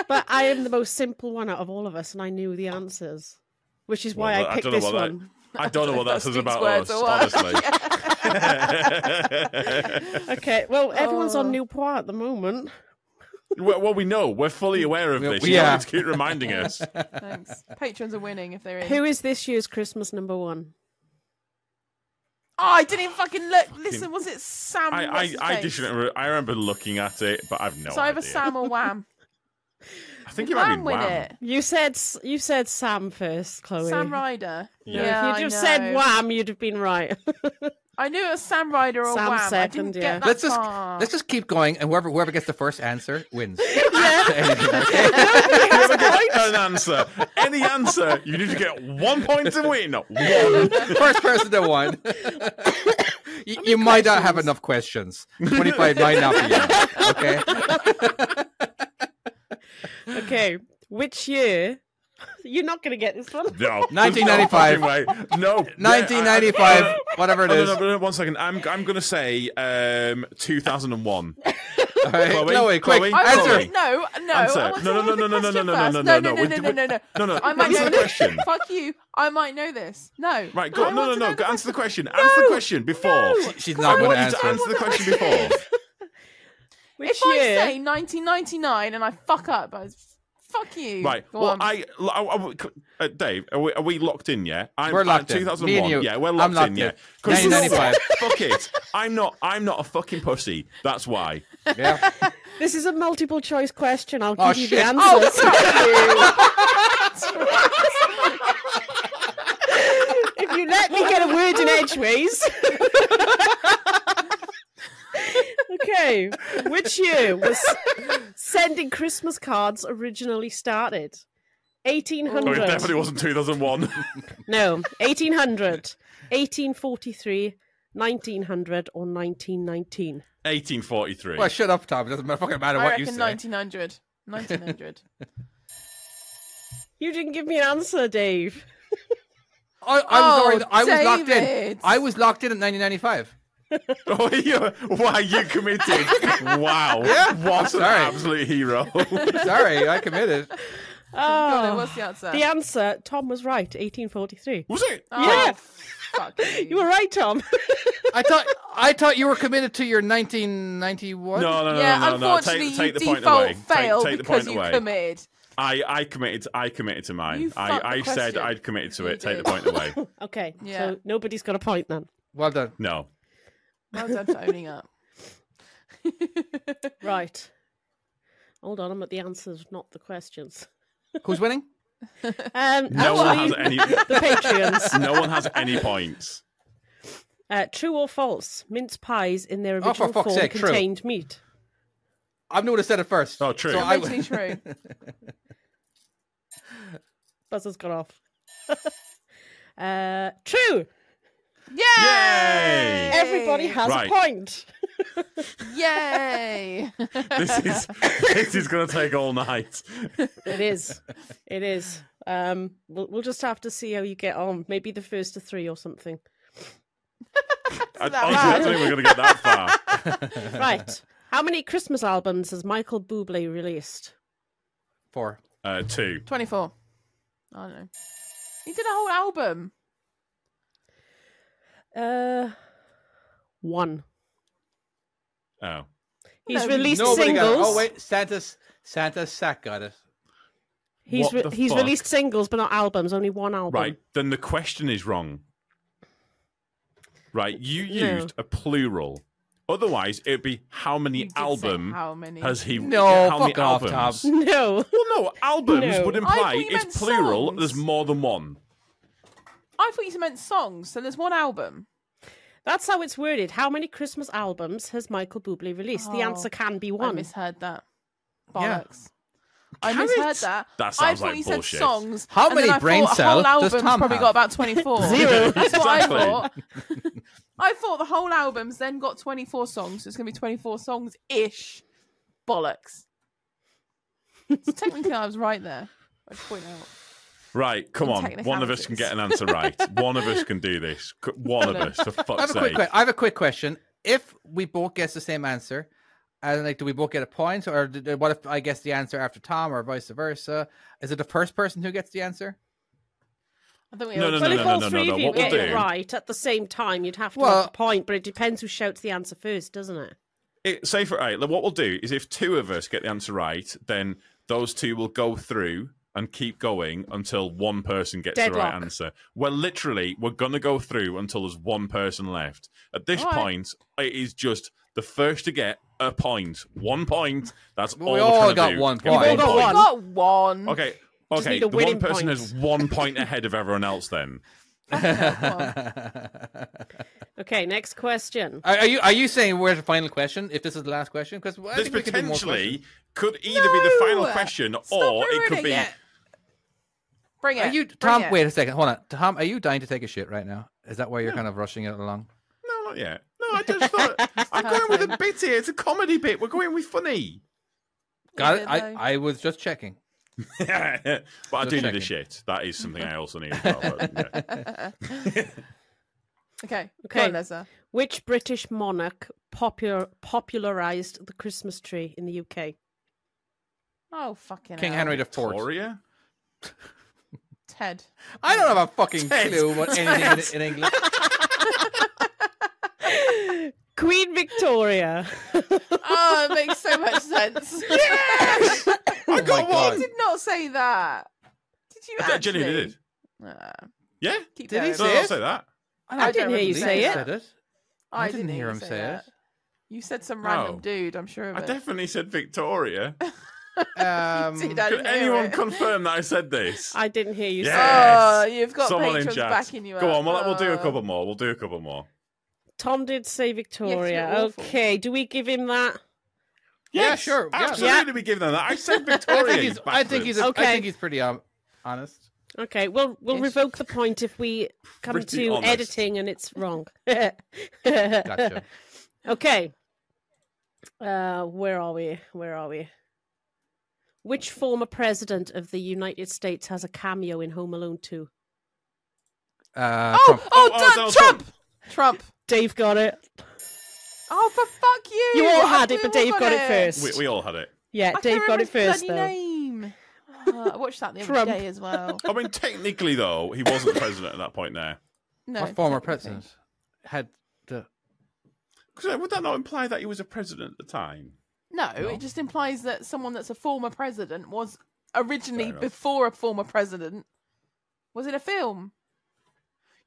Speaker 5: But I am the most simple one out of all of us, and I knew the answers, which is why
Speaker 1: Well,
Speaker 5: I
Speaker 1: I
Speaker 5: picked
Speaker 1: don't know
Speaker 5: this
Speaker 1: what that-
Speaker 5: one.
Speaker 1: I don't know what that
Speaker 2: (laughs) That
Speaker 1: says
Speaker 2: speaks
Speaker 1: about
Speaker 2: words
Speaker 1: us,
Speaker 2: or what? (laughs)
Speaker 1: honestly.
Speaker 5: Okay, well, everyone's
Speaker 2: Oh.
Speaker 5: on new point at the moment.
Speaker 1: well, well, we know. We're fully aware of
Speaker 3: We-
Speaker 1: this.
Speaker 3: we
Speaker 1: You don't
Speaker 3: are.
Speaker 1: need to keep reminding
Speaker 2: (laughs)
Speaker 1: us.
Speaker 2: Thanks. Patrons are winning if they're in.
Speaker 5: Who is this year's Christmas number one?
Speaker 2: Oh, I didn't even fucking look. Listen, was it Sam?
Speaker 1: I,
Speaker 2: what's
Speaker 1: I,
Speaker 2: his
Speaker 1: I
Speaker 2: face?
Speaker 1: just remember. I remember looking at it, but I've no
Speaker 2: It's either
Speaker 1: idea.
Speaker 2: Sam or Wham.
Speaker 1: (laughs) I think it
Speaker 2: Did
Speaker 1: might be
Speaker 2: Wham win
Speaker 1: Wham.
Speaker 2: it?
Speaker 5: You said s- you said Sam first, Chloe.
Speaker 2: Sam Ryder.
Speaker 1: Yeah.
Speaker 5: if
Speaker 2: I
Speaker 5: you'd have
Speaker 2: know.
Speaker 5: said Wham, you'd have been right. (laughs)
Speaker 2: I knew it was Sam Ryder or
Speaker 5: Sam
Speaker 2: Wham. I
Speaker 5: second,
Speaker 2: didn't
Speaker 5: yeah.
Speaker 2: get that
Speaker 3: let's just
Speaker 2: far.
Speaker 3: let's just keep going, and whoever whoever gets the first answer wins. (laughs)
Speaker 1: Whoever gets an answer, any answer, you need to get one point to win. One.
Speaker 3: First person to win. you you might not have enough questions. Twenty-five might not be enough. Okay.
Speaker 5: okay, which year? (laughs) You're not going to get this one.
Speaker 1: No.
Speaker 3: 1995.
Speaker 1: No. fucking way. No.
Speaker 3: Nineteen ninety-five, whatever it
Speaker 1: No, no,
Speaker 3: is.
Speaker 1: no, no, one second. I'm I'm gonna say um 2001.
Speaker 3: All
Speaker 1: Chloe,
Speaker 3: right, Chloe, quick,
Speaker 1: Chloe,
Speaker 2: I
Speaker 1: Chloe.
Speaker 3: answer.
Speaker 2: want, no, no,
Speaker 1: Answer.
Speaker 2: I want
Speaker 1: No,
Speaker 2: to
Speaker 1: no, no,
Speaker 2: know the
Speaker 1: no, no,
Speaker 2: question
Speaker 1: no, no,
Speaker 2: first.
Speaker 1: no,
Speaker 2: no,
Speaker 1: no, no,
Speaker 2: no, no, no, no, no, no.
Speaker 1: No, no.
Speaker 2: (laughs) I might
Speaker 1: answer
Speaker 2: know
Speaker 1: the question.
Speaker 2: Fuck you. I might know this. No.
Speaker 1: Right,
Speaker 2: I
Speaker 1: go.
Speaker 2: want
Speaker 1: No, no,
Speaker 2: to
Speaker 1: no.
Speaker 2: know
Speaker 1: Go
Speaker 2: the
Speaker 1: answer the
Speaker 2: question.
Speaker 1: question. Answer the question before.
Speaker 3: She's
Speaker 1: I
Speaker 3: not going
Speaker 1: want
Speaker 3: to
Speaker 1: you to
Speaker 3: answer.
Speaker 1: answer the question before.
Speaker 5: Which
Speaker 2: if I say 1999 and I fuck up, I Fuck you.
Speaker 1: Right.
Speaker 2: Go
Speaker 1: well,
Speaker 2: on.
Speaker 1: I, I- I- uh, Dave, are we, are we locked in? Yeah, I'm,
Speaker 3: We're
Speaker 1: I'm
Speaker 3: locked in.
Speaker 1: 2001.
Speaker 3: Me and you.
Speaker 1: Yeah, we're
Speaker 3: I'm
Speaker 1: locked,
Speaker 3: locked in.
Speaker 1: in. Yeah, 'Cause you know
Speaker 3: 1995.
Speaker 1: what? (laughs) Fuck it. I'm not. I'm not a fucking pussy. That's
Speaker 2: (laughs)
Speaker 1: why.
Speaker 3: Yeah.
Speaker 5: This is a multiple choice question. I'll
Speaker 3: Oh,
Speaker 5: give you
Speaker 3: shit.
Speaker 5: the answers. if you let me get a word in edgeways. okay, which year was sending Christmas cards originally started?
Speaker 1: Oh,
Speaker 5: 1800.
Speaker 1: it definitely wasn't
Speaker 3: (laughs)
Speaker 1: 2001.
Speaker 5: No, 1800, 1843, 1900, or 1919.
Speaker 1: 1843.
Speaker 3: Well, shut up, Tom. It doesn't ma- fucking matter
Speaker 2: I
Speaker 3: what you
Speaker 2: reckon
Speaker 3: say.
Speaker 2: 1900. 1900.
Speaker 5: Oh. You didn't give me an answer, Dave.
Speaker 3: I, I was
Speaker 2: Oh,
Speaker 3: already, I was locked in.
Speaker 2: David.
Speaker 3: I was locked in at 1995.
Speaker 1: (laughs) Oh, you, why you committed?
Speaker 3: (laughs)
Speaker 1: wow. What an
Speaker 3: Sorry.
Speaker 1: absolute hero. (laughs)
Speaker 3: Sorry, I committed.
Speaker 2: God, what's the answer?
Speaker 5: The answer, Tom was right, 1843.
Speaker 1: Was it?
Speaker 2: Oh,
Speaker 5: yeah,
Speaker 2: Fuck you.
Speaker 5: (laughs) you were right, Tom.
Speaker 3: I thought I thought you were committed to your 1991.
Speaker 1: No, no, no,
Speaker 2: yeah,
Speaker 1: no, no, no.
Speaker 2: unfortunately,
Speaker 1: Take, take the
Speaker 2: you
Speaker 1: point
Speaker 2: default
Speaker 1: away.
Speaker 2: fail
Speaker 1: take, take the
Speaker 2: because
Speaker 1: point
Speaker 2: you
Speaker 1: away.
Speaker 2: committed.
Speaker 1: I, I committed. I committed to mine.
Speaker 2: You
Speaker 1: I,
Speaker 2: fucked the
Speaker 1: I said
Speaker 2: question.
Speaker 1: I'd committed to
Speaker 2: You
Speaker 1: it. Take the
Speaker 2: did.
Speaker 1: point
Speaker 2: (laughs)
Speaker 1: away.
Speaker 5: okay,
Speaker 2: Yeah.
Speaker 5: so nobody's got a point then.
Speaker 3: Well done.
Speaker 1: No.
Speaker 2: Well done for
Speaker 1: (laughs)
Speaker 2: owning up.
Speaker 5: Right. Hold on, I'm at the answers, not the questions.
Speaker 3: Who's winning?
Speaker 5: Um,
Speaker 1: No one has
Speaker 5: actually,
Speaker 1: any.
Speaker 2: (laughs)
Speaker 5: the Patreons. (laughs)
Speaker 1: No one has any points.
Speaker 5: Uh, true or false? Mince pies in their
Speaker 3: Oh, for
Speaker 5: original
Speaker 3: fuck's
Speaker 5: form
Speaker 3: sake, true.
Speaker 5: contained meat.
Speaker 3: I'm the one who said it first.
Speaker 1: Oh, true.
Speaker 3: So I, (laughs)
Speaker 2: Totally true.
Speaker 1: (laughs)
Speaker 5: Buzzer's gone off. (laughs) uh, true.
Speaker 1: Yay!
Speaker 5: Everybody has
Speaker 1: Right.
Speaker 5: a point.
Speaker 2: Yay! (laughs)
Speaker 1: This is this is going to take all night.
Speaker 5: It is. (laughs) It is. Um, we'll, we'll just have to see how you get on. Maybe the first to three or something.
Speaker 1: I, honestly, I don't think we're going to get that far. (laughs)
Speaker 5: Right. How many Christmas albums has Michael Bublé released?
Speaker 3: four.
Speaker 1: Uh, two.
Speaker 2: 24. I don't know. He did a whole album.
Speaker 5: Uh, one.
Speaker 1: Oh.
Speaker 5: He's
Speaker 2: No,
Speaker 5: released
Speaker 3: Nobody
Speaker 5: singles.
Speaker 3: got it. Oh wait, Santa's Santa's sack got it.
Speaker 5: He's
Speaker 1: What
Speaker 5: re-
Speaker 1: the
Speaker 5: he's
Speaker 1: fuck?
Speaker 5: released singles, but not albums. Only one album.
Speaker 1: Right, then the question is wrong. Right, you
Speaker 5: No.
Speaker 1: used a plural. Otherwise, it'd be how
Speaker 2: You
Speaker 1: many
Speaker 2: did say
Speaker 1: album
Speaker 2: How many?
Speaker 1: has he?
Speaker 3: No,
Speaker 1: how
Speaker 3: fuck
Speaker 1: many
Speaker 3: off,
Speaker 1: albums?
Speaker 3: Tom.
Speaker 5: (laughs) No.
Speaker 1: Well, no, albums
Speaker 5: No.
Speaker 1: would
Speaker 5: I
Speaker 2: thought
Speaker 1: imply
Speaker 2: you meant
Speaker 1: it's plural.
Speaker 2: songs.
Speaker 1: There's more than one.
Speaker 2: I thought you meant songs. So there's one album.
Speaker 5: That's how it's worded. How many Christmas albums has Michael Bublé released? the
Speaker 2: Oh,
Speaker 5: answer can be
Speaker 2: I
Speaker 5: one.
Speaker 2: misheard that.
Speaker 3: Yeah.
Speaker 2: Bollocks. I misheard that.
Speaker 1: That
Speaker 2: I
Speaker 1: sounds
Speaker 2: thought
Speaker 1: like
Speaker 2: you
Speaker 1: bullshit.
Speaker 2: said songs.
Speaker 3: How
Speaker 2: and then
Speaker 3: many
Speaker 2: I
Speaker 3: brain
Speaker 2: thought
Speaker 3: cell
Speaker 2: a whole
Speaker 3: does
Speaker 2: album's
Speaker 3: Tom
Speaker 2: probably
Speaker 3: have?
Speaker 2: got about
Speaker 3: (laughs)
Speaker 2: 24. Zero. That's what
Speaker 1: Exactly.
Speaker 2: I thought. I thought the whole album's then got 24 songs. So it's going to be 24 songs ish. Bollocks. So technically, I was right there. I'd point out.
Speaker 1: Right, come on. One of us can
Speaker 2: Technicalities.
Speaker 1: get an answer right. one of us can do this. C- One of us, for
Speaker 3: I (laughs) have
Speaker 1: fuck's
Speaker 3: a quick.
Speaker 1: sake.
Speaker 3: Que- I have a quick question. If we both guess the same answer, and like, do we both get a point, or d- d- what if I guess the answer after Tom, or vice versa? Is it the first person who gets the answer?
Speaker 2: I think we
Speaker 1: No,
Speaker 2: all-
Speaker 1: no,
Speaker 5: well,
Speaker 1: no,
Speaker 5: if
Speaker 1: no,
Speaker 5: all
Speaker 1: no, no,
Speaker 5: three
Speaker 1: no.
Speaker 5: of you
Speaker 1: What we'll
Speaker 5: get it
Speaker 1: do-
Speaker 5: right at the same time, you'd have to
Speaker 3: Well-
Speaker 5: have a point, but it depends who shouts the answer first, doesn't it?
Speaker 1: It, say for right, look, what we'll do is if two of us get the answer right, then those two will go through and keep going until one person gets the right
Speaker 5: Deadlock.
Speaker 1: answer. We're literally we're gonna go through until there's one person left. At this
Speaker 2: All right.
Speaker 1: point, it is just the first to get a point, one point. That's
Speaker 3: Well,
Speaker 1: all.
Speaker 3: we
Speaker 1: we're
Speaker 3: all
Speaker 1: trying to
Speaker 3: got
Speaker 1: do.
Speaker 3: one
Speaker 1: Get
Speaker 3: point.
Speaker 5: We've all got
Speaker 2: I got one.
Speaker 1: Okay,
Speaker 5: Just
Speaker 1: okay.
Speaker 5: need a
Speaker 1: The one
Speaker 5: winning
Speaker 1: person
Speaker 5: point.
Speaker 1: has
Speaker 5: (laughs)
Speaker 1: one point ahead of everyone else. Then
Speaker 2: Okay.
Speaker 5: Okay, next question.
Speaker 3: Are, are you are you saying we're the final question? If this is the last question, because I
Speaker 1: this
Speaker 3: think we could do more questions.
Speaker 1: potentially could either be the final
Speaker 2: No!
Speaker 1: question
Speaker 2: Stop
Speaker 1: or it could
Speaker 2: ruining
Speaker 1: be.
Speaker 2: it. Bring it.
Speaker 3: Are you
Speaker 2: Bring
Speaker 3: Tom?
Speaker 2: it.
Speaker 3: Wait a second. Hold on, Tom. Are you dying to take a shit right now? Is that why you're kind of rushing it along?
Speaker 1: No, not yet. No, I just thought I'm going with a bit here. It's a comedy bit. We're going with
Speaker 3: (laughs)
Speaker 1: funny.
Speaker 3: Got
Speaker 2: Is
Speaker 3: it.
Speaker 2: it
Speaker 3: I,
Speaker 2: though?
Speaker 3: I was just checking.
Speaker 1: but I do need
Speaker 3: checking.
Speaker 1: a shit. That is something I also need. As well,
Speaker 3: (laughs)
Speaker 1: but, yeah.
Speaker 2: Okay.
Speaker 5: Okay.
Speaker 2: Okay. On, Leza.
Speaker 5: Which British monarch popular popularized the Christmas tree in the UK?
Speaker 2: Oh fucking.
Speaker 3: King
Speaker 2: hell.
Speaker 3: Henry IV.
Speaker 1: Victoria?
Speaker 2: Ted.
Speaker 3: I don't have a fucking
Speaker 1: Ted.
Speaker 3: clue what anything in, in England.
Speaker 5: Queen Victoria. (laughs)
Speaker 2: Oh, it makes so much sense.
Speaker 1: I got
Speaker 3: my
Speaker 2: (laughs) I
Speaker 3: god!
Speaker 2: did not say that. Did you?
Speaker 1: I did-
Speaker 2: actually?
Speaker 1: genuinely did.
Speaker 2: Nah,
Speaker 1: Yeah,
Speaker 2: keep
Speaker 3: Did
Speaker 2: going.
Speaker 3: he
Speaker 1: no,
Speaker 3: Say
Speaker 1: I'll
Speaker 3: it?
Speaker 1: say that.
Speaker 5: I didn't hear you
Speaker 2: remember
Speaker 5: say
Speaker 2: you
Speaker 5: it.
Speaker 2: said
Speaker 3: I didn't hear
Speaker 2: you
Speaker 3: him say
Speaker 2: that.
Speaker 3: it.
Speaker 2: You said some
Speaker 1: No.
Speaker 2: random dude. I'm sure of
Speaker 1: I
Speaker 2: it. (laughs)
Speaker 1: definitely said Victoria.
Speaker 3: Um,
Speaker 2: You did, I
Speaker 1: Could
Speaker 2: didn't hear
Speaker 1: anyone
Speaker 2: it. (laughs)
Speaker 1: confirm that I said this?
Speaker 5: I didn't hear you
Speaker 1: Yeah.
Speaker 5: say
Speaker 2: Oh, you've got
Speaker 1: Someone in
Speaker 2: patrons
Speaker 1: chat.
Speaker 2: backing you up.
Speaker 1: Go on, we'll, we'll do a
Speaker 2: Oh.
Speaker 1: couple more. We'll do a couple more.
Speaker 5: Tom did say Victoria.
Speaker 2: you're awful.
Speaker 5: okay, do we give him that?
Speaker 3: Yeah, sure, yeah.
Speaker 1: Absolutely, we give them that. I said
Speaker 3: I
Speaker 1: Victoria.
Speaker 3: think he's.
Speaker 1: you
Speaker 3: I think
Speaker 1: bastards.
Speaker 3: he's. I
Speaker 5: Okay.
Speaker 3: think he's pretty um, honest.
Speaker 5: Okay, we'll we'll
Speaker 3: Yes.
Speaker 5: revoke the point if we come
Speaker 1: Pretty
Speaker 5: to
Speaker 1: honest.
Speaker 5: editing and it's wrong.
Speaker 2: (laughs)
Speaker 3: Gotcha.
Speaker 5: (laughs) Okay. Uh, where are we? Where are we? Which former president of the United States has a cameo in Home Alone 2?
Speaker 3: Uh,
Speaker 2: Oh,
Speaker 3: Trump.
Speaker 2: oh,
Speaker 1: oh,
Speaker 2: Don-
Speaker 1: Donald
Speaker 2: Trump. Trump.
Speaker 5: Dave got it.
Speaker 2: Oh, for fuck you!
Speaker 5: You all
Speaker 2: I-
Speaker 5: had
Speaker 2: we
Speaker 5: it, but
Speaker 2: all
Speaker 5: Dave got it first.
Speaker 1: We, we all had it.
Speaker 5: Yeah,
Speaker 2: I can't
Speaker 5: Dave got
Speaker 2: remember his
Speaker 5: it first,
Speaker 2: bloody
Speaker 5: though.
Speaker 2: Name. Oh, I watched that the other
Speaker 5: Trump.
Speaker 2: day as
Speaker 5: (laughs)
Speaker 2: well.
Speaker 1: I mean, technically, though, he wasn't president at that point there.
Speaker 2: No,
Speaker 3: What former
Speaker 2: technically.
Speaker 3: president had the?
Speaker 1: 'Cause uh, Would that not imply that he was a president at the time?
Speaker 2: No, it just implies that someone that's a former president was originally
Speaker 1: Fair enough.
Speaker 2: before a former president was in a film.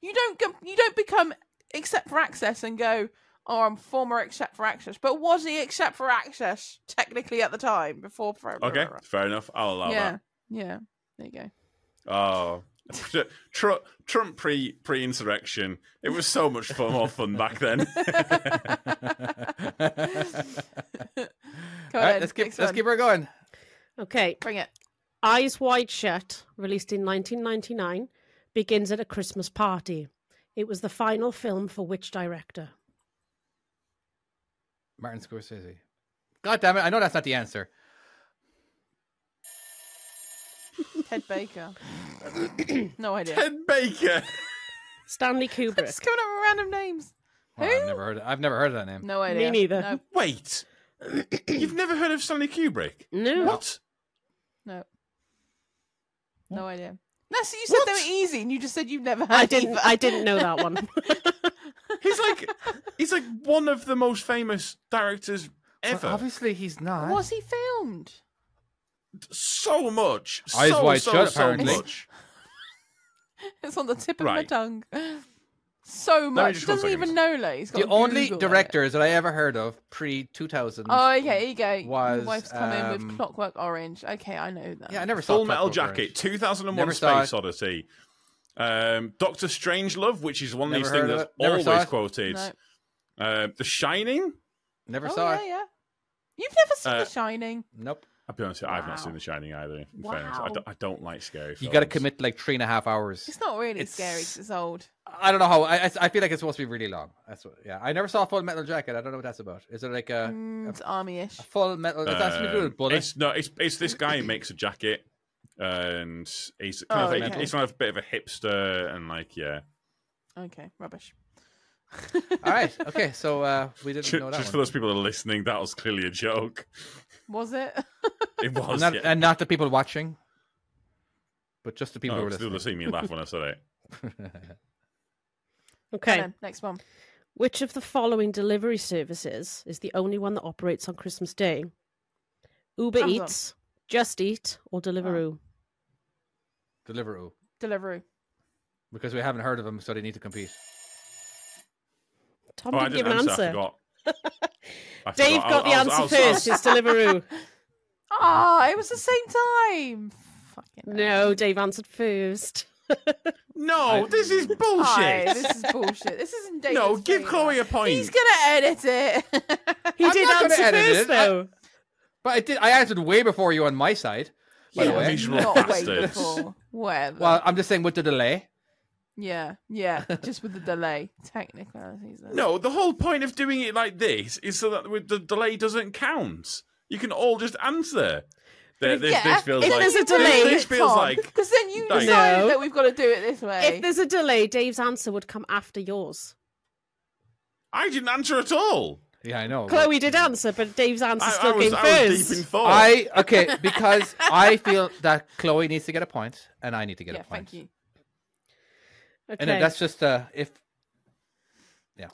Speaker 2: You don't go, you don't become except for access and go, oh, I'm former except for access. But was he except for access technically at the time before?
Speaker 1: Okay, fair enough. I'll allow
Speaker 2: Yeah. Yeah. There you go.
Speaker 1: that. Oh. (laughs) Trump, Trump pre pre insurrection. It was so much fun, more fun back then. (laughs)
Speaker 2: Go
Speaker 3: All right,
Speaker 2: on,
Speaker 3: let's keep.
Speaker 2: next
Speaker 3: Let's
Speaker 2: one.
Speaker 3: keep her going.
Speaker 5: Okay.
Speaker 2: Bring it.
Speaker 5: Eyes Wide Shut, released in 1999, begins at a Christmas party. It was the final film for which director?
Speaker 3: Martin Scorsese. God damn it! I know that's not the answer.
Speaker 2: Ted Baker. no idea.
Speaker 1: Ted Baker.
Speaker 3: (laughs)
Speaker 5: Stanley Kubrick.
Speaker 2: Just coming up with random names.
Speaker 3: Well, I've never heard. I've never heard of that name.
Speaker 2: No idea.
Speaker 5: neither.
Speaker 2: No.
Speaker 1: Wait, you've never heard of Stanley Kubrick?
Speaker 5: No.
Speaker 1: What?
Speaker 2: No. No idea. No, so you said they
Speaker 1: What?
Speaker 2: were easy, and you just said you've never had.
Speaker 5: I didn't.
Speaker 2: either.
Speaker 5: I didn't know
Speaker 3: (laughs)
Speaker 5: that one. (laughs)
Speaker 1: He's like he's like one of the most famous directors ever.
Speaker 3: Well, obviously, he's not.
Speaker 2: Was he filmed? (laughs)
Speaker 1: so much.
Speaker 3: Eyes
Speaker 1: so,
Speaker 3: wide
Speaker 1: so,
Speaker 3: shut,
Speaker 1: so
Speaker 3: apparently.
Speaker 1: much.
Speaker 2: It's on the tip of my
Speaker 1: Right.
Speaker 2: tongue. (gasps) So
Speaker 1: me
Speaker 2: much.
Speaker 1: just one
Speaker 2: doesn't
Speaker 1: second.
Speaker 2: even know, like he's got
Speaker 3: the only
Speaker 2: Google it.
Speaker 3: directors that I ever heard of pre 2000.
Speaker 2: Oh, okay. Here you go.
Speaker 3: was,
Speaker 2: Your wife's come in
Speaker 3: um,
Speaker 2: with Clockwork Orange. Okay, I know that.
Speaker 3: Yeah, I never saw
Speaker 1: Full Metal
Speaker 3: Clockwork
Speaker 1: Jacket,
Speaker 3: Orange.
Speaker 1: 2001
Speaker 3: Never saw
Speaker 1: Space
Speaker 3: it.
Speaker 1: Odyssey. Um, Doctor Strangelove, which is one of
Speaker 3: Never
Speaker 1: these
Speaker 3: heard
Speaker 1: things
Speaker 3: of
Speaker 1: that's
Speaker 3: it. Never saw
Speaker 1: always
Speaker 3: it.
Speaker 1: quoted.
Speaker 2: No.
Speaker 1: Uh, the Shining?
Speaker 3: Never
Speaker 2: Oh
Speaker 3: saw
Speaker 2: yeah,
Speaker 3: it.
Speaker 2: yeah. You've never seen
Speaker 1: Uh,
Speaker 2: The Shining.
Speaker 3: Nope.
Speaker 1: I'll be honest, with you, I've not seen The Shining either. In fairness, I
Speaker 2: Wow.
Speaker 1: don't, I don't like scary films.
Speaker 3: You got to commit like three and a half hours.
Speaker 2: It's not really
Speaker 3: It's-
Speaker 2: scary 'cause it's old.
Speaker 3: I don't know how. I, I- I feel like it's supposed to be really long. That's what. Yeah, I never saw Full Metal Jacket. I don't know what that's about. Is it like a,
Speaker 2: Mm,
Speaker 3: a
Speaker 2: it's army-ish.
Speaker 3: Full Metal? It's actually
Speaker 1: Um,
Speaker 3: good with bullets.
Speaker 1: it's, no, it's, it's this guy who makes a jacket, and he's kind,
Speaker 2: Oh,
Speaker 1: of, like,
Speaker 2: okay.
Speaker 1: he's kind of a bit of a hipster, and like, yeah.
Speaker 2: Okay, rubbish.
Speaker 3: All right. Okay. So uh, we didn't
Speaker 1: Ju-
Speaker 3: know
Speaker 1: Just,
Speaker 3: that
Speaker 1: for
Speaker 3: one.
Speaker 1: those people that are listening, that was clearly a joke.
Speaker 2: Was it? (laughs)
Speaker 3: (laughs)
Speaker 1: It was.
Speaker 3: Not-
Speaker 1: yeah.
Speaker 3: and not the people watching, but just the people
Speaker 1: No,
Speaker 3: who were
Speaker 1: 'cause they would
Speaker 3: listening.
Speaker 1: have seen Oh, me laugh when I said it.
Speaker 5: Okay.
Speaker 2: Come on, next one.
Speaker 5: Which of the following delivery services is the only one that operates on Christmas Day? Uber
Speaker 2: Amazon.
Speaker 5: Eats, Just Eat, or Deliveroo?
Speaker 3: Deliveroo,
Speaker 2: Deliveroo.
Speaker 3: because we haven't heard of them, so they need to compete.
Speaker 5: Tom
Speaker 1: oh, I
Speaker 5: didn't give
Speaker 1: didn't
Speaker 5: an
Speaker 1: answer. I
Speaker 5: answer.
Speaker 1: forgot. I
Speaker 5: (laughs) Dave
Speaker 1: forgot.
Speaker 5: got
Speaker 1: I'll-
Speaker 5: the
Speaker 1: I'll-
Speaker 5: answer
Speaker 1: I'll- I'll-
Speaker 5: first. It's Deliveroo. (laughs)
Speaker 2: Ah, it was the same time. Fucking
Speaker 5: no, Dave answered first.
Speaker 1: no, this is
Speaker 2: Hi,
Speaker 1: bullshit.
Speaker 2: this is bullshit. This isn't
Speaker 7: (laughs)
Speaker 2: David's
Speaker 1: no, give
Speaker 2: favourite.
Speaker 1: Chloe a point.
Speaker 2: He's gonna edit it.
Speaker 5: He
Speaker 3: I'm
Speaker 5: did
Speaker 3: not gonna
Speaker 5: answer
Speaker 3: edit
Speaker 5: first,
Speaker 3: it. I-
Speaker 5: though.
Speaker 3: But I did. I answered way before you on my side.
Speaker 2: (laughs)
Speaker 3: By
Speaker 1: Yeah,
Speaker 3: the way.
Speaker 1: miserable
Speaker 2: not wait
Speaker 1: bastards.
Speaker 2: for whatever.
Speaker 3: Well, I'm just saying with the delay.
Speaker 2: yeah, yeah, just with the delay, technicalities. there.
Speaker 1: No, the whole point of doing it like this is so that with the delay doesn't count. You can all just answer. Th- this,
Speaker 2: yeah,
Speaker 1: this feels
Speaker 5: if
Speaker 1: like
Speaker 5: there's a
Speaker 1: this-
Speaker 5: delay,
Speaker 1: This, feels like
Speaker 2: because then you
Speaker 1: Like-
Speaker 2: decided
Speaker 5: No.
Speaker 2: that we've got to do it this way.
Speaker 5: If there's a delay, Dave's answer would come after yours.
Speaker 1: I didn't answer at all.
Speaker 3: Yeah, I know. but-
Speaker 5: Chloe did answer, but Dave's answer
Speaker 1: Oh, mm. I,
Speaker 5: still
Speaker 1: I, was,
Speaker 5: came
Speaker 1: I was
Speaker 5: first.
Speaker 1: deep in thought.
Speaker 3: I okay because I feel that Chloe needs to get a point and I need to get
Speaker 2: yeah,
Speaker 3: a point.
Speaker 2: thank you.
Speaker 5: okay.
Speaker 3: And then that's just uh, if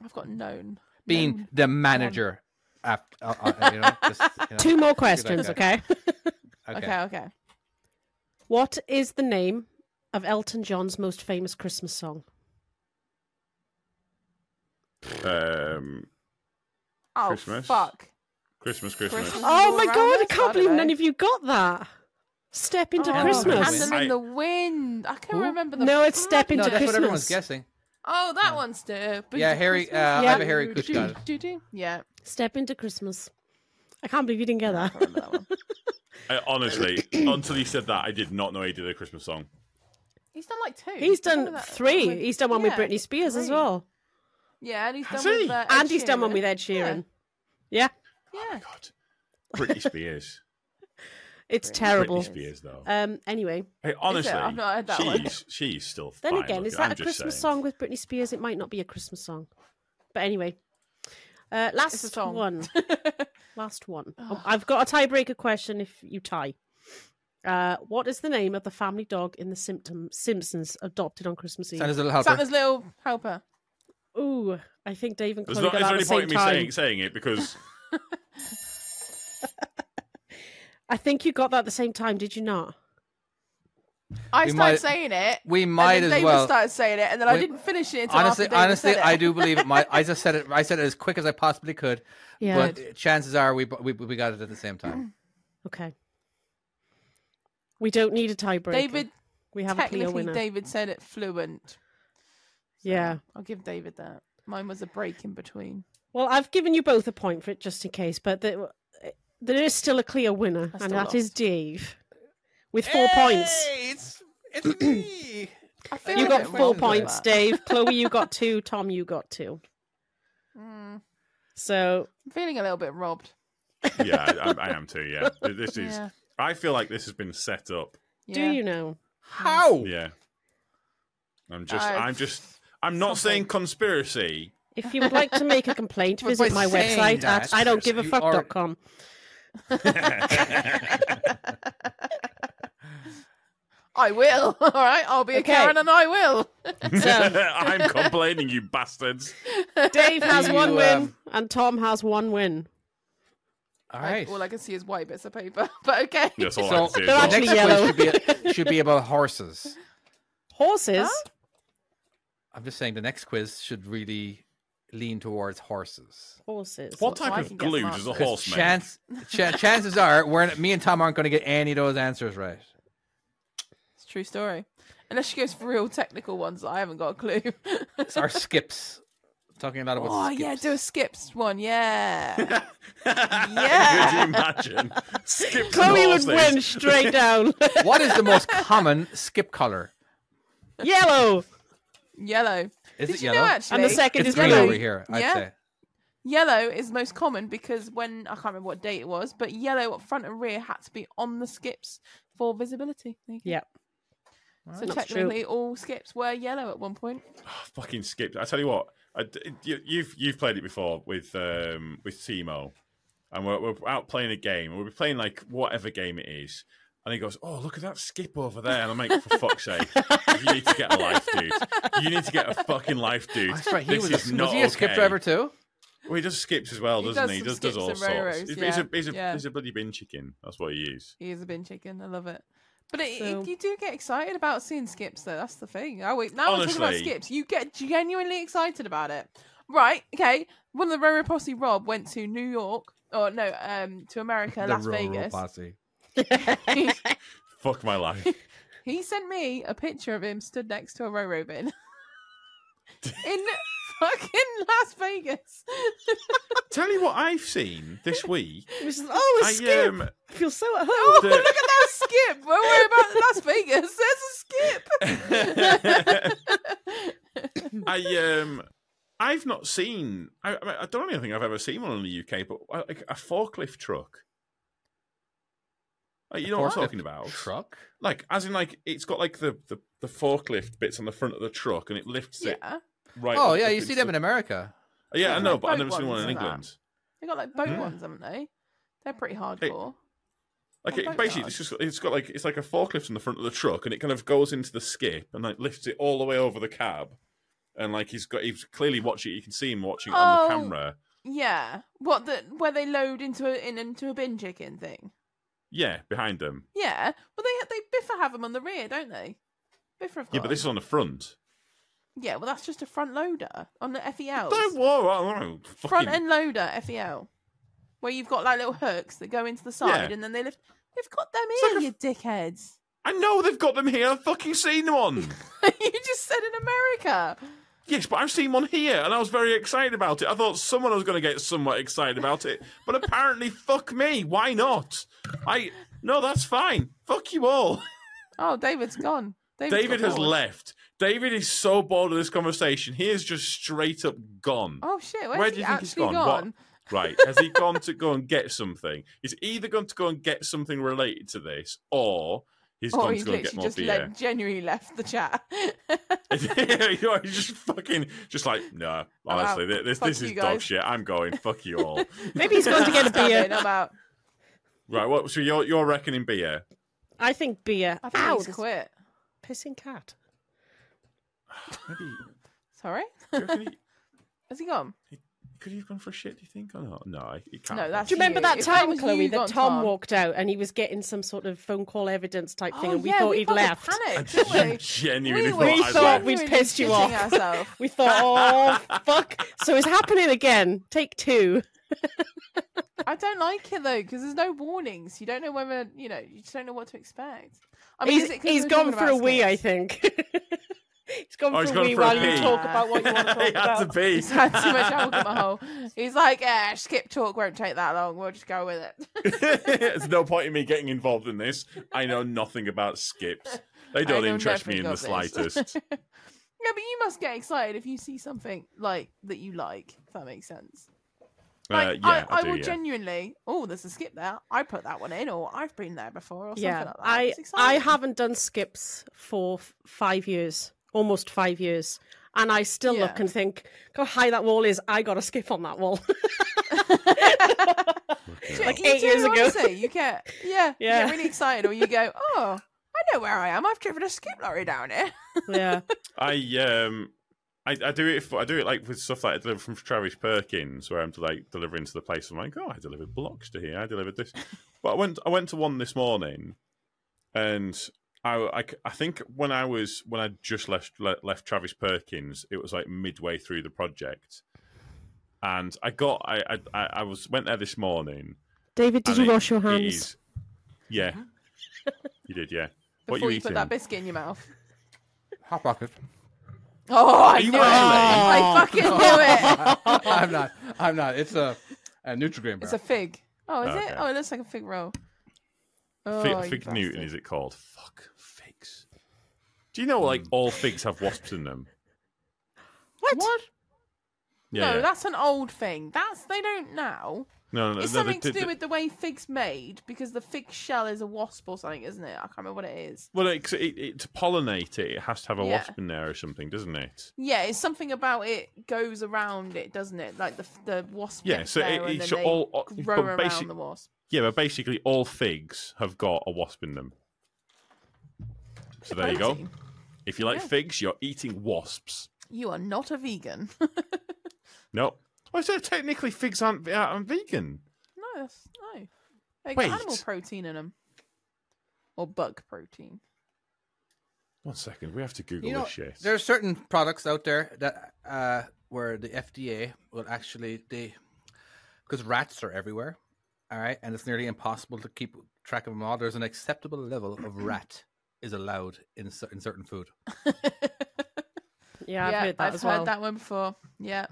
Speaker 2: I've got known.
Speaker 3: being
Speaker 2: Known.
Speaker 3: the manager. After, uh, uh, you know, just, you know,
Speaker 5: (laughs)
Speaker 1: (laughs)
Speaker 5: Two more
Speaker 3: that
Speaker 5: questions,
Speaker 3: guy.
Speaker 5: okay?
Speaker 3: Okay.
Speaker 2: Okay, okay.
Speaker 5: What is the name of Elton John's most famous Christmas song?
Speaker 1: Um,
Speaker 2: Oh
Speaker 1: Christmas.
Speaker 2: fuck!
Speaker 1: Christmas, Christmas.
Speaker 2: Christmas.
Speaker 5: Oh
Speaker 2: all
Speaker 5: my
Speaker 2: around
Speaker 5: god, I
Speaker 2: us,
Speaker 5: can't
Speaker 2: don't
Speaker 5: believe
Speaker 2: know.
Speaker 5: none of you got that. Step into
Speaker 2: Oh, Hand
Speaker 5: Christmas.
Speaker 2: them in the wind. I can't remember the.
Speaker 5: No, it's Step
Speaker 3: No,
Speaker 5: into
Speaker 3: that's
Speaker 5: Christmas.
Speaker 3: what everyone's guessing.
Speaker 2: Oh, that one's there.
Speaker 3: Yeah, Harry. Uh, I have a Harry Kush gun.
Speaker 2: Yeah,
Speaker 5: Step into Christmas. I can't believe you didn't get that.
Speaker 2: (laughs) I remember that one.
Speaker 1: I,
Speaker 5: (coughs)
Speaker 1: honestly, until you said that, I did not know he did a Christmas song.
Speaker 2: He's done like two.
Speaker 5: He's
Speaker 2: with
Speaker 5: done
Speaker 2: that-
Speaker 5: three.
Speaker 2: with-
Speaker 5: He's done one with
Speaker 2: yeah,
Speaker 5: Britney Spears as
Speaker 2: three.
Speaker 5: well.
Speaker 2: Yeah, and he's
Speaker 1: Has
Speaker 2: done
Speaker 1: he?
Speaker 2: with. Uh, Ed
Speaker 5: and he's done one
Speaker 2: Sheeran.
Speaker 5: with Ed Sheeran. Yeah,
Speaker 2: Yeah.
Speaker 1: Oh
Speaker 2: yeah.
Speaker 1: God,
Speaker 5: (laughs)
Speaker 1: Britney Spears.
Speaker 5: it's
Speaker 2: Britney
Speaker 5: terrible.
Speaker 1: Britney Spears, though.
Speaker 5: Um. Anyway,
Speaker 1: Hey, honestly,
Speaker 2: I've not heard that
Speaker 1: she's
Speaker 2: one.
Speaker 1: she's still.
Speaker 5: (laughs) then
Speaker 1: fine
Speaker 5: again, is
Speaker 1: looking,
Speaker 5: that
Speaker 1: I'm
Speaker 5: a
Speaker 1: just
Speaker 5: Christmas
Speaker 1: saying.
Speaker 5: song with Britney Spears? It might not be a Christmas song, but anyway. Uh, last
Speaker 2: It's a song.
Speaker 5: one.
Speaker 2: (laughs)
Speaker 5: last one. Oh, I've got a tiebreaker question. If you tie, uh, what is the name of the family dog in the symptom Simpsons adopted on Christmas Eve?
Speaker 3: Santa's little helper.
Speaker 2: Santa's little helper.
Speaker 5: Ooh, I think Dave and
Speaker 1: There's
Speaker 5: Chloe
Speaker 1: not,
Speaker 5: got
Speaker 1: is
Speaker 5: that
Speaker 1: there
Speaker 5: at
Speaker 1: any
Speaker 5: the
Speaker 1: point in me
Speaker 5: same time.
Speaker 1: saying, saying it
Speaker 5: (laughs)
Speaker 1: because
Speaker 5: I think you got that at the same time, did you not?
Speaker 2: I
Speaker 3: We
Speaker 2: started
Speaker 3: might-
Speaker 2: saying it.
Speaker 3: we
Speaker 2: and
Speaker 3: might
Speaker 2: then
Speaker 3: as
Speaker 2: David
Speaker 3: well.
Speaker 2: started saying it, and then I
Speaker 3: We-
Speaker 2: didn't finish it. Until
Speaker 3: honestly,
Speaker 2: after David
Speaker 3: honestly,
Speaker 2: said it.
Speaker 3: I do believe it. might I just said it. I said it as quick as I possibly could.
Speaker 5: Yeah.
Speaker 3: But chances are we, we we got it at the same time.
Speaker 5: Okay. We don't need a tiebreaker.
Speaker 2: David,
Speaker 5: we have a clear
Speaker 2: technically,
Speaker 5: winner.
Speaker 2: David said it fluent.
Speaker 5: Yeah.
Speaker 2: I'll give David that. Mine was a break in between.
Speaker 5: Well, I've given you both a point for it just in case, but the, there is still a clear winner,
Speaker 2: I
Speaker 5: and
Speaker 2: still
Speaker 5: that is Dave with four points.
Speaker 3: It's it's me.
Speaker 2: I feel
Speaker 5: You
Speaker 2: a
Speaker 5: got
Speaker 2: bit
Speaker 5: four
Speaker 2: wrong for
Speaker 5: points,
Speaker 2: that.
Speaker 5: Dave. Chloe, you got two. Tom, you got two.
Speaker 2: Mm,
Speaker 5: So
Speaker 2: I'm feeling a little bit robbed.
Speaker 1: yeah, I, I- I am too. Yeah, this is.
Speaker 2: Yeah.
Speaker 1: I feel like this has been set up.
Speaker 5: do
Speaker 2: Yeah.
Speaker 5: you know?
Speaker 3: How?
Speaker 1: Yeah, I'm just.
Speaker 2: I've-
Speaker 1: I'm just. I'm not
Speaker 2: Something.
Speaker 1: saying
Speaker 5: (laughs)
Speaker 1: conspiracy.
Speaker 5: If you would like to make a complaint,
Speaker 3: (laughs) But
Speaker 5: visit
Speaker 3: by
Speaker 5: my
Speaker 3: saying
Speaker 5: website
Speaker 3: that,
Speaker 5: at I don't give a
Speaker 3: you are-
Speaker 5: fuck.com.
Speaker 2: I will. (laughs) All right. I'll be a
Speaker 5: Okay.
Speaker 2: Karen and I will.
Speaker 1: (laughs) I'm complaining, you bastards.
Speaker 5: Dave has
Speaker 3: You,
Speaker 5: one win,
Speaker 3: um,
Speaker 5: and Tom has one win.
Speaker 3: All
Speaker 2: Like,
Speaker 3: right.
Speaker 2: all I can see is white bits of paper. (laughs) But okay.
Speaker 1: That's all I
Speaker 3: so
Speaker 1: can say as
Speaker 5: they're
Speaker 1: well.
Speaker 5: actually
Speaker 3: next quiz
Speaker 5: yellow.
Speaker 3: should be should be about horses.
Speaker 5: Horses.
Speaker 2: Huh?
Speaker 3: I'm just saying the next quiz should really lean towards horses.
Speaker 5: Horses.
Speaker 1: What
Speaker 5: That's
Speaker 1: type
Speaker 2: I
Speaker 1: of
Speaker 2: can get
Speaker 1: glue
Speaker 2: marked.
Speaker 1: does a
Speaker 3: 'Cause
Speaker 1: horse make?
Speaker 3: Chance, cha- chances are, we're me and Tom aren't going to get any of those answers right.
Speaker 2: It's a true story. Unless she goes for real technical ones, I haven't got a clue.
Speaker 3: It's our skips. Talking a lot about.
Speaker 2: oh,
Speaker 3: skips.
Speaker 2: yeah. Do a skips one. Yeah.
Speaker 1: Could you
Speaker 2: yeah.
Speaker 1: imagine? Skip to
Speaker 5: Chloe would
Speaker 1: horses.
Speaker 5: win
Speaker 3: (laughs)
Speaker 5: straight down.
Speaker 3: What is the most common skip color?
Speaker 5: Yellow.
Speaker 2: Yellow.
Speaker 3: Is
Speaker 2: Did
Speaker 3: it
Speaker 2: you know
Speaker 3: yellow?
Speaker 2: actually?
Speaker 5: And the second
Speaker 3: it's
Speaker 5: is
Speaker 3: green
Speaker 5: yellow.
Speaker 3: over here. I'd
Speaker 2: Yeah.
Speaker 3: say.
Speaker 2: Yellow is most common because when I can't remember what date it was, but yellow up front and rear had to be on the skips for visibility. There you go.
Speaker 5: Yeah.
Speaker 2: So
Speaker 5: That's true.
Speaker 2: technically, all skips were yellow at one point.
Speaker 1: Oh, fucking skipped. I tell you what, I, you, you've you've played it before with um, with Timo, and we're, we're out playing a game, and we'll be playing like whatever game it is, and he goes, "Oh, look at that skip over there," and I'm like, "For fuck's sake, you need to get a life, dude. You need to get a fucking life, dude.
Speaker 3: That's right. He
Speaker 1: this
Speaker 3: was,
Speaker 1: is
Speaker 3: a,
Speaker 1: not
Speaker 3: was he a skip
Speaker 1: okay."
Speaker 3: driver too?
Speaker 1: Well, he does skips as well,
Speaker 2: He
Speaker 1: doesn't
Speaker 2: does
Speaker 1: he?
Speaker 2: some
Speaker 1: does does
Speaker 2: skips
Speaker 1: all
Speaker 2: and
Speaker 1: sorts.
Speaker 2: railroads,
Speaker 1: he's, he's a
Speaker 2: yeah.
Speaker 1: he's a,
Speaker 2: Yeah.
Speaker 1: he's a bloody bin chicken. That's what he is.
Speaker 2: He is a bin chicken. I love it. But it,
Speaker 5: So-
Speaker 2: it, you do get excited about seeing skips, though. That's the thing. I wait, now we're talking about
Speaker 1: Honestly.
Speaker 2: skips. You get genuinely excited about it. Right. Okay. One of the Roro Posse Rob went to New York, or no, um, to America, Las Vegas.
Speaker 1: Fuck my
Speaker 3: (laughs)
Speaker 1: life.
Speaker 2: He sent me a picture of him stood next to a Roro (laughs) bin in fucking Las Vegas.
Speaker 1: tell you what I've seen this week.
Speaker 5: It was- oh, a
Speaker 1: I,
Speaker 5: skip.
Speaker 1: um,
Speaker 5: I feel so at home.
Speaker 2: Oh,
Speaker 1: The-
Speaker 2: look at that skip. Don't worry about Las Vegas. There's
Speaker 1: I um, I've not seen. I, I mean, I don't really think I've ever seen one in the UK, but uh, like a forklift truck. Like, you know what I'm talking about?
Speaker 3: Truck.
Speaker 1: Like, as in, like it's got like the, the the forklift bits on the front of the truck, and it lifts
Speaker 2: a skip.
Speaker 1: it
Speaker 2: Yeah.
Speaker 1: right.
Speaker 3: Oh
Speaker 1: up
Speaker 3: yeah,
Speaker 1: up
Speaker 3: you see
Speaker 1: into
Speaker 3: them in
Speaker 1: the-
Speaker 3: America.
Speaker 1: Yeah, I
Speaker 2: They've
Speaker 1: know,
Speaker 2: got
Speaker 1: but I've never
Speaker 2: boat
Speaker 1: seen one
Speaker 2: ones
Speaker 1: in
Speaker 2: and that.
Speaker 1: England.
Speaker 2: They got like boat
Speaker 1: Yeah.
Speaker 2: ones, haven't they? They're pretty hardcore.
Speaker 1: Like
Speaker 2: Oh,
Speaker 1: it,
Speaker 2: boat
Speaker 1: basically,
Speaker 2: yards.
Speaker 1: it's just it's got like it's like a forklift on the front of the truck, and it kind of goes into the skip and like lifts it all the way over the cab, and like he's got he's clearly watching. You can see him watching it on the
Speaker 2: Oh.
Speaker 1: camera.
Speaker 2: Yeah. What the where they load into a in into a bin chicken thing.
Speaker 1: Yeah, behind them.
Speaker 2: Yeah. Well, they they Biffa have them on the rear, don't they? Biffa have got
Speaker 1: Yeah, but this is
Speaker 2: them.
Speaker 1: on the front.
Speaker 2: Yeah, well, that's just a front loader on the FEL.
Speaker 1: Don't whoa, I don't know,
Speaker 2: Oh, Front
Speaker 1: fucking-
Speaker 2: end loader FEL, where you've got like little hooks that go into the side
Speaker 1: Yeah.
Speaker 2: and then they lift. They've got them
Speaker 1: It's
Speaker 2: here,
Speaker 1: like a-
Speaker 2: you dickheads. (laughs)
Speaker 1: I know they've got them here. I've fucking seen one.
Speaker 2: you just said in America.
Speaker 1: (laughs) yes, but I've seen one here, and I was very excited about it. I thought someone was going to get somewhat excited about it, but apparently, fuck me. Why not? I no, that's fine. Fuck you all. (laughs)
Speaker 2: Oh, David's gone. David's
Speaker 1: David
Speaker 2: got
Speaker 1: has
Speaker 2: bored.
Speaker 1: left. David is so bored of this conversation. He is just straight up gone.
Speaker 2: Oh shit! Where's
Speaker 1: Where
Speaker 2: Where
Speaker 1: do
Speaker 2: he
Speaker 1: you think
Speaker 2: actually
Speaker 1: he's gone? What? (laughs) Right. Has he gone to go and get something? He's either gone to go and get something related to this, or he's
Speaker 2: Or
Speaker 1: gone
Speaker 2: he's
Speaker 1: to go and get
Speaker 2: Oh, literally
Speaker 1: more
Speaker 2: just
Speaker 1: beer.
Speaker 2: le- genuinely left the chat.
Speaker 1: (laughs) you know, he's just fucking, just like, no, honestly,
Speaker 2: out.
Speaker 1: thi- this
Speaker 2: Fuck
Speaker 1: this
Speaker 2: you
Speaker 1: is dog
Speaker 2: guys."
Speaker 1: shit. I'm going. Fuck you
Speaker 2: (laughs)
Speaker 1: all.
Speaker 5: Maybe he's going to get a
Speaker 2: Okay,
Speaker 5: beer.
Speaker 2: no, I'm out.
Speaker 1: right. What? So you're you're reckoning beer?
Speaker 5: I think beer.
Speaker 2: I think
Speaker 5: Ow,
Speaker 2: he's
Speaker 5: this
Speaker 2: quit.
Speaker 5: pissing cat.
Speaker 1: Maybe.
Speaker 2: Sorry, (laughs)
Speaker 1: do you reckon he,
Speaker 2: has he gone?
Speaker 1: could he have gone for a shit? Do you think or not? No, he- he can't.
Speaker 2: No,
Speaker 1: have.
Speaker 2: that's
Speaker 5: Do you remember
Speaker 2: you.
Speaker 5: that
Speaker 2: If that
Speaker 5: time,
Speaker 2: was
Speaker 5: Chloe,
Speaker 2: you
Speaker 5: that
Speaker 2: gone,
Speaker 5: Tom,
Speaker 2: Tom.
Speaker 5: walked out and he was getting some sort of phone call evidence type thing, and we
Speaker 2: Oh, yeah,
Speaker 5: thought he'd
Speaker 2: fucking
Speaker 5: left.
Speaker 1: (laughs)
Speaker 2: Panicked,
Speaker 1: I
Speaker 2: didn't we?
Speaker 5: (laughs)
Speaker 1: genuinely
Speaker 2: were-
Speaker 1: thought
Speaker 5: We
Speaker 1: I'd
Speaker 5: thought
Speaker 1: left.
Speaker 5: we-
Speaker 2: genuinely
Speaker 5: pissed you
Speaker 2: shitting
Speaker 5: off.
Speaker 2: ourselves.
Speaker 5: We thought,
Speaker 2: (laughs)
Speaker 5: oh fuck! So it's happening again. Take two.
Speaker 2: I don't like it though because there's no warnings. You don't know whether you know. You just don't know what to expect. I mean,
Speaker 5: he's
Speaker 2: is it 'cause
Speaker 5: he's
Speaker 2: we're
Speaker 5: gone
Speaker 2: talking
Speaker 5: for a
Speaker 2: about
Speaker 5: wee, I
Speaker 2: skits?
Speaker 5: think. (laughs) he's gone
Speaker 1: Oh,
Speaker 5: for
Speaker 1: he's
Speaker 5: a
Speaker 1: gone
Speaker 5: wee
Speaker 1: for a
Speaker 5: while you
Speaker 1: pee.
Speaker 5: talk about what you
Speaker 1: (laughs)
Speaker 5: want to talk
Speaker 1: he had
Speaker 5: about.
Speaker 1: to pee.
Speaker 2: He's had
Speaker 1: (laughs)
Speaker 2: too much
Speaker 5: (laughs)
Speaker 2: alcohol. He's like, eh, skip talk won't take that long. We'll just go with it.
Speaker 1: There's no point in me getting involved in this. I know nothing about skips. They
Speaker 2: (laughs)
Speaker 1: don't
Speaker 2: know
Speaker 1: interest me in
Speaker 2: nothing
Speaker 1: the
Speaker 2: of this.
Speaker 1: slightest.
Speaker 2: (laughs) Yeah, but you must get excited if you see something like that you like. If that makes sense. Like,
Speaker 1: uh, yeah, I,
Speaker 2: I,
Speaker 1: do.
Speaker 2: will
Speaker 1: yeah.
Speaker 2: genuinely. Oh, there's a skip there. I put that one in, or I've been there before, or something
Speaker 5: Yeah,
Speaker 2: like that.
Speaker 5: I
Speaker 2: It's
Speaker 5: I
Speaker 2: exciting.
Speaker 5: haven't done skips for f- five years, almost five years, and I still look
Speaker 2: Yeah.
Speaker 5: and think, how high that wall is. I got a skip on that wall. (laughs) like
Speaker 2: You
Speaker 5: eight
Speaker 2: do,
Speaker 5: years ago.
Speaker 2: honestly, you get yeah, you
Speaker 5: Yeah.
Speaker 2: get really excited, or you go, oh, I know where I am. I've driven a skip lorry down here.
Speaker 5: yeah,
Speaker 1: I um I, I do it for, I do it like with stuff like I deliver from Travis Perkins where I'm like delivering to the place. I'm like, oh, I delivered blocks to here. I delivered this, but I went I went to one this morning, and I, I c- I think when I was when I just left le- left Travis Perkins, it was like midway through the project, and I got I I- I, I was went there this morning.
Speaker 5: David, did
Speaker 1: and
Speaker 5: you
Speaker 1: it-
Speaker 5: wash your
Speaker 1: it
Speaker 5: hands? Uh-huh.
Speaker 1: is- yeah, you did.
Speaker 5: (laughs)
Speaker 1: Yeah.
Speaker 2: Before
Speaker 1: what you,
Speaker 2: you,
Speaker 1: eating?
Speaker 2: put that biscuit in your mouth.
Speaker 1: (laughs)
Speaker 3: Hot pocket.
Speaker 2: Oh, I knew
Speaker 1: you
Speaker 2: it.
Speaker 5: Oh,
Speaker 2: I fucking knew it.
Speaker 3: I'm not. I'm not. It's a, a Nutrigrain
Speaker 2: It's
Speaker 3: bar.
Speaker 2: a fig. Oh, is
Speaker 1: Okay.
Speaker 2: it? Oh, it looks like a fig roll. Oh,
Speaker 1: Fig,
Speaker 2: you
Speaker 1: fig Newton
Speaker 2: bastard.
Speaker 1: is it called? Fuck figs. Do you know like
Speaker 2: Mm.
Speaker 1: all figs have wasps in them?
Speaker 5: What?
Speaker 1: Yeah.
Speaker 2: no,
Speaker 1: yeah.
Speaker 2: that's an old thing. That's they don't now.
Speaker 1: no, no,
Speaker 2: It's
Speaker 1: no, they
Speaker 2: something to
Speaker 1: did-
Speaker 2: do
Speaker 1: they-
Speaker 2: with the way figs made because the fig shell is a wasp or something, isn't it? I can't remember what it is.
Speaker 1: Well, it, it, it, to pollinate it, it has to have a
Speaker 2: Yeah.
Speaker 1: wasp in there or something, doesn't it?
Speaker 2: Yeah, it's something about it goes around it, doesn't it? Like the the wasp.
Speaker 1: Yeah,
Speaker 2: gets
Speaker 1: so
Speaker 2: there
Speaker 1: it-
Speaker 2: and
Speaker 1: it
Speaker 2: then
Speaker 1: should
Speaker 2: they
Speaker 1: all- all-
Speaker 2: grow
Speaker 1: but
Speaker 2: around
Speaker 1: basic-
Speaker 2: the wasp.
Speaker 1: Yeah, but basically all figs have got a wasp in them. So there you go.
Speaker 2: Protein.
Speaker 1: If you like
Speaker 2: Yeah.
Speaker 1: figs, you're eating wasps.
Speaker 2: You are not a vegan. (laughs)
Speaker 1: No. Well, so technically figs aren't, aren't vegan.
Speaker 2: No, that's no. They got animal
Speaker 1: Wait.
Speaker 2: protein in them, or bug protein. (laughs)
Speaker 1: One second, we have to Google
Speaker 3: You know,
Speaker 1: this shit.
Speaker 3: there are certain products out there that uh, where the FDA will actually they because rats are everywhere, all right, and it's nearly impossible to keep track of them all. There's an acceptable level
Speaker 2: (clears throat)
Speaker 3: of rat is allowed in cer- in certain food. (laughs)
Speaker 5: Yeah, I've
Speaker 2: yeah,
Speaker 5: heard that
Speaker 2: I've
Speaker 5: as well.
Speaker 2: heard that one before. Yeah,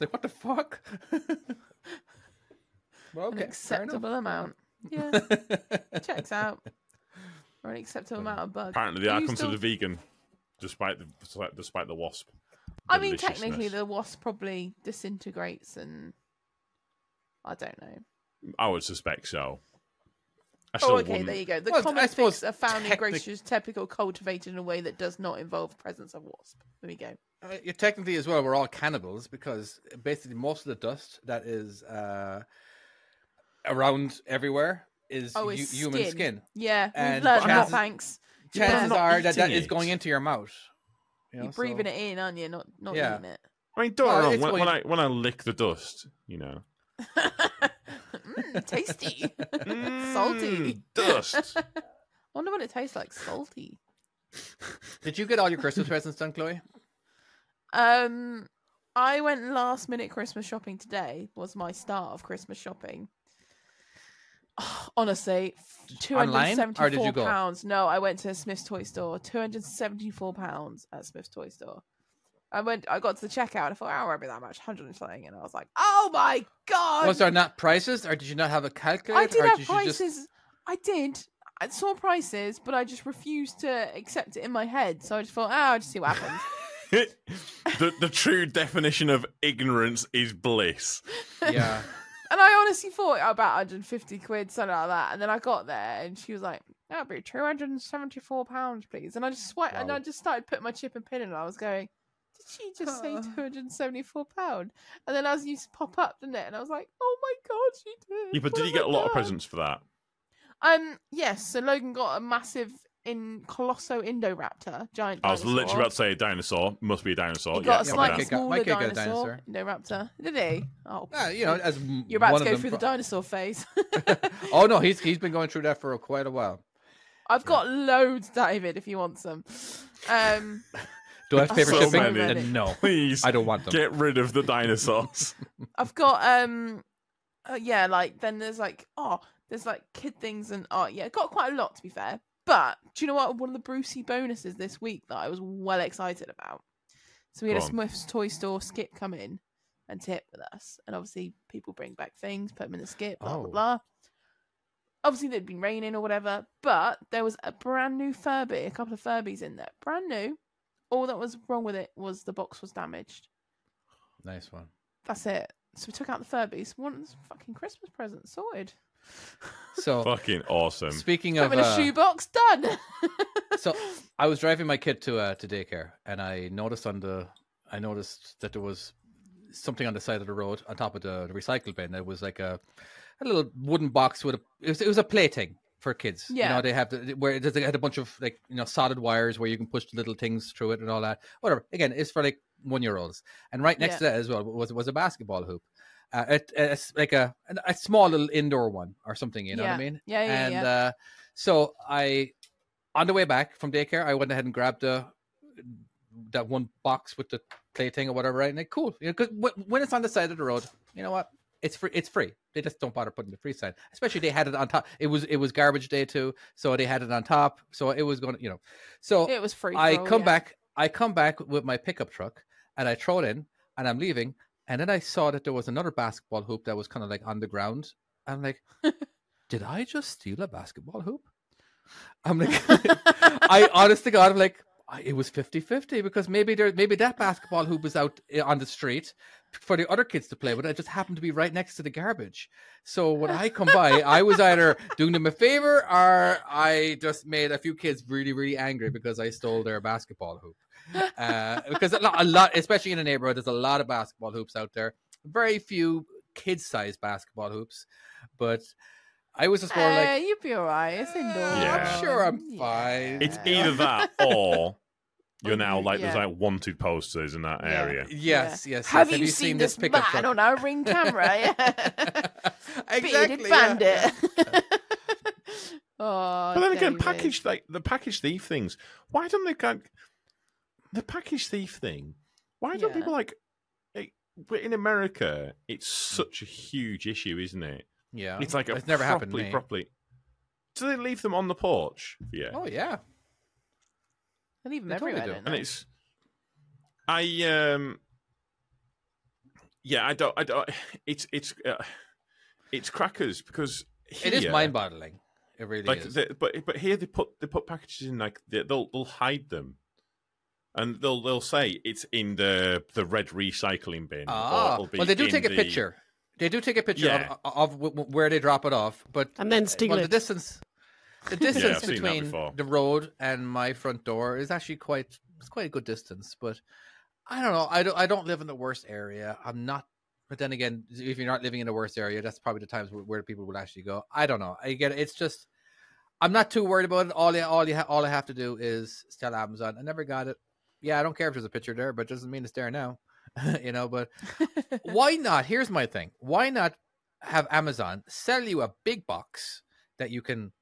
Speaker 3: like what the fuck? (laughs) well,
Speaker 2: an
Speaker 3: okay, fair enough.
Speaker 2: acceptable amount.
Speaker 5: (laughs)
Speaker 2: Yeah, checks out. Or an acceptable amount of bug.
Speaker 1: Apparently, they
Speaker 2: Are
Speaker 1: are
Speaker 2: you
Speaker 1: considered
Speaker 2: still-
Speaker 1: vegan, despite the despite the wasp.
Speaker 2: I mean,
Speaker 1: deliciousness.
Speaker 2: technically, the wasp probably disintegrates, and I don't know.
Speaker 1: I would suspect so. I still
Speaker 2: Oh, okay,
Speaker 1: wouldn't.
Speaker 2: there you go. The
Speaker 3: Well, I
Speaker 2: common
Speaker 3: suppose
Speaker 2: figs are found in
Speaker 3: technic-
Speaker 2: groceries typical cultivated in a way that does not involve presence of wasp. There we go.
Speaker 3: Uh, yeah, technically, as well, we're all cannibals because basically most of the dust that is uh, around everywhere is
Speaker 2: Oh,
Speaker 3: hu-
Speaker 2: it's
Speaker 3: human
Speaker 2: skin.
Speaker 3: skin.
Speaker 2: Yeah, we've
Speaker 3: And
Speaker 2: learned that.
Speaker 3: chances-
Speaker 2: Thanks. Yeah.
Speaker 3: Chances
Speaker 1: Not
Speaker 3: are that that
Speaker 1: eating
Speaker 3: is going
Speaker 1: it.
Speaker 3: into your mouth. You
Speaker 2: You're
Speaker 3: know,
Speaker 2: breathing
Speaker 3: so-
Speaker 2: it in, aren't you? Not not
Speaker 3: Yeah.
Speaker 2: eating it. (laughs)
Speaker 1: I mean, don't
Speaker 3: Well,
Speaker 1: get me
Speaker 3: it's
Speaker 1: wrong, when, when
Speaker 3: what
Speaker 1: I when
Speaker 2: (laughs)
Speaker 1: I lick the dust, you know,
Speaker 3: (laughs)
Speaker 2: Mm, tasty. salty. (laughs)
Speaker 1: dust.
Speaker 2: I wonder what it tastes like. Salty.
Speaker 3: Did you get all your Christmas presents
Speaker 2: (laughs)
Speaker 3: done, Chloe?
Speaker 2: Um, I went last minute Christmas shopping today. Was my start of Christmas shopping. (sighs) Honestly, two hundred
Speaker 3: online, or did you
Speaker 2: seventy-four
Speaker 3: go?
Speaker 2: pounds. No, I went to Smith's toy store. Two hundred seventy-four pounds at Smith's toy store. I went. I got to the checkout. and I thought, oh, it won't be that much, hundred and something, and I was like, oh my god!
Speaker 3: Was there not prices, or did you not have a calculator?
Speaker 2: I did
Speaker 3: or
Speaker 2: have
Speaker 3: did
Speaker 2: prices.
Speaker 3: You just...
Speaker 2: I did. I saw prices, but I just refused to accept it in my head. So I just thought, oh, I'll just see what happens.
Speaker 1: the, the true definition of ignorance is bliss.
Speaker 2: (laughs)
Speaker 3: Yeah.
Speaker 2: And I honestly thought about 150 quid, something like that. And then I got there and she was like, that'd be 274 pounds, please. And I just sweat and I just started putting my chip and pin in and I was going, did she just say 274 pound? And then as you pop up, didn't it? And I was like, oh my God, she did.
Speaker 1: Yeah, but
Speaker 2: Oh
Speaker 1: did you
Speaker 2: my
Speaker 1: get a lot of
Speaker 2: God."
Speaker 1: presents for that?
Speaker 2: Um, yes. So Logan got a massive in Colosso Indoraptor, giant
Speaker 1: I was
Speaker 2: dinosaur.
Speaker 1: literally about to say a dinosaur. Must be a dinosaur.
Speaker 2: He got a
Speaker 1: yeah,
Speaker 3: Yeah,
Speaker 2: slightly
Speaker 1: okay.
Speaker 3: Mike got-
Speaker 2: smaller
Speaker 3: Mike got a
Speaker 2: dinosaur, Indoraptor. Did he? Oh,
Speaker 3: Yeah, you know, as m-
Speaker 2: you're about
Speaker 3: one
Speaker 2: to
Speaker 3: of
Speaker 2: go
Speaker 3: them
Speaker 2: through the
Speaker 3: pro-
Speaker 2: dinosaur phase.
Speaker 3: (laughs) Oh no, he's he's been going through that for quite a while.
Speaker 2: I've got loads, David, if you want some. Um,
Speaker 3: Do
Speaker 2: (laughs)
Speaker 3: I have to pay for
Speaker 1: So
Speaker 3: shipping?
Speaker 1: many.
Speaker 3: Uh, No,
Speaker 1: Please,
Speaker 3: I don't want them.
Speaker 1: get rid of the
Speaker 3: (laughs)
Speaker 1: dinosaurs.
Speaker 2: I've got um, uh, yeah, like then there's like oh, there's like kid things and oh yeah, got quite a lot to be fair. But do you know what? One of the Brucey bonuses this week that I was well excited about. So we had
Speaker 1: Go
Speaker 2: a
Speaker 1: on.
Speaker 2: Smith's Toy Store skip come in and tip with us, and obviously people bring back things, put them in the skip, blah
Speaker 3: Oh.
Speaker 2: blah blah. Obviously, it'd been raining or whatever, but there was a brand new Furby, a couple of Furbies in there, brand new. All that was wrong with it was the box was damaged.
Speaker 3: Nice one.
Speaker 2: That's it. So we took out the Furbies. One fucking Christmas present sorted.
Speaker 3: So
Speaker 1: Fucking awesome.
Speaker 3: speaking
Speaker 2: Put
Speaker 3: of,
Speaker 2: them in a
Speaker 3: uh,
Speaker 2: shoebox. Done.
Speaker 3: so I was driving my kid to uh, to daycare, and I noticed on the I noticed that there was something on the side of the road on top of the, the recycle bin. There was like a a little wooden box with a it was, it was a plaything for kids. you
Speaker 2: Yeah.
Speaker 3: know they have the, where they had a bunch of like you know solid wires where you can push the little things through it and all that. Whatever. Again, it's for like one year olds, and right next
Speaker 2: Yeah.
Speaker 3: to that as well was was a basketball hoop. Uh, it, it's like a a small little indoor one or something,
Speaker 2: (laughs)
Speaker 3: you know what I
Speaker 2: Yeah.
Speaker 3: mean?
Speaker 2: Yeah, yeah,
Speaker 3: And
Speaker 2: yeah.
Speaker 3: Uh, so I on the way back from daycare, I went ahead and grabbed the that one box with the plaything or whatever, right? And like, cool, you know, 'cause wh- when it's on the side of the road, you know what? It's free. It's free. They just don't bother putting the free sign. Especially they had it on top. It was it was garbage day too, so they had it on top. So it was going, to you know. So
Speaker 2: it was free. for
Speaker 3: I
Speaker 2: all,
Speaker 3: come
Speaker 2: yeah.
Speaker 3: back. I come back with my pickup truck and I throw it in and I'm leaving. And then I saw that there was another basketball hoop that was kind of like on the ground.
Speaker 2: (laughs)
Speaker 3: I'm like, did I just steal a basketball hoop?
Speaker 2: (laughs)
Speaker 3: I'm like, (laughs) I honest to God, I'm like, I- it was 50 50 because maybe there, maybe that basketball hoop was out i- on the street for the other kids to play with. It just happened to be right next to the garbage. So when I come by, I was either doing them a favor or I just made a few kids really, really angry because I stole their basketball hoop. Uh, because a lot, a lot, especially in the neighborhood, there's a lot of basketball hoops out there. Very few kid-sized basketball hoops, but I was just more
Speaker 2: Eh,
Speaker 3: like,
Speaker 2: you'd be all right. It's indoors.
Speaker 1: Yeah.
Speaker 3: I'm sure I'm fine.
Speaker 1: It's
Speaker 2: Yeah.
Speaker 1: either
Speaker 3: (laughs)
Speaker 1: that or you're now
Speaker 2: Or,
Speaker 1: like
Speaker 2: yeah.
Speaker 1: there's like wanted posters in that
Speaker 2: Uh, Yeah.
Speaker 1: area.
Speaker 3: yes, yes, yes.
Speaker 2: Have, you seen, this,
Speaker 3: pickup
Speaker 2: man
Speaker 3: truck?"
Speaker 2: on our ring
Speaker 3: (laughs)
Speaker 2: camera? (laughs) Yeah. (laughs)
Speaker 3: exactly.
Speaker 2: Bearded
Speaker 3: yeah,
Speaker 2: bandit.
Speaker 3: yeah.
Speaker 2: (laughs) oh,
Speaker 1: But then again,
Speaker 2: David.
Speaker 1: package like the package thief things. Why don't they kind the package thief thing? Why don't
Speaker 2: Yeah.
Speaker 1: people like? it- But in America, it's such a huge issue, isn't it?
Speaker 3: Yeah,
Speaker 1: It's like a
Speaker 3: it's never happened to
Speaker 1: properly,
Speaker 3: me.
Speaker 1: properly. Do they leave them on the porch? Yeah,
Speaker 3: Oh yeah,
Speaker 2: And even
Speaker 3: They totally
Speaker 2: everywhere.
Speaker 3: do.
Speaker 2: don't
Speaker 1: and
Speaker 2: (laughs) they?
Speaker 1: it's (laughs) I um yeah I don't I don't it's it's uh, it's crackers because
Speaker 3: it is
Speaker 1: here-
Speaker 3: mind-boggling. It really
Speaker 1: like
Speaker 3: is.
Speaker 1: they, but but here they put they put packages in like they, they'll they'll hide them, and they'll they'll say it's in the the red recycling bin. or
Speaker 3: ah,
Speaker 1: it'll be
Speaker 3: well, they do
Speaker 1: in
Speaker 3: take a
Speaker 1: the-
Speaker 3: picture. They do take a picture
Speaker 1: Yeah.
Speaker 3: of, of w- w- where they drop it off, but
Speaker 5: And then steal
Speaker 3: well, the
Speaker 5: it.
Speaker 3: distance, the
Speaker 1: (laughs) Yeah, I've
Speaker 3: distance
Speaker 1: seen that
Speaker 3: between
Speaker 1: before.
Speaker 3: the road and my front door is actually quite it's quite a good distance. But I don't know. I don't. I don't live in the worst area. I'm not. But then again, if you're not living in the worst area, that's probably the times where, where people will actually go. I don't know. I get it. It's just. I'm not too worried about it. All I, all you ha- all I have to do is tell Amazon. I never got it. Yeah, I don't care if there's a picture there, but it doesn't mean it's there now. (laughs) you know, but why not? Here's my thing. Why not have Amazon sell you a big box that you can,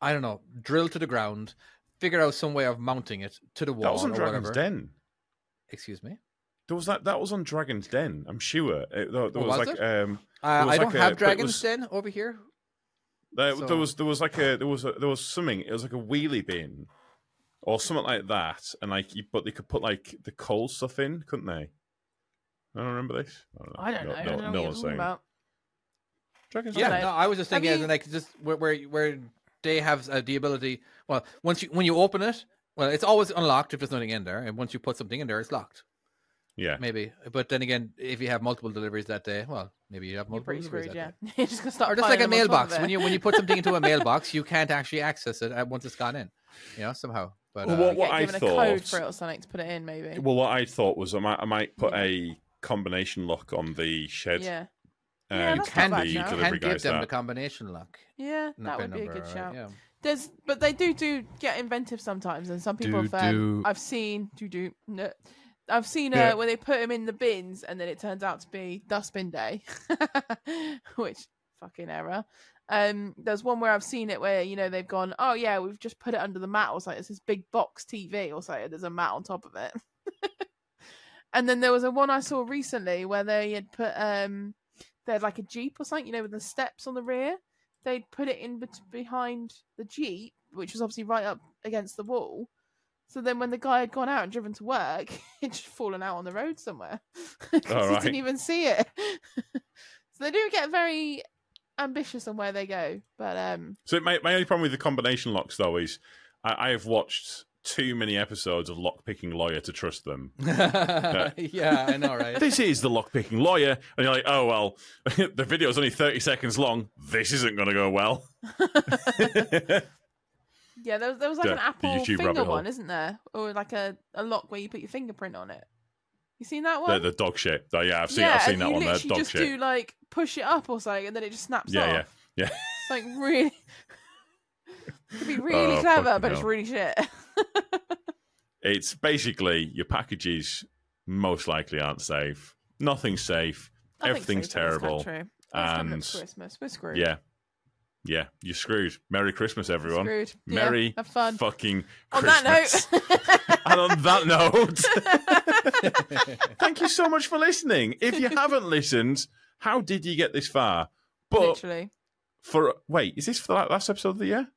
Speaker 3: I don't know, drill to the ground, figure out some way of mounting it to the wall
Speaker 1: That was on
Speaker 3: or
Speaker 1: Dragon's
Speaker 3: whatever.
Speaker 1: Den.
Speaker 3: Excuse me.
Speaker 1: There was that. That was on Dragon's Den. I'm sure. It, there, there
Speaker 3: Oh,
Speaker 1: was,
Speaker 3: was
Speaker 1: like
Speaker 3: it?
Speaker 1: um.
Speaker 3: Uh,
Speaker 1: It was
Speaker 3: I don't
Speaker 1: like a-
Speaker 3: have
Speaker 1: but it
Speaker 3: Dragon's
Speaker 1: was-
Speaker 3: Den over here.
Speaker 1: There,
Speaker 3: So-
Speaker 1: there was there was like a there was a, there was something. It was like a wheelie bin, or something like that. And like, you, but they could put like the coal stuff in, couldn't they? I don't remember this.
Speaker 2: I don't know.
Speaker 1: No,
Speaker 2: I
Speaker 1: no,
Speaker 2: don't know
Speaker 1: no
Speaker 2: what you're
Speaker 1: one's
Speaker 2: talking
Speaker 1: saying.
Speaker 2: about.
Speaker 1: Dragon's
Speaker 3: Yeah,
Speaker 1: Den.
Speaker 3: no, uh, I was just
Speaker 2: Have
Speaker 3: thinking, as
Speaker 2: you-
Speaker 3: in, like just where where, where they have uh, the ability. Well, once you when you open it, well, it's always unlocked if there's nothing in there, and once you put something in there, it's locked.
Speaker 1: Yeah.
Speaker 3: Maybe, but then again, if you have multiple deliveries that day, well, maybe you have
Speaker 2: You're
Speaker 3: multiple
Speaker 2: pretty
Speaker 3: deliveries
Speaker 2: screwed,
Speaker 3: that
Speaker 2: yeah. (laughs)
Speaker 3: day.
Speaker 2: You're just gonna start
Speaker 3: Or just like a
Speaker 2: piling them on top
Speaker 3: mailbox.
Speaker 2: of
Speaker 3: When
Speaker 2: it.
Speaker 3: you when you put something into a mailbox, you can't actually access it uh, once it's gone in. You know somehow. But
Speaker 1: Well,
Speaker 3: uh,
Speaker 1: what-
Speaker 2: get
Speaker 1: I
Speaker 2: given a code
Speaker 1: thought-
Speaker 2: for it or something to put it in, maybe.
Speaker 1: Well, what I thought was I might I might put a combination lock on the shed.
Speaker 2: yeah, Yeah,
Speaker 1: and
Speaker 2: that's
Speaker 3: can,
Speaker 2: not bad,
Speaker 1: the
Speaker 2: you
Speaker 3: you
Speaker 2: know.
Speaker 1: delivery
Speaker 3: can
Speaker 1: guys
Speaker 3: give them the
Speaker 1: that.
Speaker 3: combination lock.
Speaker 2: yeah,
Speaker 3: in the
Speaker 2: that
Speaker 3: pin
Speaker 2: would be a
Speaker 3: number,
Speaker 2: good
Speaker 3: right?
Speaker 2: shout.
Speaker 3: Yeah.
Speaker 2: There's, but they do do get inventive sometimes, and some people
Speaker 3: Do
Speaker 2: have, um,
Speaker 3: do.
Speaker 2: I've seen do do. No, I've seen uh,
Speaker 1: Yeah.
Speaker 2: where they put them in the bins, and then it turns out to be dustbin day, (laughs) which fucking error. Um, there's one where I've seen it where you know they've gone, oh yeah, we've just put it under the mat or something. It's this big box TV or something. There's a mat on top of it. (laughs) and then there was a one I saw recently where they had put um, they had like a jeep or something, you know, with the steps on the rear they'd put it in bet- behind the jeep, which was obviously right up against the wall. So then, when the guy had gone out and driven to work, (laughs) it just fallen out on the road somewhere (laughs) because he
Speaker 1: Alright.
Speaker 2: didn't even see it. (laughs) so they do get very ambitious on where they go, but um,
Speaker 1: So my my only problem with the combination locks though is I, I have watched too many episodes of lockpicking lawyer to trust them.
Speaker 3: (laughs) yeah, I know, right?
Speaker 1: this is the lockpicking lawyer, and you're like, oh well, (laughs) the video's only thirty seconds long. This isn't going to go
Speaker 2: (laughs)
Speaker 1: well.
Speaker 2: yeah, there was, there was like
Speaker 1: Yeah,
Speaker 2: an
Speaker 1: the
Speaker 2: Apple
Speaker 1: YouTube
Speaker 2: finger
Speaker 1: rabbit hole.
Speaker 2: one, isn't there, or like a, a lock where you put your fingerprint on it. You seen that
Speaker 1: the,
Speaker 2: one?
Speaker 1: the dog shit. Oh, yeah, I've seen
Speaker 2: yeah,
Speaker 1: I've seen
Speaker 2: and
Speaker 1: that
Speaker 2: you
Speaker 1: one. There,
Speaker 2: literally
Speaker 1: dog
Speaker 2: just
Speaker 1: shit.
Speaker 2: do like push it up or something, and then it just snaps
Speaker 1: yeah,
Speaker 2: off.
Speaker 1: yeah, yeah.
Speaker 2: It's like
Speaker 1: (laughs)
Speaker 2: really. Could be really
Speaker 1: Oh,
Speaker 2: clever,
Speaker 1: fucking
Speaker 2: but it's
Speaker 1: hell.
Speaker 2: really shit. (laughs)
Speaker 1: It's basically your packages most likely aren't safe. Nothing's safe. Everything's terrible. And-
Speaker 2: And Christmas, we're screwed.
Speaker 1: Yeah, yeah. You're screwed. Merry Christmas, everyone.
Speaker 2: Screwed. Yeah,
Speaker 1: Merry
Speaker 2: have fun.
Speaker 1: fucking
Speaker 2: On
Speaker 1: Christmas.
Speaker 2: that note,
Speaker 1: and on (laughs) that note, (laughs) thank you so much for listening. If you haven't listened, how did you get this far? But
Speaker 2: (laughs) literally,
Speaker 1: for wait, is this for the last episode of the year?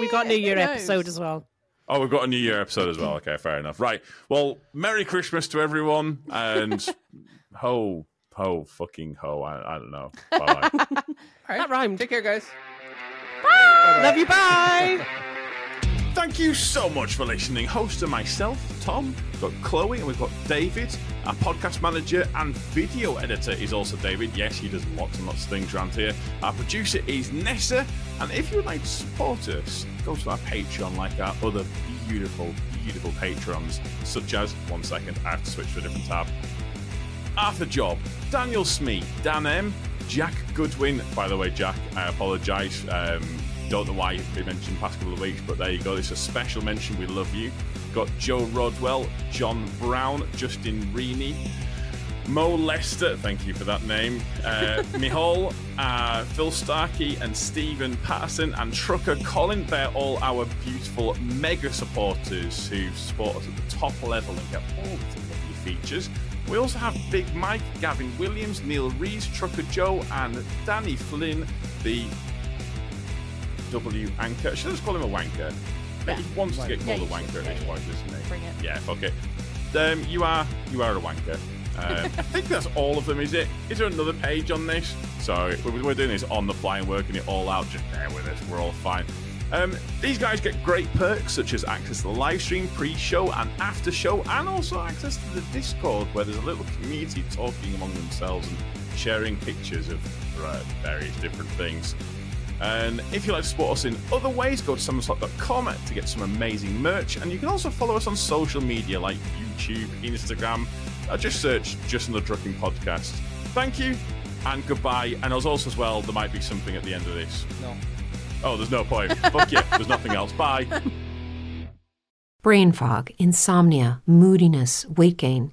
Speaker 5: We got New
Speaker 2: Yeah, who
Speaker 5: Year
Speaker 2: knows?
Speaker 5: episode as well.
Speaker 1: Oh, we've got a New Year episode as well. Okay, fair enough. Right. Well, Merry Christmas to everyone, and (laughs) ho, ho, fucking ho. I, I don't know. Bye.
Speaker 3: All
Speaker 5: That
Speaker 3: right.
Speaker 5: rhymed.
Speaker 3: Take care, guys.
Speaker 5: Love you. Bye.
Speaker 1: Thank you so much for listening. Host and myself, Tom, we've got Chloe, and we've got David. Our podcast manager and video editor is also David. Yes, he does lots and lots of things around here. Our producer is Nessa. And if you would like to support us, go to our Patreon like our other beautiful, beautiful patrons, such as, one second, I have to switch to a different tab. Arthur Job, Daniel Smee, Dan M, Jack Goodwin. By the way, Jack, I apologise. Um, don't know why we mentioned past couple of weeks, but there you go. It's a special mention. We love you. Got Joe Rodwell, John Brown, Justin Reaney, Mo Lester. Thank you for that name.
Speaker 2: (laughs)
Speaker 1: Uh, Mihal, uh, Phil Starkey, and Stephen Patterson, and Trucker Colin. They're all our beautiful mega supporters who support us at the top level and get all the lovely features. We also have Big Mike, Gavin Williams, Neil Rees, Trucker Joe, and Danny Flynn, the W anchor. Should I just call him a wanker?
Speaker 2: Yeah.
Speaker 1: He wants to get
Speaker 2: Yeah,
Speaker 1: called
Speaker 2: you
Speaker 1: a wanker at
Speaker 2: should. Yeah,
Speaker 1: this
Speaker 2: yeah.
Speaker 1: point, doesn't he?
Speaker 2: Bring it.
Speaker 1: Yeah, fuck it. Um, you are you are a wanker.
Speaker 2: (laughs)
Speaker 1: Um, I think that's all of them, is it? Is there another page on this? So we're, we're doing this on the fly and working it all out. Just bear with us, we're all fine. Um, these guys get great perks such as access to the live stream, pre-show, and after show, and also access to the Discord, where there's a little community talking among themselves and sharing pictures of uh, various different things. And if you'd like to support us in other ways, go to summerslot.com to get some amazing merch. And you can also follow us on social media like YouTube, Instagram. Uh, just search Just Another Trucking Podcast. Thank you and goodbye. And as also as well, there might be something at the end of this.
Speaker 3: No.
Speaker 1: Oh, there's no point. Fuck yeah, there's nothing else. Bye.
Speaker 9: Brain fog, insomnia, moodiness, weight gain.